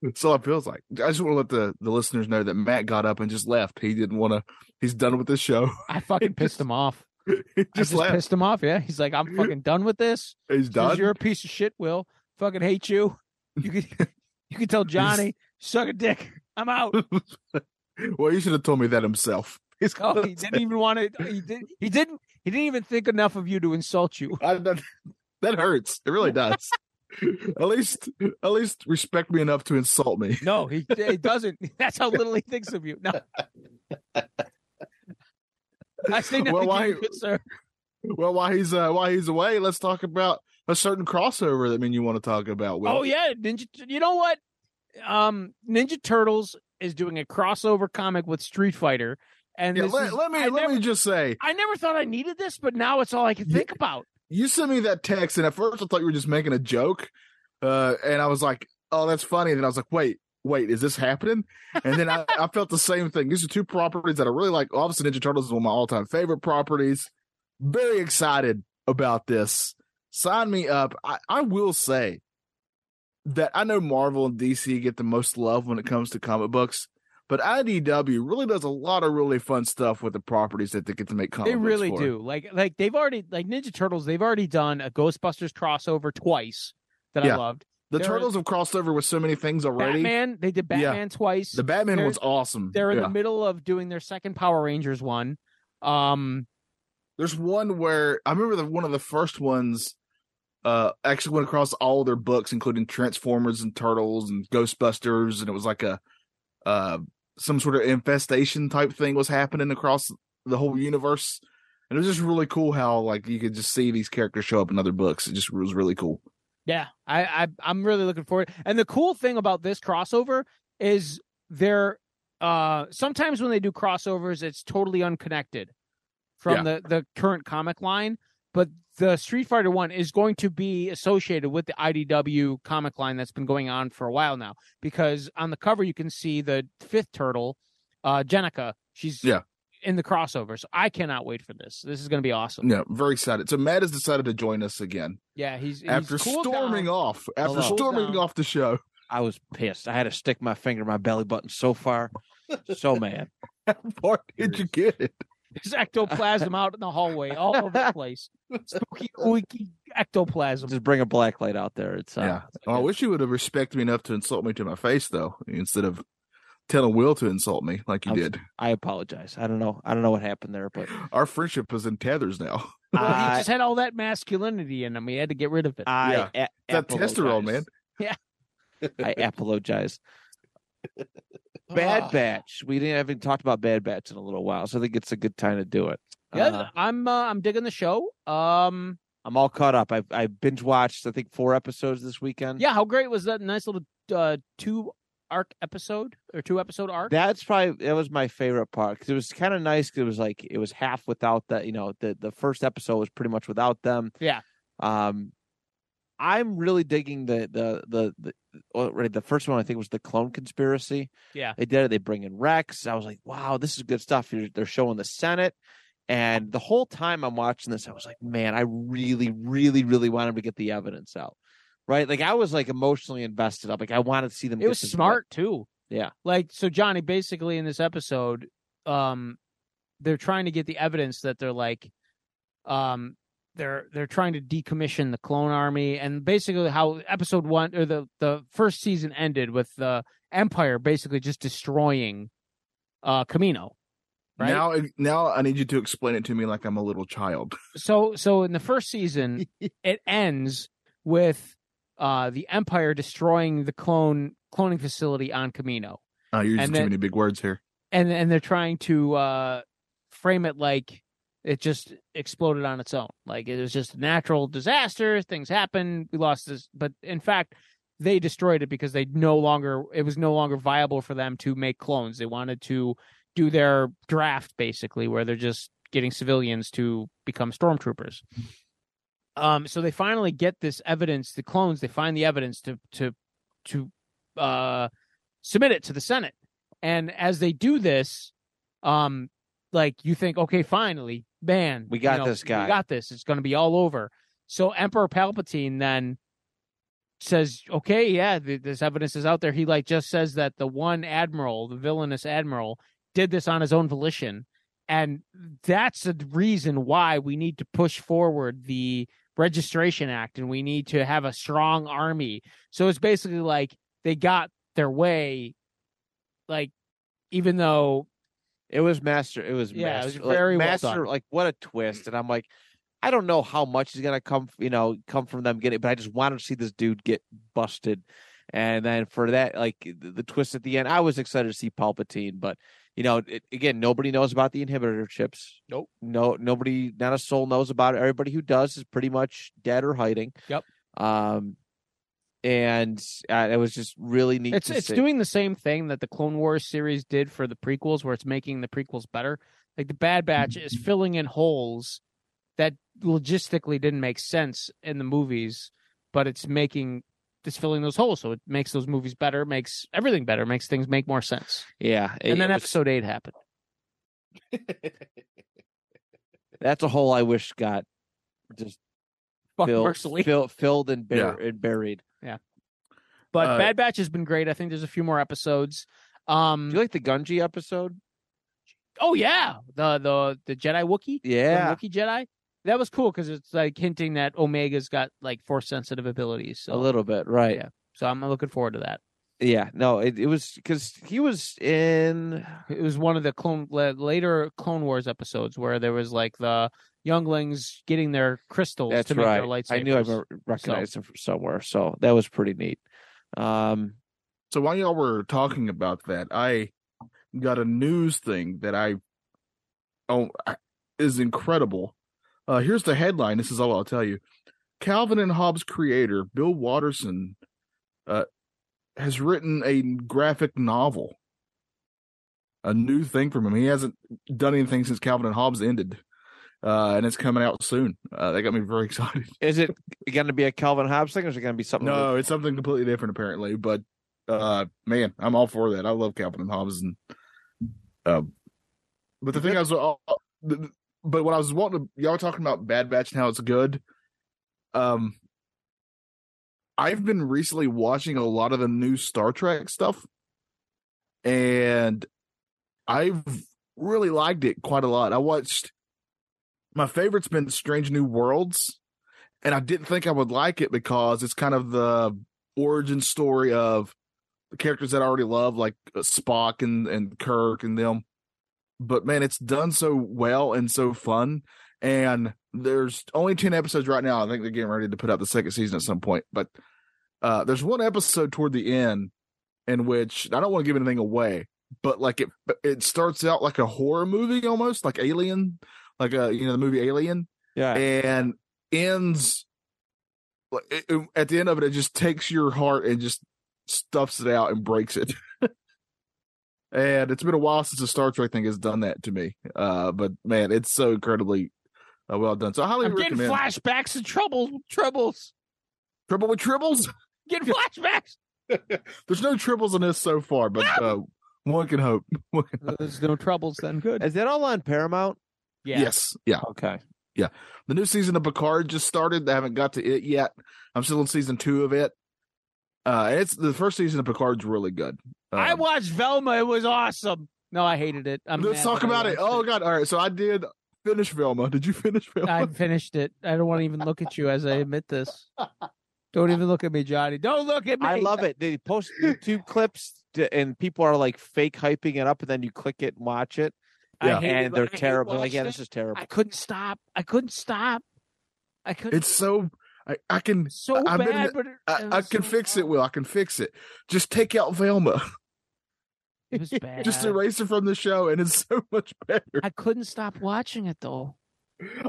[SPEAKER 1] That's all it feels like. I just want to let the, the listeners know that Matt got up and just left. He didn't want to. He's done with this show. *laughs*
[SPEAKER 3] I fucking pissed him off.
[SPEAKER 1] he
[SPEAKER 3] I
[SPEAKER 1] just,
[SPEAKER 3] just
[SPEAKER 1] left.
[SPEAKER 3] pissed him off. Yeah, he's like, I'm fucking done with this.
[SPEAKER 1] He's
[SPEAKER 3] Says,
[SPEAKER 1] done.
[SPEAKER 3] You're a piece of shit, Will. Fucking hate you. You could you
[SPEAKER 1] *laughs*
[SPEAKER 3] could tell Johnny suck a dick. I'm out.
[SPEAKER 1] well, you should have told me that himself. *laughs* He's
[SPEAKER 3] Oh,
[SPEAKER 1] gonna
[SPEAKER 3] he didn't even want to. He did. He didn't. He didn't even think enough of you to insult you.
[SPEAKER 1] I, that, *laughs* that hurts. It really
[SPEAKER 3] *laughs*
[SPEAKER 1] does. at least, at least respect me enough to insult me. *laughs*
[SPEAKER 3] No, he, he doesn't. *laughs* That's how little he thinks of you. No. I say nothing
[SPEAKER 1] Well,
[SPEAKER 3] to
[SPEAKER 1] why-
[SPEAKER 3] you, good sir.
[SPEAKER 1] Well, while he's uh, while he's away, let's talk about a certain crossover that I mean you want to talk about. Will.
[SPEAKER 3] Oh yeah, Ninja. You know what? Um, Ninja Turtles is doing a crossover comic with Street Fighter, and
[SPEAKER 1] Yeah,
[SPEAKER 3] this
[SPEAKER 1] let,
[SPEAKER 3] is-
[SPEAKER 1] let me
[SPEAKER 3] I
[SPEAKER 1] let
[SPEAKER 3] never,
[SPEAKER 1] me just say
[SPEAKER 3] I never thought I needed this, but now it's all I can
[SPEAKER 1] Yeah.
[SPEAKER 3] think about.
[SPEAKER 1] you sent me that text, and at first I thought you were just making a joke, uh, and I was like, "Oh, that's funny." And then I was like, "Wait, wait, is this happening?" And then
[SPEAKER 3] *laughs*
[SPEAKER 1] I, I felt the same thing. These are two properties that I really like. Obviously, Ninja Turtles is one of my all-time favorite properties. Very excited about this. Sign me up. I, I will say that I know Marvel and DC get the most love when it comes to comic books. But IDW really does a lot of really fun stuff with the properties that they get to make comic
[SPEAKER 3] They
[SPEAKER 1] books
[SPEAKER 3] really
[SPEAKER 1] Oh, for.
[SPEAKER 3] do. Like like they've already like Ninja Turtles. They've already done a Ghostbusters crossover twice that
[SPEAKER 1] Yeah.
[SPEAKER 3] I loved.
[SPEAKER 1] The
[SPEAKER 3] There are-
[SPEAKER 1] Turtles have crossed over with so many things already.
[SPEAKER 3] Batman. They did
[SPEAKER 1] Yeah.
[SPEAKER 3] Batman twice.
[SPEAKER 1] The Batman
[SPEAKER 3] They're-
[SPEAKER 1] one's awesome.
[SPEAKER 3] They're in
[SPEAKER 1] Yeah.
[SPEAKER 3] the middle of doing their second Power Rangers one. Um,
[SPEAKER 1] There's one where I remember the one of the first ones uh actually went across all their books, including Transformers and Turtles and Ghostbusters, and it was like a uh some sort of infestation type thing was happening across the whole universe. And it was just really cool how like you could just see these characters show up in other books. It just was really cool.
[SPEAKER 3] yeah, I, I I'm really looking forward. And the cool thing about this crossover is they're uh sometimes when they do crossovers, it's totally unconnected from the the current comic line. But the Street Fighter one is going to be associated with the IDW comic line that's been going on for a while now. Because on the cover you can see the fifth turtle, uh Jenica. She's
[SPEAKER 1] Yeah.
[SPEAKER 3] in the crossover. So I cannot wait for this. This is gonna be awesome.
[SPEAKER 1] Yeah, very excited. So Matt has decided to join us again
[SPEAKER 3] Yeah, he's, he's
[SPEAKER 1] after
[SPEAKER 3] cooled
[SPEAKER 1] storming
[SPEAKER 3] down.
[SPEAKER 1] off. After
[SPEAKER 2] Hello.
[SPEAKER 1] storming
[SPEAKER 3] Cooled down.
[SPEAKER 1] off the show.
[SPEAKER 2] I was pissed. I had to stick my finger in my belly button so
[SPEAKER 3] *laughs*
[SPEAKER 2] far. So mad.
[SPEAKER 1] How far did you get it?
[SPEAKER 3] There's ectoplasm out in the hallway, all over the place. Spooky, ooky ectoplasm.
[SPEAKER 2] Just bring a black light out there. It's uh,
[SPEAKER 1] Yeah.
[SPEAKER 2] it's
[SPEAKER 1] Oh, I
[SPEAKER 2] good.
[SPEAKER 1] wish you would have respected me enough to insult me to my face, though, instead of telling Will to insult me like you
[SPEAKER 2] I'm-
[SPEAKER 1] did.
[SPEAKER 2] I apologize. I don't know. I don't know what happened there,
[SPEAKER 1] *laughs*
[SPEAKER 2] but
[SPEAKER 1] Our friendship is in tethers now. *laughs*
[SPEAKER 3] Well,
[SPEAKER 2] *laughs*
[SPEAKER 3] he
[SPEAKER 2] I,
[SPEAKER 3] just had all that masculinity in him. He had to get rid of it.
[SPEAKER 2] I
[SPEAKER 1] Yeah.
[SPEAKER 2] a-
[SPEAKER 1] That testosterone, man.
[SPEAKER 2] apologize. I
[SPEAKER 1] *laughs*
[SPEAKER 2] apologize.
[SPEAKER 3] Ah.
[SPEAKER 2] Bad Batch. We didn't haven't talked about Bad Batch in a little while, so I think it's a good time to do it.
[SPEAKER 3] yeah,
[SPEAKER 2] Uh,
[SPEAKER 3] I'm uh, I'm digging the show. Um,
[SPEAKER 2] I'm all caught up. I I binge watched I think four episodes this weekend.
[SPEAKER 3] yeah, how great was that nice little uh, two arc episode or two episode arc?
[SPEAKER 2] That's probably that was my favorite part because it was kind of nice. 'cause it was like it was half without the you know the the first episode was pretty much without them.
[SPEAKER 3] Yeah.
[SPEAKER 2] Um, I'm really digging the the the the oh, right, the first one I think was the clone conspiracy.
[SPEAKER 3] Yeah.
[SPEAKER 2] they did it. They bring in Rex. I was like, wow, this is good stuff. You're, they're showing the Senate. And the whole time I'm watching this, I was like, man, I really, really, really wanted to get the evidence out. Right. Like I was like emotionally invested. I'm like, I wanted to see them.
[SPEAKER 3] it
[SPEAKER 2] get
[SPEAKER 3] was
[SPEAKER 2] this right. *laughs*
[SPEAKER 3] smart too.
[SPEAKER 2] Yeah.
[SPEAKER 3] Like so, Johnny. Basically, in this episode, um, they're trying to get the evidence that they're like, um, they're they're trying to decommission the clone army, and basically how episode one or the the first season ended with the Empire basically just destroying, uh, Camino. Right.
[SPEAKER 1] Now, now I need you to explain it to me like I'm a little child.
[SPEAKER 3] so so in the
[SPEAKER 2] *laughs*
[SPEAKER 3] first season it ends with uh the empire destroying the clone cloning facility on camino
[SPEAKER 1] Uh, you're using
[SPEAKER 3] And
[SPEAKER 1] too
[SPEAKER 3] then-
[SPEAKER 1] many big words here.
[SPEAKER 3] and and they're trying to uh frame it like it just exploded on its own like it was just a natural disaster things happened we lost this but in fact they destroyed it because they no longer it was no longer viable for them to make clones they wanted to do their draft basically where they're just getting civilians to become stormtroopers um so they finally get this evidence the clones they find the evidence to to to uh submit it to the senate and as they do this, um, like you think, okay, finally, man,
[SPEAKER 2] We
[SPEAKER 3] you
[SPEAKER 2] got this guy.
[SPEAKER 3] We got this. It's going to be all over. So Emperor Palpatine then says, okay, yeah, th- this evidence is out there. He like just says that the one admiral, the villainous admiral, did this on his own volition, and that's the reason why we need to push forward the registration act and we need to have a strong army. So it's basically like they got their way, like even though
[SPEAKER 2] It was master. It was
[SPEAKER 3] Yeah, it was
[SPEAKER 2] master. like,
[SPEAKER 3] very well
[SPEAKER 2] master.
[SPEAKER 3] done.
[SPEAKER 2] Like what a twist! And I'm like, I don't know how much is gonna come. You know, come from them getting. But I just wanted to see this dude get busted. And then for that, like the, the twist at the end, I was excited to see Palpatine. But you know, it, again, nobody knows about the inhibitor chips. Nope. No, nobody. Not a soul knows about it. Everybody who does is pretty much dead or hiding.
[SPEAKER 3] Yep.
[SPEAKER 2] Um, and uh, it was just really neat.
[SPEAKER 3] it's
[SPEAKER 2] to
[SPEAKER 3] it's
[SPEAKER 2] see.
[SPEAKER 3] doing the same thing that the Clone Wars series did for the prequels, where it's making the prequels better. Like the Bad Batch is filling in holes that logistically didn't make sense in the movies, but it's making it's filling those holes, so it makes those movies better, makes everything better, makes things make more sense.
[SPEAKER 2] yeah. it-
[SPEAKER 3] and then
[SPEAKER 2] it was-
[SPEAKER 3] episode eight happened.
[SPEAKER 2] that's a hole I wish got just
[SPEAKER 3] Fuck
[SPEAKER 2] filled,
[SPEAKER 3] mercifully.
[SPEAKER 2] fill- filled and, bur- and buried.
[SPEAKER 3] but
[SPEAKER 1] uh,
[SPEAKER 3] Bad Batch has been great. I think there's a few more episodes. Um,
[SPEAKER 2] Do you like the Gunji episode?
[SPEAKER 3] oh yeah, the the the Jedi Wookiee.
[SPEAKER 2] Yeah,
[SPEAKER 3] Wookie Jedi. That was cool because it's like hinting that Omega's got like force sensitive abilities. So,
[SPEAKER 2] a little bit, right? Yeah,
[SPEAKER 3] Yeah. so I'm looking forward to that.
[SPEAKER 2] no, it, it was because he was in.
[SPEAKER 3] It was one of the clone la- later Clone Wars episodes where there was like the younglings getting their crystals
[SPEAKER 2] That's
[SPEAKER 3] to make
[SPEAKER 2] right.
[SPEAKER 3] their lightsabers.
[SPEAKER 2] I knew I re- recognized him from somewhere, so that was pretty neat. Um,
[SPEAKER 1] So while y'all were talking about that, I got a news thing that I oh I- is incredible. Uh, here's the headline. This is all I'll tell you. Calvin and Hobbes creator Bill Watterson uh, has written a graphic novel. A new thing from him. He hasn't done anything since Calvin and Hobbes ended, uh, and it's coming out soon. Uh, that got me very *laughs* excited.
[SPEAKER 2] is it going to be a Calvin Hobbes thing, or is it going to be something?
[SPEAKER 1] No, it's something completely different apparently. But uh man, I'm all for that. I love Calvin and Hobbes. And um, but the thing I was, uh, th- th- but when I was wanting to, y'all were talking about Bad Batch and how it's good. Um, I've been recently watching a lot of the new Star Trek stuff, and I've really liked it quite a lot. I watched my favorite's been Strange New Worlds, and I didn't think I would like it because it's kind of the origin story of the characters that I already love, like uh, Spock and and Kirk and them. But man, it's done so well and so fun. And there's only ten episodes right now. I think they're getting ready to put out the second season at some point. But uh, there's one episode toward the end in which I don't want to give anything away, but like it it starts out like a horror movie almost, like Alien, like a you know the movie Alien
[SPEAKER 2] yeah,
[SPEAKER 1] and ends like, it- it- at the end of it it just takes your heart and just stuffs it out and breaks it *laughs* and it's been a while since the star trek thing has done that to me uh but man it's so incredibly uh, well done so i highly
[SPEAKER 3] I'm getting
[SPEAKER 1] recommend
[SPEAKER 3] flashbacks and trouble troubles.
[SPEAKER 1] triple with tribbles *laughs*
[SPEAKER 2] *laughs*
[SPEAKER 3] Getting flashbacks.
[SPEAKER 1] there's no tribbles in this so far but uh one can hope
[SPEAKER 3] There's no troubles then. Good.
[SPEAKER 2] is that all on Paramount?
[SPEAKER 3] Yeah.
[SPEAKER 1] yes yeah
[SPEAKER 2] Okay,
[SPEAKER 1] The new season of Picard just started. They haven't got to it yet. I'm still in season two of it. Uh, and it's the first season of Picard's really good. Um,
[SPEAKER 3] I watched Velma. It was awesome. No, I hated it. I'm
[SPEAKER 1] let's
[SPEAKER 3] mad
[SPEAKER 1] talk
[SPEAKER 3] that I
[SPEAKER 1] about it. Oh
[SPEAKER 3] watched
[SPEAKER 1] god! All right, so I did finish Velma. Did you *laughs* finish Velma?
[SPEAKER 3] I finished it. I don't want to even look at you as I admit this. Don't even look at me, Johnny. Don't look at me.
[SPEAKER 2] I love it. They post YouTube clips, to, and people are like fake hyping it up, and then you click it and watch it.
[SPEAKER 3] I hate it.
[SPEAKER 2] and they're
[SPEAKER 3] I hate
[SPEAKER 2] terrible. Like,
[SPEAKER 3] watching
[SPEAKER 2] yeah,
[SPEAKER 3] it.
[SPEAKER 2] this is terrible.
[SPEAKER 3] I couldn't stop. I couldn't stop. I couldn't.
[SPEAKER 1] it's so I, I can
[SPEAKER 3] It's so
[SPEAKER 1] I've been
[SPEAKER 3] bad,
[SPEAKER 1] in-
[SPEAKER 3] but it,
[SPEAKER 1] I,
[SPEAKER 3] it
[SPEAKER 1] I
[SPEAKER 3] was
[SPEAKER 1] can
[SPEAKER 3] so
[SPEAKER 1] fix
[SPEAKER 3] bad.
[SPEAKER 1] it. Will I can fix it? Just take out
[SPEAKER 3] *laughs*
[SPEAKER 1] Velma.
[SPEAKER 3] It was
[SPEAKER 1] *laughs*
[SPEAKER 3] bad.
[SPEAKER 1] Just erase her from the show, and it's *laughs* so much better.
[SPEAKER 3] I couldn't stop watching it though.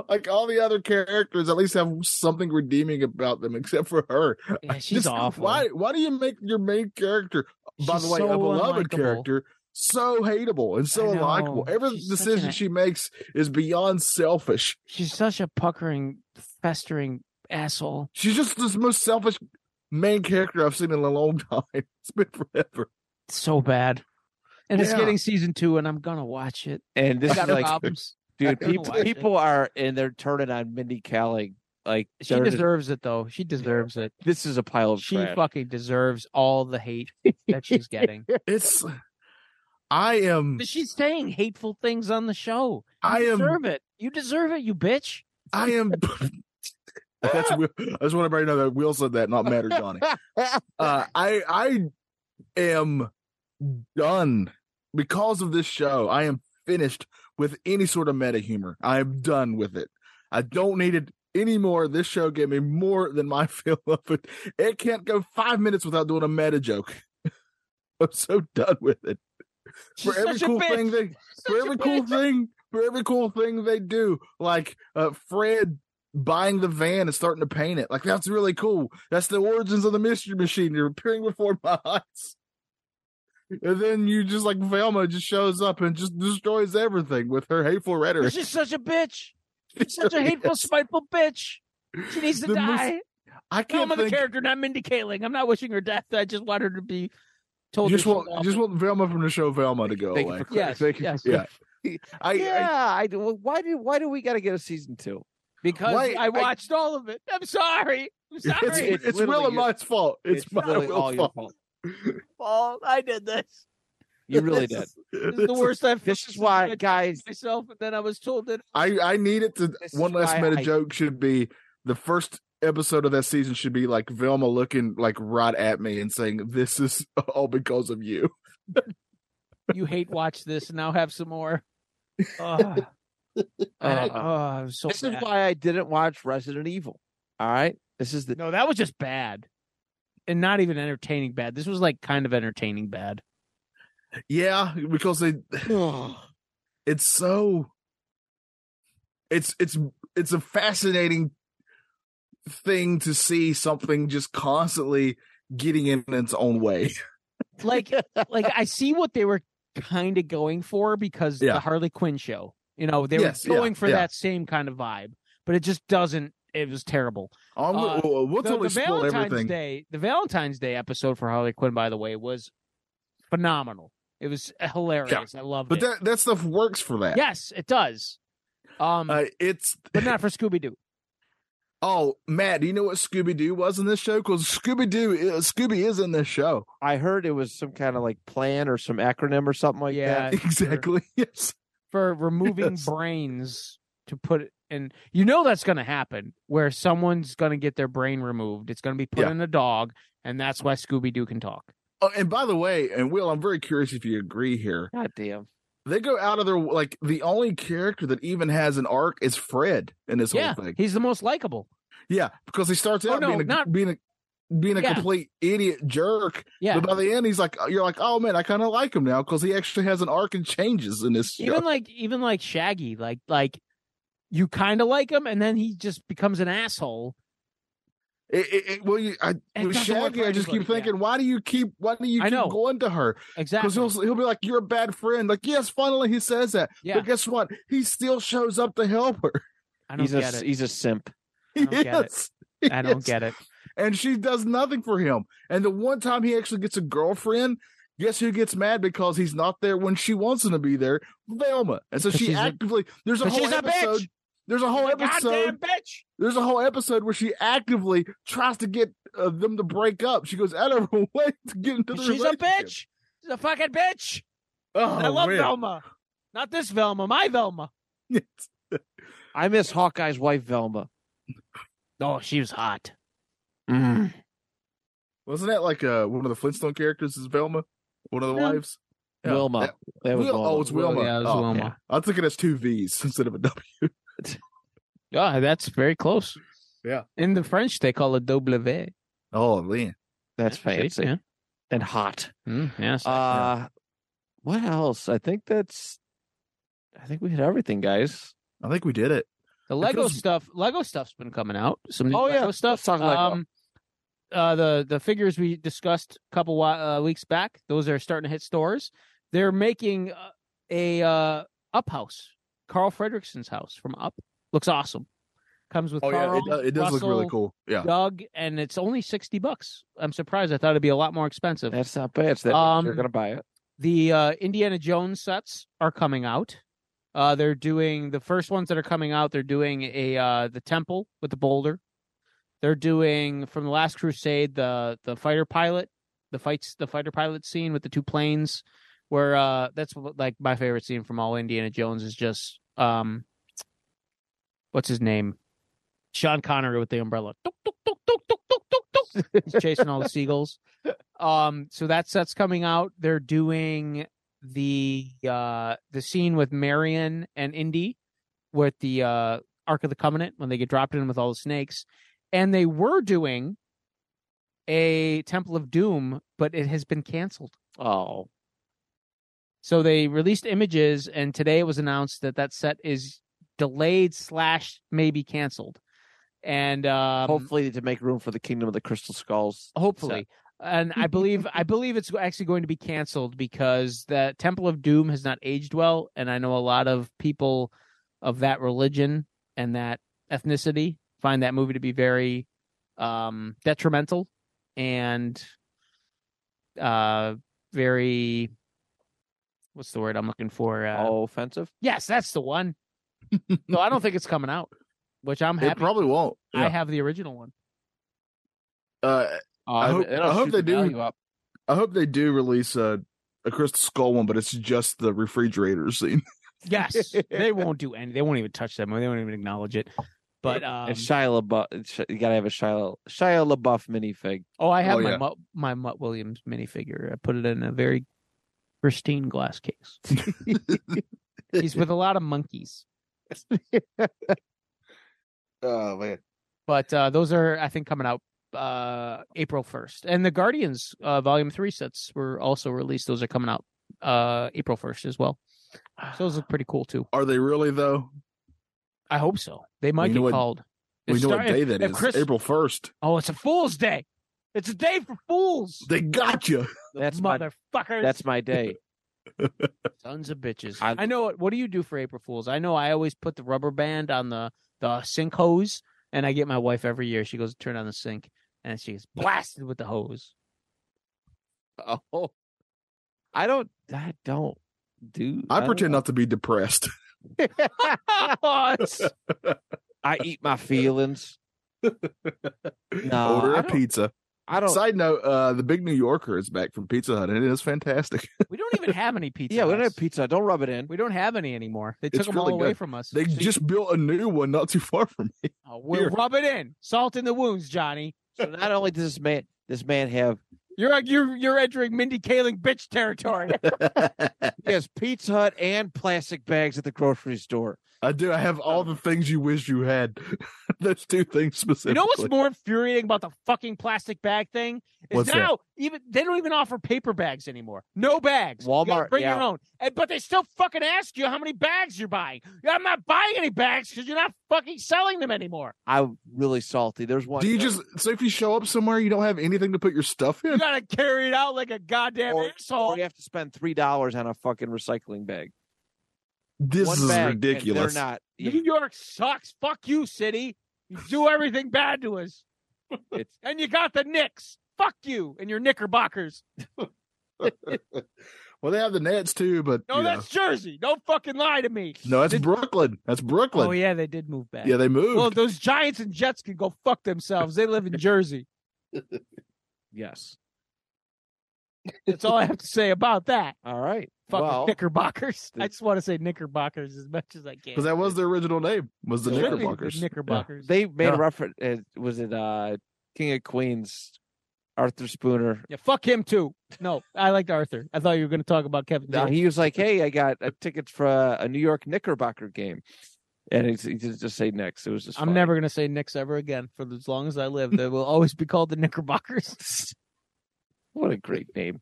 [SPEAKER 1] Like all the other characters, at least have something redeeming about them, except for her.
[SPEAKER 3] Yeah, she's
[SPEAKER 1] Just
[SPEAKER 3] awful.
[SPEAKER 1] Why? Why do you make your main character by
[SPEAKER 3] She's
[SPEAKER 1] the way,
[SPEAKER 3] so
[SPEAKER 1] a beloved
[SPEAKER 3] unlikable.
[SPEAKER 1] character, so hateable and so
[SPEAKER 3] I know.
[SPEAKER 1] unlikable. Every
[SPEAKER 3] She's such
[SPEAKER 1] decision
[SPEAKER 3] an-
[SPEAKER 1] she makes is beyond selfish.
[SPEAKER 3] She's such a puckering, festering asshole.
[SPEAKER 1] She's just the most selfish main character I've seen in a long *laughs* time. It's been forever.
[SPEAKER 3] It's so bad. And it's
[SPEAKER 1] Yeah.
[SPEAKER 3] getting season two, and I'm gonna watch it.
[SPEAKER 2] and this
[SPEAKER 3] I
[SPEAKER 2] is
[SPEAKER 3] got
[SPEAKER 2] like
[SPEAKER 1] *laughs*
[SPEAKER 3] problems.
[SPEAKER 2] Dude,
[SPEAKER 3] I don't
[SPEAKER 2] people
[SPEAKER 3] watch it.
[SPEAKER 2] people are and they're turning on Mindy Kaling Like
[SPEAKER 3] She
[SPEAKER 2] they're just-
[SPEAKER 3] deserves it though. She deserves it.
[SPEAKER 2] this is a pile of
[SPEAKER 3] She
[SPEAKER 2] crap.
[SPEAKER 3] fucking deserves all the hate
[SPEAKER 1] *laughs*
[SPEAKER 3] that she's getting.
[SPEAKER 1] It's I am
[SPEAKER 3] But she's saying hateful things on the show. You
[SPEAKER 1] I am-
[SPEAKER 3] deserve it. You deserve it, you bitch.
[SPEAKER 1] I
[SPEAKER 3] *laughs*
[SPEAKER 1] am *laughs* that's Will- I just want everybody to know that Will said that, not Matt or
[SPEAKER 3] *laughs*
[SPEAKER 1] Johnny. Uh, I I am done because of this show. I am finished with any sort of meta humor. I am done with it. I don't need it anymore. This show gave me more than my *laughs* fill of it. It can't go five minutes without doing a meta joke. *laughs* I'm so done with it.
[SPEAKER 3] She's
[SPEAKER 1] for every
[SPEAKER 3] such a
[SPEAKER 1] cool
[SPEAKER 3] bitch.
[SPEAKER 1] thing they for every cool thing for every cool thing they do like uh fred buying the van and starting to paint it like that's really cool that's the origins of the mystery machine you're appearing before *laughs* my eyes and then you just like velma just shows up and just destroys everything with her hateful rhetoric
[SPEAKER 3] She's such
[SPEAKER 1] *laughs*
[SPEAKER 3] a bitch. She's such a hateful, spiteful bitch. She needs to
[SPEAKER 1] The most-
[SPEAKER 3] die.
[SPEAKER 1] i
[SPEAKER 3] No,
[SPEAKER 1] can't
[SPEAKER 3] I'm the
[SPEAKER 1] think
[SPEAKER 3] character, not Mindy Kaling. I'm not wishing her death. I just want her to be
[SPEAKER 1] you
[SPEAKER 3] told.
[SPEAKER 1] just
[SPEAKER 3] her she's
[SPEAKER 1] want you
[SPEAKER 3] awful.
[SPEAKER 1] just want velma from the show velma to go
[SPEAKER 2] Thank
[SPEAKER 1] away
[SPEAKER 2] you for
[SPEAKER 3] Yes,
[SPEAKER 2] thank you
[SPEAKER 3] yes.
[SPEAKER 2] for-
[SPEAKER 1] Yeah. *laughs* I,
[SPEAKER 2] yeah. I do. well, Why do why do we got to get a season two?
[SPEAKER 3] because
[SPEAKER 1] Why-
[SPEAKER 3] I
[SPEAKER 1] I-
[SPEAKER 3] watched all of it. I'm sorry.
[SPEAKER 1] I
[SPEAKER 3] I'm
[SPEAKER 1] it's,
[SPEAKER 3] sorry.
[SPEAKER 2] It's
[SPEAKER 1] it's
[SPEAKER 2] literally
[SPEAKER 1] will and
[SPEAKER 2] your-
[SPEAKER 1] my fault it's,
[SPEAKER 2] It's
[SPEAKER 1] my
[SPEAKER 2] really all
[SPEAKER 1] Will's
[SPEAKER 2] your
[SPEAKER 1] fault
[SPEAKER 2] fault.
[SPEAKER 3] fault. I did this.
[SPEAKER 2] You really
[SPEAKER 1] *laughs*
[SPEAKER 2] did.
[SPEAKER 3] This This is the worst
[SPEAKER 2] *laughs*
[SPEAKER 3] I've.
[SPEAKER 2] This is why, guys.
[SPEAKER 3] myself, and then I was told that
[SPEAKER 1] I I need it to
[SPEAKER 2] This
[SPEAKER 1] one
[SPEAKER 2] is
[SPEAKER 1] last
[SPEAKER 2] why
[SPEAKER 1] meta
[SPEAKER 2] I-
[SPEAKER 1] joke should be the first episode of that season should be like Velma looking like right at me and saying this is *laughs* all because of you.
[SPEAKER 3] you hate watch this and now have
[SPEAKER 1] *laughs*
[SPEAKER 3] some more. Ugh. *laughs* I-
[SPEAKER 2] Uh,
[SPEAKER 3] oh, I'm so
[SPEAKER 2] This is
[SPEAKER 3] bad.
[SPEAKER 2] why I didn't watch Resident Evil. All right. This is the
[SPEAKER 3] No, that was just bad. And not even entertaining bad. This was like kind of entertaining bad.
[SPEAKER 1] Yeah, because they *sighs* it's so it's it's it's a fascinating thing to see something just constantly getting in its own way. *laughs*
[SPEAKER 3] Like like I see what they were kind of going for because
[SPEAKER 1] Yeah.
[SPEAKER 3] the Harley Quinn show. You know, they
[SPEAKER 1] Yes, yeah,
[SPEAKER 3] were going for
[SPEAKER 1] yeah.
[SPEAKER 3] that same kind of vibe, but it just doesn't it was terrible.
[SPEAKER 1] Um,
[SPEAKER 3] Uh,
[SPEAKER 1] we'll we'll
[SPEAKER 3] the,
[SPEAKER 1] totally
[SPEAKER 3] the
[SPEAKER 1] spoil
[SPEAKER 3] Valentine's
[SPEAKER 1] everything.
[SPEAKER 3] Day, the Valentine's Day episode for Harley Quinn, by the way, was phenomenal. It was hilarious. I loved
[SPEAKER 1] But
[SPEAKER 3] it.
[SPEAKER 1] that that stuff works for that.
[SPEAKER 3] yes, it does. Um,
[SPEAKER 1] Uh, it's
[SPEAKER 3] but not for Scooby Doo.
[SPEAKER 1] Oh, Matt, do you know what Scooby Doo was in this show? Because Scooby Doo, Scooby is in this
[SPEAKER 3] *laughs*
[SPEAKER 1] show.
[SPEAKER 2] *laughs* I heard it was some kind of like plan or some acronym or something like
[SPEAKER 3] Yeah.
[SPEAKER 2] that.
[SPEAKER 1] *laughs* Exactly. Yes.
[SPEAKER 3] for removing
[SPEAKER 1] Yes.
[SPEAKER 3] brains to put it and you know that's going to happen where someone's going to get their brain removed it's going to be put
[SPEAKER 1] Yeah.
[SPEAKER 3] in a dog and that's why scooby-doo can talk
[SPEAKER 1] Oh, and by the way, and Will, I'm very curious if you agree here.
[SPEAKER 2] God damn.
[SPEAKER 1] They go out of their like the only character that even has an arc is Fred in this
[SPEAKER 3] yeah
[SPEAKER 1] whole thing.
[SPEAKER 3] he's the most likable
[SPEAKER 1] Yeah, because he starts
[SPEAKER 3] Oh,
[SPEAKER 1] out
[SPEAKER 3] no,
[SPEAKER 1] being a,
[SPEAKER 3] not-
[SPEAKER 1] being a being a
[SPEAKER 3] Yeah.
[SPEAKER 1] complete idiot jerk,
[SPEAKER 3] yeah
[SPEAKER 1] but by the end he's like, you're like, oh man, I kind of like him now because he actually has an arc and changes in this show.
[SPEAKER 3] even like even like shaggy like like you kind of like him and then he just becomes an asshole
[SPEAKER 1] It- it- it- well, you, I,
[SPEAKER 3] It
[SPEAKER 1] with
[SPEAKER 3] doesn't work
[SPEAKER 1] Shaggy,
[SPEAKER 3] for
[SPEAKER 1] I just keep
[SPEAKER 3] anybody, yeah.
[SPEAKER 1] thinking, why do you keep why do you
[SPEAKER 3] I
[SPEAKER 1] keep
[SPEAKER 3] know.
[SPEAKER 1] going to her?
[SPEAKER 3] exactly
[SPEAKER 1] because he'll he'll be like, "You're a bad friend." Like, yes, finally he says that.
[SPEAKER 3] yeah
[SPEAKER 1] But guess what? He still shows up to help her. *laughs*
[SPEAKER 3] i don't
[SPEAKER 2] He's a
[SPEAKER 3] get it *laughs*
[SPEAKER 2] he's a simp.
[SPEAKER 3] I don't get it.
[SPEAKER 1] Yes.
[SPEAKER 3] i don't
[SPEAKER 1] Yes.
[SPEAKER 3] get it
[SPEAKER 1] And she does nothing for him. And the one time he actually gets a girlfriend, guess who gets mad because he's not there when she wants him to be there? Velma. And so
[SPEAKER 3] 'Cause
[SPEAKER 1] she
[SPEAKER 3] she's a-
[SPEAKER 1] actively there's a
[SPEAKER 3] But
[SPEAKER 1] whole
[SPEAKER 3] she's a
[SPEAKER 1] episode.
[SPEAKER 3] bitch
[SPEAKER 1] There's a whole
[SPEAKER 3] She's a goddamn
[SPEAKER 1] episode.
[SPEAKER 3] bitch
[SPEAKER 1] There's a whole episode where she actively tries to get uh, them to break up. She goes out of her *laughs* way to get into the
[SPEAKER 3] she's a
[SPEAKER 1] relationship.
[SPEAKER 3] bitch she's a fucking bitch
[SPEAKER 1] Oh,
[SPEAKER 3] And I love
[SPEAKER 1] man.
[SPEAKER 3] Velma. Not this Velma, my Velma.
[SPEAKER 1] *laughs*
[SPEAKER 2] I miss Hawkeye's wife Velma.
[SPEAKER 3] Oh, she was hot.
[SPEAKER 1] Wasn't that like uh, one of the Flintstone characters is Velma? One of the
[SPEAKER 3] No.
[SPEAKER 1] wives? Yeah.
[SPEAKER 2] Wilma.
[SPEAKER 1] That-
[SPEAKER 2] That was
[SPEAKER 1] Wil-
[SPEAKER 2] Wilma.
[SPEAKER 1] Oh, it's Wilma.
[SPEAKER 3] Yeah, it was
[SPEAKER 1] oh,
[SPEAKER 3] Wilma.
[SPEAKER 1] I took it as two V's *laughs* instead of a W.
[SPEAKER 3] Yeah. that's very close.
[SPEAKER 1] Yeah.
[SPEAKER 3] In the French, they call it double V.
[SPEAKER 1] Oh, man.
[SPEAKER 2] That's fancy
[SPEAKER 3] Yeah.
[SPEAKER 2] and hot.
[SPEAKER 3] Mm, yes.
[SPEAKER 2] Uh, what else? I think that's. I think we hit everything, guys.
[SPEAKER 1] I think we did it.
[SPEAKER 3] the Lego
[SPEAKER 1] because-
[SPEAKER 3] stuff, Lego stuff's been coming out. Some new
[SPEAKER 2] Oh, yeah.
[SPEAKER 3] Lego stuff.
[SPEAKER 2] Let's talk Lego.
[SPEAKER 3] Um, uh, the the figures we discussed a couple wa- uh, weeks back, those are starting to hit stores. They're making uh, a uh, Up house, Carl Fredrickson's house from Up. Looks awesome. Comes with
[SPEAKER 1] Oh, yeah.
[SPEAKER 3] Carl,
[SPEAKER 1] It, does- it does look really
[SPEAKER 3] Russell,
[SPEAKER 1] cool. Yeah.
[SPEAKER 3] Doug, and it's only sixty bucks. I'm surprised. I thought it'd be a lot more expensive.
[SPEAKER 2] That's not bad. It's that
[SPEAKER 3] Um,
[SPEAKER 2] you're gonna buy it.
[SPEAKER 3] The uh, Indiana Jones sets are coming out. Uh, they're doing the first ones that are coming out. They're doing a uh, the temple with the boulder. They're doing from the Last Crusade the the fighter pilot, the fights the fighter pilot scene with the two planes, where uh, that's what- like my favorite scene from all Indiana Jones is just um, what's his name, Sean Connery with the umbrella, Tuk, tuk, tuk, tuk, tuk, tuk, tuk, tuk. *laughs* He's chasing all the seagulls. Um, so that's that's coming out. They're doing the uh the scene with Marion and Indy with the uh Ark of the Covenant when they get dropped in with all the snakes. And they were doing a Temple of Doom, but it has been canceled.
[SPEAKER 2] Oh,
[SPEAKER 3] So they released images, and today it was announced that that set is delayed slash maybe canceled. And um,
[SPEAKER 2] hopefully to make room for the Kingdom of the Crystal Skulls.
[SPEAKER 3] hopefully and
[SPEAKER 1] *laughs*
[SPEAKER 3] i believe i believe it's actually going to be canceled because the temple of doom has not aged well and i know a lot of people of that religion and that ethnicity find that movie to be very um detrimental and uh very what's the word i'm looking for uh,
[SPEAKER 1] Oh.
[SPEAKER 2] All offensive.
[SPEAKER 3] yes that's the one so i don't think it's coming out which i'm
[SPEAKER 1] It
[SPEAKER 3] happy
[SPEAKER 1] probably won't.
[SPEAKER 3] i
[SPEAKER 1] Yeah.
[SPEAKER 3] have the original one
[SPEAKER 1] uh,
[SPEAKER 2] Oh,
[SPEAKER 1] I
[SPEAKER 2] it'll-
[SPEAKER 1] hope-
[SPEAKER 2] it'll
[SPEAKER 1] I hope
[SPEAKER 2] shoot
[SPEAKER 1] they
[SPEAKER 2] the
[SPEAKER 1] do.
[SPEAKER 2] value up.
[SPEAKER 1] I hope they do release a a Crystal Skull one, but it's just the refrigerator scene. *laughs*
[SPEAKER 3] Yes, they won't do any. They won't even touch that movie. They won't even acknowledge it. But um,
[SPEAKER 2] and Shia LaBeouf, Sh- you gotta have a Shia Shia LaBeouf minifig.
[SPEAKER 3] oh, I have
[SPEAKER 1] Oh,
[SPEAKER 3] my
[SPEAKER 1] yeah.
[SPEAKER 3] Mutt, my Mutt Williams minifigure. I put it in a very pristine glass case. He's with a lot of monkeys.
[SPEAKER 1] Oh man,
[SPEAKER 3] But uh, those are, I think, coming out uh, April first. And the Guardians uh, Volume Three sets were also released. Those are coming out uh, April first as well. So those look pretty cool too.
[SPEAKER 1] are they really though?
[SPEAKER 3] I hope so. They might
[SPEAKER 1] We
[SPEAKER 3] get
[SPEAKER 1] know what-
[SPEAKER 3] called.
[SPEAKER 1] We
[SPEAKER 3] It
[SPEAKER 1] know what
[SPEAKER 3] start-
[SPEAKER 1] day that
[SPEAKER 3] if
[SPEAKER 1] is.
[SPEAKER 3] Chris-
[SPEAKER 1] April first.
[SPEAKER 3] Oh, it's a Fool's Day. It's a day for fools.
[SPEAKER 1] They got you.
[SPEAKER 2] That's my
[SPEAKER 3] motherfuckers.
[SPEAKER 2] that's my day.
[SPEAKER 3] sons of bitches. I,
[SPEAKER 2] I-
[SPEAKER 3] know it. What do you do for April Fools? I know I always put the rubber band on the the sink hose, and I get my wife every year. She goes turn on the sink, and she gets blasted with the hose.
[SPEAKER 2] Oh, I don't. I don't do.
[SPEAKER 1] I
[SPEAKER 2] don't
[SPEAKER 1] pretend
[SPEAKER 2] know.
[SPEAKER 1] not to be depressed.
[SPEAKER 3] It's-
[SPEAKER 2] I eat my feelings. No,
[SPEAKER 1] *laughs* Order
[SPEAKER 2] I
[SPEAKER 1] a
[SPEAKER 2] don't-
[SPEAKER 1] pizza.
[SPEAKER 2] I don't.
[SPEAKER 1] Side note: uh, the big New Yorker is back from Pizza Hut, and it is fantastic.
[SPEAKER 3] we don't even have any pizza.
[SPEAKER 2] yeah, we don't have
[SPEAKER 3] Huts.
[SPEAKER 2] pizza. Don't rub it in.
[SPEAKER 3] We don't have any anymore. They took
[SPEAKER 1] It's
[SPEAKER 3] them
[SPEAKER 1] really
[SPEAKER 3] all away
[SPEAKER 1] good.
[SPEAKER 3] from us.
[SPEAKER 1] They
[SPEAKER 3] So you-
[SPEAKER 1] just built a new one not too far from *laughs* me.
[SPEAKER 3] oh, we'll
[SPEAKER 1] here.
[SPEAKER 3] rub it in. Salt in the wounds, Johnny.
[SPEAKER 2] So not only does this man this man have
[SPEAKER 3] You're you're you're entering Mindy Kaling bitch territory.
[SPEAKER 2] he has Pizza Hut and plastic bags at the grocery store.
[SPEAKER 1] I do. I have all the things you wish you had. *laughs* Those two things specifically.
[SPEAKER 3] You know what's more infuriating about the fucking plastic bag thing is
[SPEAKER 1] What's that?
[SPEAKER 3] now even they don't even offer paper bags anymore. No bags. You gotta
[SPEAKER 2] Walmart,
[SPEAKER 3] bring your
[SPEAKER 2] yeah.
[SPEAKER 3] own. And, but they still fucking ask you how many bags you're buying. Yeah, I'm not buying any bags because you're not fucking selling them anymore.
[SPEAKER 2] I'm really salty. There's one.
[SPEAKER 1] Do you just so if you show up somewhere you don't have anything to put your stuff
[SPEAKER 3] You
[SPEAKER 1] in?
[SPEAKER 3] gotta carry it out like a goddamn
[SPEAKER 2] Or-
[SPEAKER 3] asshole.
[SPEAKER 2] or you have to spend three dollars on a fucking recycling bag?
[SPEAKER 1] This
[SPEAKER 2] one
[SPEAKER 1] is
[SPEAKER 2] bag, and
[SPEAKER 1] ridiculous.
[SPEAKER 2] They're not. yeah,
[SPEAKER 3] New York sucks. Fuck you, city. You do everything bad to us.
[SPEAKER 2] It's-
[SPEAKER 3] and you got the Knicks. Fuck you and your Knickerbockers.
[SPEAKER 1] well, they have the Nets too, but
[SPEAKER 3] No,
[SPEAKER 1] you know.
[SPEAKER 3] that's Jersey. Don't fucking lie to me.
[SPEAKER 1] no, that's Brooklyn. That's Brooklyn.
[SPEAKER 3] Oh yeah, they did move back.
[SPEAKER 1] yeah. they moved.
[SPEAKER 3] Well, those Giants and Jets can go fuck themselves. They live in Jersey.
[SPEAKER 2] yes.
[SPEAKER 3] That's all I have to say about that.
[SPEAKER 2] All right.
[SPEAKER 3] Fucking
[SPEAKER 2] well,
[SPEAKER 3] Knickerbockers. I
[SPEAKER 2] the-
[SPEAKER 3] just want to say Knickerbockers as much as I can.
[SPEAKER 1] because that was their original name was the
[SPEAKER 2] Yeah.
[SPEAKER 3] Should be
[SPEAKER 1] Knickerbockers.
[SPEAKER 3] Knickerbockers.
[SPEAKER 2] they made
[SPEAKER 1] Yeah.
[SPEAKER 2] a reference. Uh, was it uh, King of Queens? Arthur Spooner.
[SPEAKER 3] Yeah, fuck him too. No, I liked Arthur. I thought you were going to talk about Kevin.
[SPEAKER 2] Uh,
[SPEAKER 3] James.
[SPEAKER 2] he was like, "Hey, I got a ticket for a, a New York Knickerbocker game," and it's, he just just say Knicks. It was just.
[SPEAKER 3] I'm
[SPEAKER 2] funny.
[SPEAKER 3] never going to say Knicks ever again. For as long as I live, they will always be called the Knickerbockers.
[SPEAKER 2] What a great name.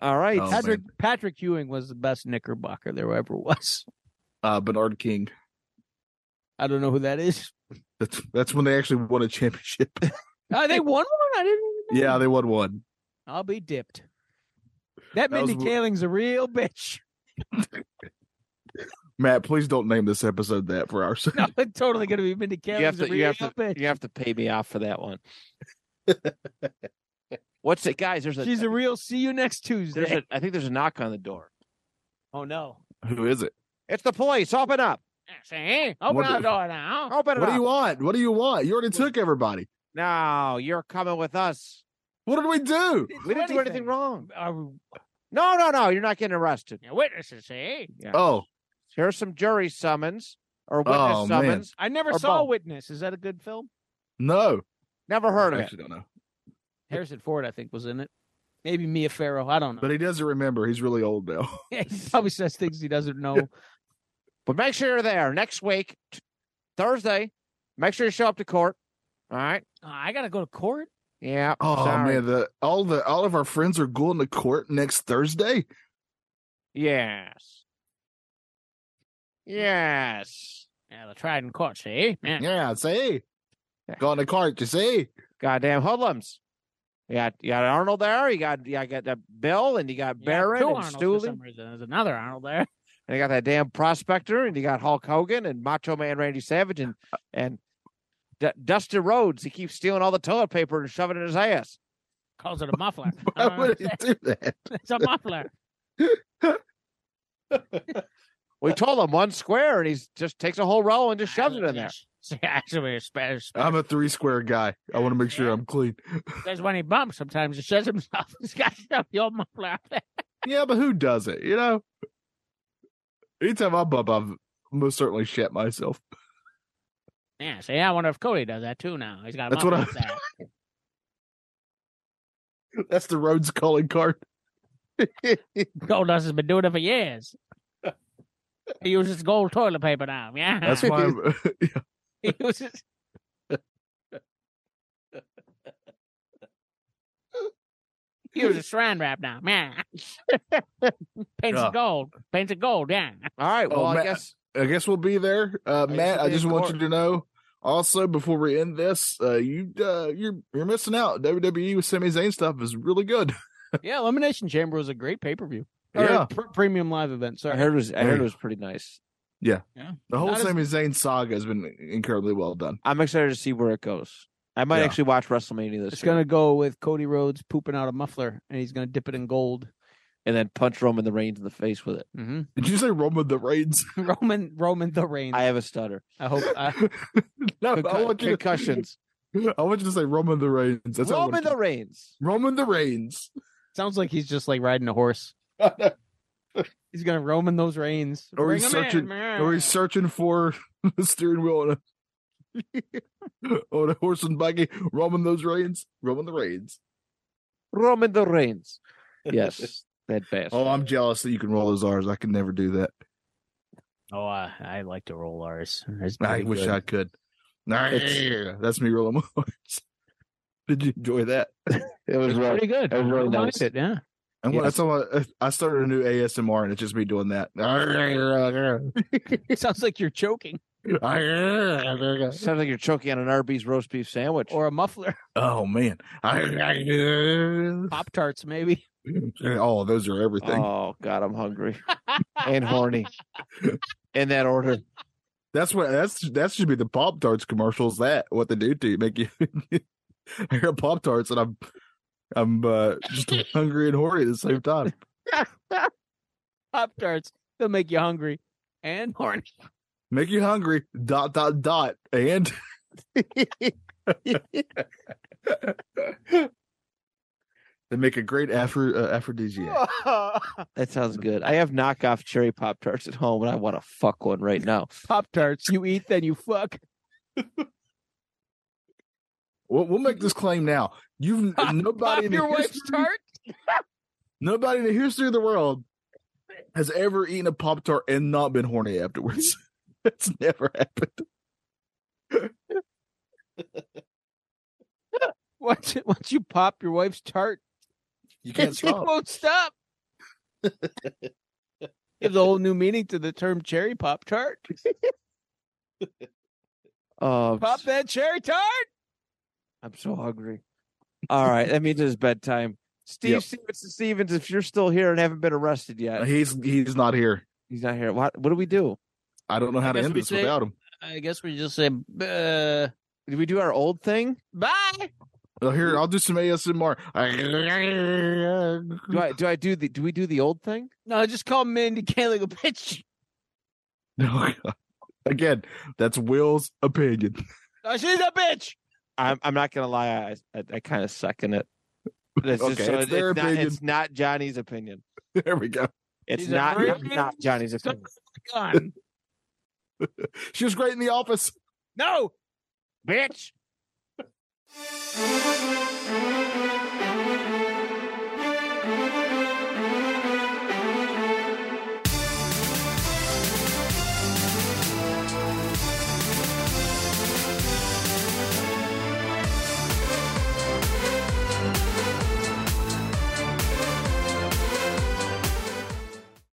[SPEAKER 2] All right.
[SPEAKER 1] *laughs* Oh, man.
[SPEAKER 3] *laughs* Patrick Patrick Ewing was the best Knickerbocker there ever was.
[SPEAKER 1] Uh, Bernard King.
[SPEAKER 3] I don't know who that is.
[SPEAKER 1] That's that's when they actually won a championship. *laughs*
[SPEAKER 3] Uh, they won one. I didn't. Even know.
[SPEAKER 1] yeah, they won one.
[SPEAKER 3] I'll be dipped.
[SPEAKER 1] That
[SPEAKER 3] That,
[SPEAKER 1] was
[SPEAKER 3] Mindy
[SPEAKER 1] wh-
[SPEAKER 3] Kaling's a real bitch. *laughs*
[SPEAKER 1] Matt, please don't name this episode that for our sake.
[SPEAKER 3] No, it's totally gonna be Mindy Kaling's
[SPEAKER 2] you have
[SPEAKER 3] a
[SPEAKER 2] to
[SPEAKER 3] real
[SPEAKER 2] you have to
[SPEAKER 3] bitch.
[SPEAKER 2] you have to pay me off for that
[SPEAKER 1] *laughs*
[SPEAKER 2] one. What's it, guys? There's a
[SPEAKER 3] She's a
[SPEAKER 2] *laughs*
[SPEAKER 3] real. See you next
[SPEAKER 2] there's
[SPEAKER 3] Tuesday.
[SPEAKER 2] a I think there's a knock on the door.
[SPEAKER 3] oh no,
[SPEAKER 1] *laughs* Who is it?
[SPEAKER 2] It's the police. Open up.
[SPEAKER 4] See?
[SPEAKER 3] Oh,
[SPEAKER 4] Open
[SPEAKER 1] What
[SPEAKER 4] the
[SPEAKER 1] the-
[SPEAKER 4] door now.
[SPEAKER 2] Open it
[SPEAKER 1] What
[SPEAKER 2] up.
[SPEAKER 1] do you want? What do you want? You already took everybody.
[SPEAKER 2] No, you're coming with us.
[SPEAKER 1] What did we do?
[SPEAKER 2] We didn't do anything wrong.
[SPEAKER 4] Are
[SPEAKER 3] Uh,
[SPEAKER 2] No, no, no. You're not getting arrested.
[SPEAKER 4] we- witnesses, see?
[SPEAKER 2] Yeah.
[SPEAKER 1] Oh,
[SPEAKER 2] Here's some jury summons or witness
[SPEAKER 1] Oh, man.
[SPEAKER 2] summons.
[SPEAKER 3] I never
[SPEAKER 2] Or
[SPEAKER 3] saw
[SPEAKER 2] both.
[SPEAKER 3] Witness. Is that a good film?
[SPEAKER 1] no.
[SPEAKER 2] Never heard of
[SPEAKER 1] I
[SPEAKER 2] it.
[SPEAKER 1] actually don't know.
[SPEAKER 3] Harrison Ford, I think, was in it. Maybe Mia Farrow. I don't know.
[SPEAKER 1] But he doesn't remember. He's really old now. *laughs*
[SPEAKER 3] *laughs* he probably says things he doesn't know.
[SPEAKER 2] But make sure you're there next week, t- Thursday. Make sure you show up to court. All right.
[SPEAKER 3] Uh, I gotta go to court.
[SPEAKER 2] Yeah.
[SPEAKER 1] Oh
[SPEAKER 2] sorry.
[SPEAKER 1] man, the all the all of our friends are going to court next Thursday.
[SPEAKER 2] Yes. Yes.
[SPEAKER 4] Yeah, the tried and caught, see? Yeah.
[SPEAKER 1] Yeah, see,
[SPEAKER 2] Yeah.
[SPEAKER 1] going to court. You see,
[SPEAKER 2] Goddamn hoodlums. You got you got Arnold there. You got you got that Bill and you got
[SPEAKER 4] You got
[SPEAKER 2] Barron
[SPEAKER 4] two
[SPEAKER 2] and
[SPEAKER 4] Arnolds for
[SPEAKER 2] Stooley.
[SPEAKER 4] some reason. There's another Arnold
[SPEAKER 3] *laughs*
[SPEAKER 4] there.
[SPEAKER 2] And you got that damn prospector, and you got Hulk Hogan and Macho Man Randy Savage and
[SPEAKER 4] Uh,
[SPEAKER 2] and D- Dusty Rhodes. He keeps stealing all the toilet paper and shoving it in his ass.
[SPEAKER 4] Calls it a
[SPEAKER 2] *laughs*
[SPEAKER 4] muffler. I
[SPEAKER 1] why
[SPEAKER 4] don't
[SPEAKER 3] Uh,
[SPEAKER 1] would he
[SPEAKER 4] understand.
[SPEAKER 1] do that?
[SPEAKER 4] it's a muffler. Uh,
[SPEAKER 2] We told him one square, and he's just takes a whole roll and just shoves it
[SPEAKER 4] *laughs*
[SPEAKER 2] in there.
[SPEAKER 4] See, actually, it's better- it's
[SPEAKER 1] I'm a three square guy. I want to make sure
[SPEAKER 4] Yeah.
[SPEAKER 1] I'm clean.
[SPEAKER 4] Because when he bumps, sometimes he says himself, *laughs* he's got stuff the old muffler out there.
[SPEAKER 1] Yeah, but who does it? You know, anytime I bump, I've most certainly shat myself. *laughs*
[SPEAKER 4] Yeah, see, I wonder if Cody does that too now. He's got a
[SPEAKER 1] That's what
[SPEAKER 4] muffler
[SPEAKER 1] I-
[SPEAKER 4] out there.
[SPEAKER 1] That's the Rhodes calling card.
[SPEAKER 4] Gold Dust has been doing it for years. He uses gold toilet paper now. Yeah. *laughs*
[SPEAKER 1] That's why. *laughs* I'm,
[SPEAKER 4] he uses. He uses saran wrap now. Yeah. *laughs* Paints
[SPEAKER 1] Yeah.
[SPEAKER 4] it gold. Paints it gold. Yeah.
[SPEAKER 2] All right.
[SPEAKER 1] Oh,
[SPEAKER 2] Well, I
[SPEAKER 1] man.
[SPEAKER 2] guess
[SPEAKER 1] I guess we'll be there, uh,
[SPEAKER 2] you
[SPEAKER 1] Matt.
[SPEAKER 2] should
[SPEAKER 1] I
[SPEAKER 2] be
[SPEAKER 1] just
[SPEAKER 2] in
[SPEAKER 1] want
[SPEAKER 2] court.
[SPEAKER 1] you to know. Also, before we end this, uh, you uh, you're you're missing out. WWE with Sami Zayn stuff is really good.
[SPEAKER 3] Yeah, Elimination Chamber was a great pay per view.
[SPEAKER 1] Yeah.
[SPEAKER 3] premium live event.
[SPEAKER 2] I
[SPEAKER 3] Sorry.
[SPEAKER 2] heard it was I heard it was pretty nice.
[SPEAKER 1] The whole
[SPEAKER 3] Not as-
[SPEAKER 1] Sami Zayn saga has been incredibly well done.
[SPEAKER 2] I'm excited to see where it goes. I might
[SPEAKER 1] Yeah.
[SPEAKER 2] actually watch WrestleMania this
[SPEAKER 3] It's
[SPEAKER 2] year
[SPEAKER 3] gonna go with Cody Rhodes pooping out a muffler, and he's gonna dip it in gold.
[SPEAKER 2] and then punch Roman the Reigns in the face with it.
[SPEAKER 3] hmm
[SPEAKER 1] Did you say Roman the Reigns?
[SPEAKER 3] *laughs*
[SPEAKER 1] *laughs*
[SPEAKER 3] Roman Roman the Reigns.
[SPEAKER 2] Mm-hmm. I
[SPEAKER 3] I,
[SPEAKER 2] have a stutter.
[SPEAKER 3] hope. I,
[SPEAKER 1] no, I
[SPEAKER 2] Concu-
[SPEAKER 1] want you
[SPEAKER 2] concussions.
[SPEAKER 1] To, *laughs* I want you to say Roman the Reigns. That's all I
[SPEAKER 2] Roman
[SPEAKER 1] want
[SPEAKER 2] the
[SPEAKER 1] you-
[SPEAKER 2] Reigns.
[SPEAKER 1] Roman the
[SPEAKER 2] *laughs*
[SPEAKER 1] Reigns.
[SPEAKER 3] sounds like he's just like riding a horse. He's gonna Roman those reins.
[SPEAKER 1] Or he's
[SPEAKER 4] Bring 'em
[SPEAKER 1] searching.
[SPEAKER 4] in.
[SPEAKER 1] Or he's searching for *laughs* the steering wheel on a, *laughs* on a horse and buggy. Roman those reins. Roman the reins.
[SPEAKER 2] Roman the Reigns.
[SPEAKER 1] *laughs*
[SPEAKER 2] Yes, that bastard.
[SPEAKER 1] Oh, I'm jealous that you can roll those R's. I can never do that.
[SPEAKER 4] Oh, I, I like to roll ours.
[SPEAKER 1] I wish I could. Nah, That's me rolling my *laughs* R's. Did you enjoy that?
[SPEAKER 2] it was rough.
[SPEAKER 4] pretty good.
[SPEAKER 2] It was really
[SPEAKER 4] I liked
[SPEAKER 2] nice.
[SPEAKER 4] it, yeah.
[SPEAKER 1] And when I saw my, I started a new ASMR, and it's just me doing that. *laughs*
[SPEAKER 3] It *laughs* sounds like you're choking
[SPEAKER 2] Sounds like you're choking on an Arby's roast beef sandwich.
[SPEAKER 3] or a muffler. *laughs*
[SPEAKER 1] Oh man! *laughs*
[SPEAKER 3] Pop tarts maybe.
[SPEAKER 1] Oh, those are everything.
[SPEAKER 2] oh God, I'm
[SPEAKER 1] *laughs*
[SPEAKER 2] hungry
[SPEAKER 3] *laughs*
[SPEAKER 2] and horny. In that order,
[SPEAKER 1] That's what that's that should be the Pop Tarts commercials. That what they do to you, make you. *laughs* I hear Pop Tarts, and I'm I'm uh, just *laughs* hungry and horny at the same time.
[SPEAKER 3] Pop tarts. They'll make you hungry and horny.
[SPEAKER 1] Make you hungry. Dot dot dot. And *laughs* they make a great aphro, uh,
[SPEAKER 3] Oh.
[SPEAKER 1] aphrodisiac.
[SPEAKER 3] *laughs*
[SPEAKER 2] that sounds good. I have knockoff cherry pop tarts at home, and I want to fuck one right now.
[SPEAKER 3] Pop tarts. You eat, then you fuck.
[SPEAKER 1] We'll, we'll make this claim now.
[SPEAKER 3] *laughs*
[SPEAKER 1] You've
[SPEAKER 3] *laughs* Pop
[SPEAKER 1] nobody in the
[SPEAKER 3] your wife's
[SPEAKER 1] history-
[SPEAKER 3] tart.
[SPEAKER 1] Nobody in the history of the world has ever eaten a Pop Tart and not been horny afterwards. *laughs* That's never happened.
[SPEAKER 3] *laughs* Once once you pop your wife's *laughs* tart,
[SPEAKER 1] You
[SPEAKER 3] it
[SPEAKER 1] *laughs*
[SPEAKER 3] won't *laughs* stop. Gives a whole new meaning to the term cherry pop tart.
[SPEAKER 2] Oh, I'm,
[SPEAKER 3] Pop
[SPEAKER 2] s-
[SPEAKER 3] that cherry tart.
[SPEAKER 2] I'm so hungry. All right, that means it's bedtime. Steve
[SPEAKER 1] Yep. Uh,
[SPEAKER 2] Stevenson Stevens, if you're still here and haven't been arrested yet,
[SPEAKER 1] He's he's not here.
[SPEAKER 2] he's not here. What, what do we do?
[SPEAKER 1] I don't know how
[SPEAKER 3] I
[SPEAKER 1] to
[SPEAKER 3] guess
[SPEAKER 1] end
[SPEAKER 3] we
[SPEAKER 1] this
[SPEAKER 3] say-
[SPEAKER 1] without him.
[SPEAKER 3] I guess we just say uh,
[SPEAKER 2] Did we do our old thing?
[SPEAKER 3] bye.
[SPEAKER 1] Oh, here, I'll do some
[SPEAKER 3] *laughs*
[SPEAKER 1] ASMR.
[SPEAKER 2] Do I do I do the do we do the old thing?
[SPEAKER 3] No, just call Mindy Kaling a bitch. *laughs*
[SPEAKER 1] No, *laughs* again, that's Will's opinion. *laughs*
[SPEAKER 4] Uh, she's a bitch.
[SPEAKER 2] I'm I'm not gonna lie, I I, I kind of second it. It's
[SPEAKER 1] Okay, it's their
[SPEAKER 2] not,
[SPEAKER 1] opinion.
[SPEAKER 2] it's not Johnny's opinion.
[SPEAKER 1] There we go.
[SPEAKER 2] It's
[SPEAKER 4] He's a
[SPEAKER 2] not
[SPEAKER 4] great-
[SPEAKER 2] not Johnny's
[SPEAKER 3] *laughs*
[SPEAKER 2] opinion.
[SPEAKER 4] Gun.
[SPEAKER 1] She was great in the office.
[SPEAKER 4] No, bitch.
[SPEAKER 5] All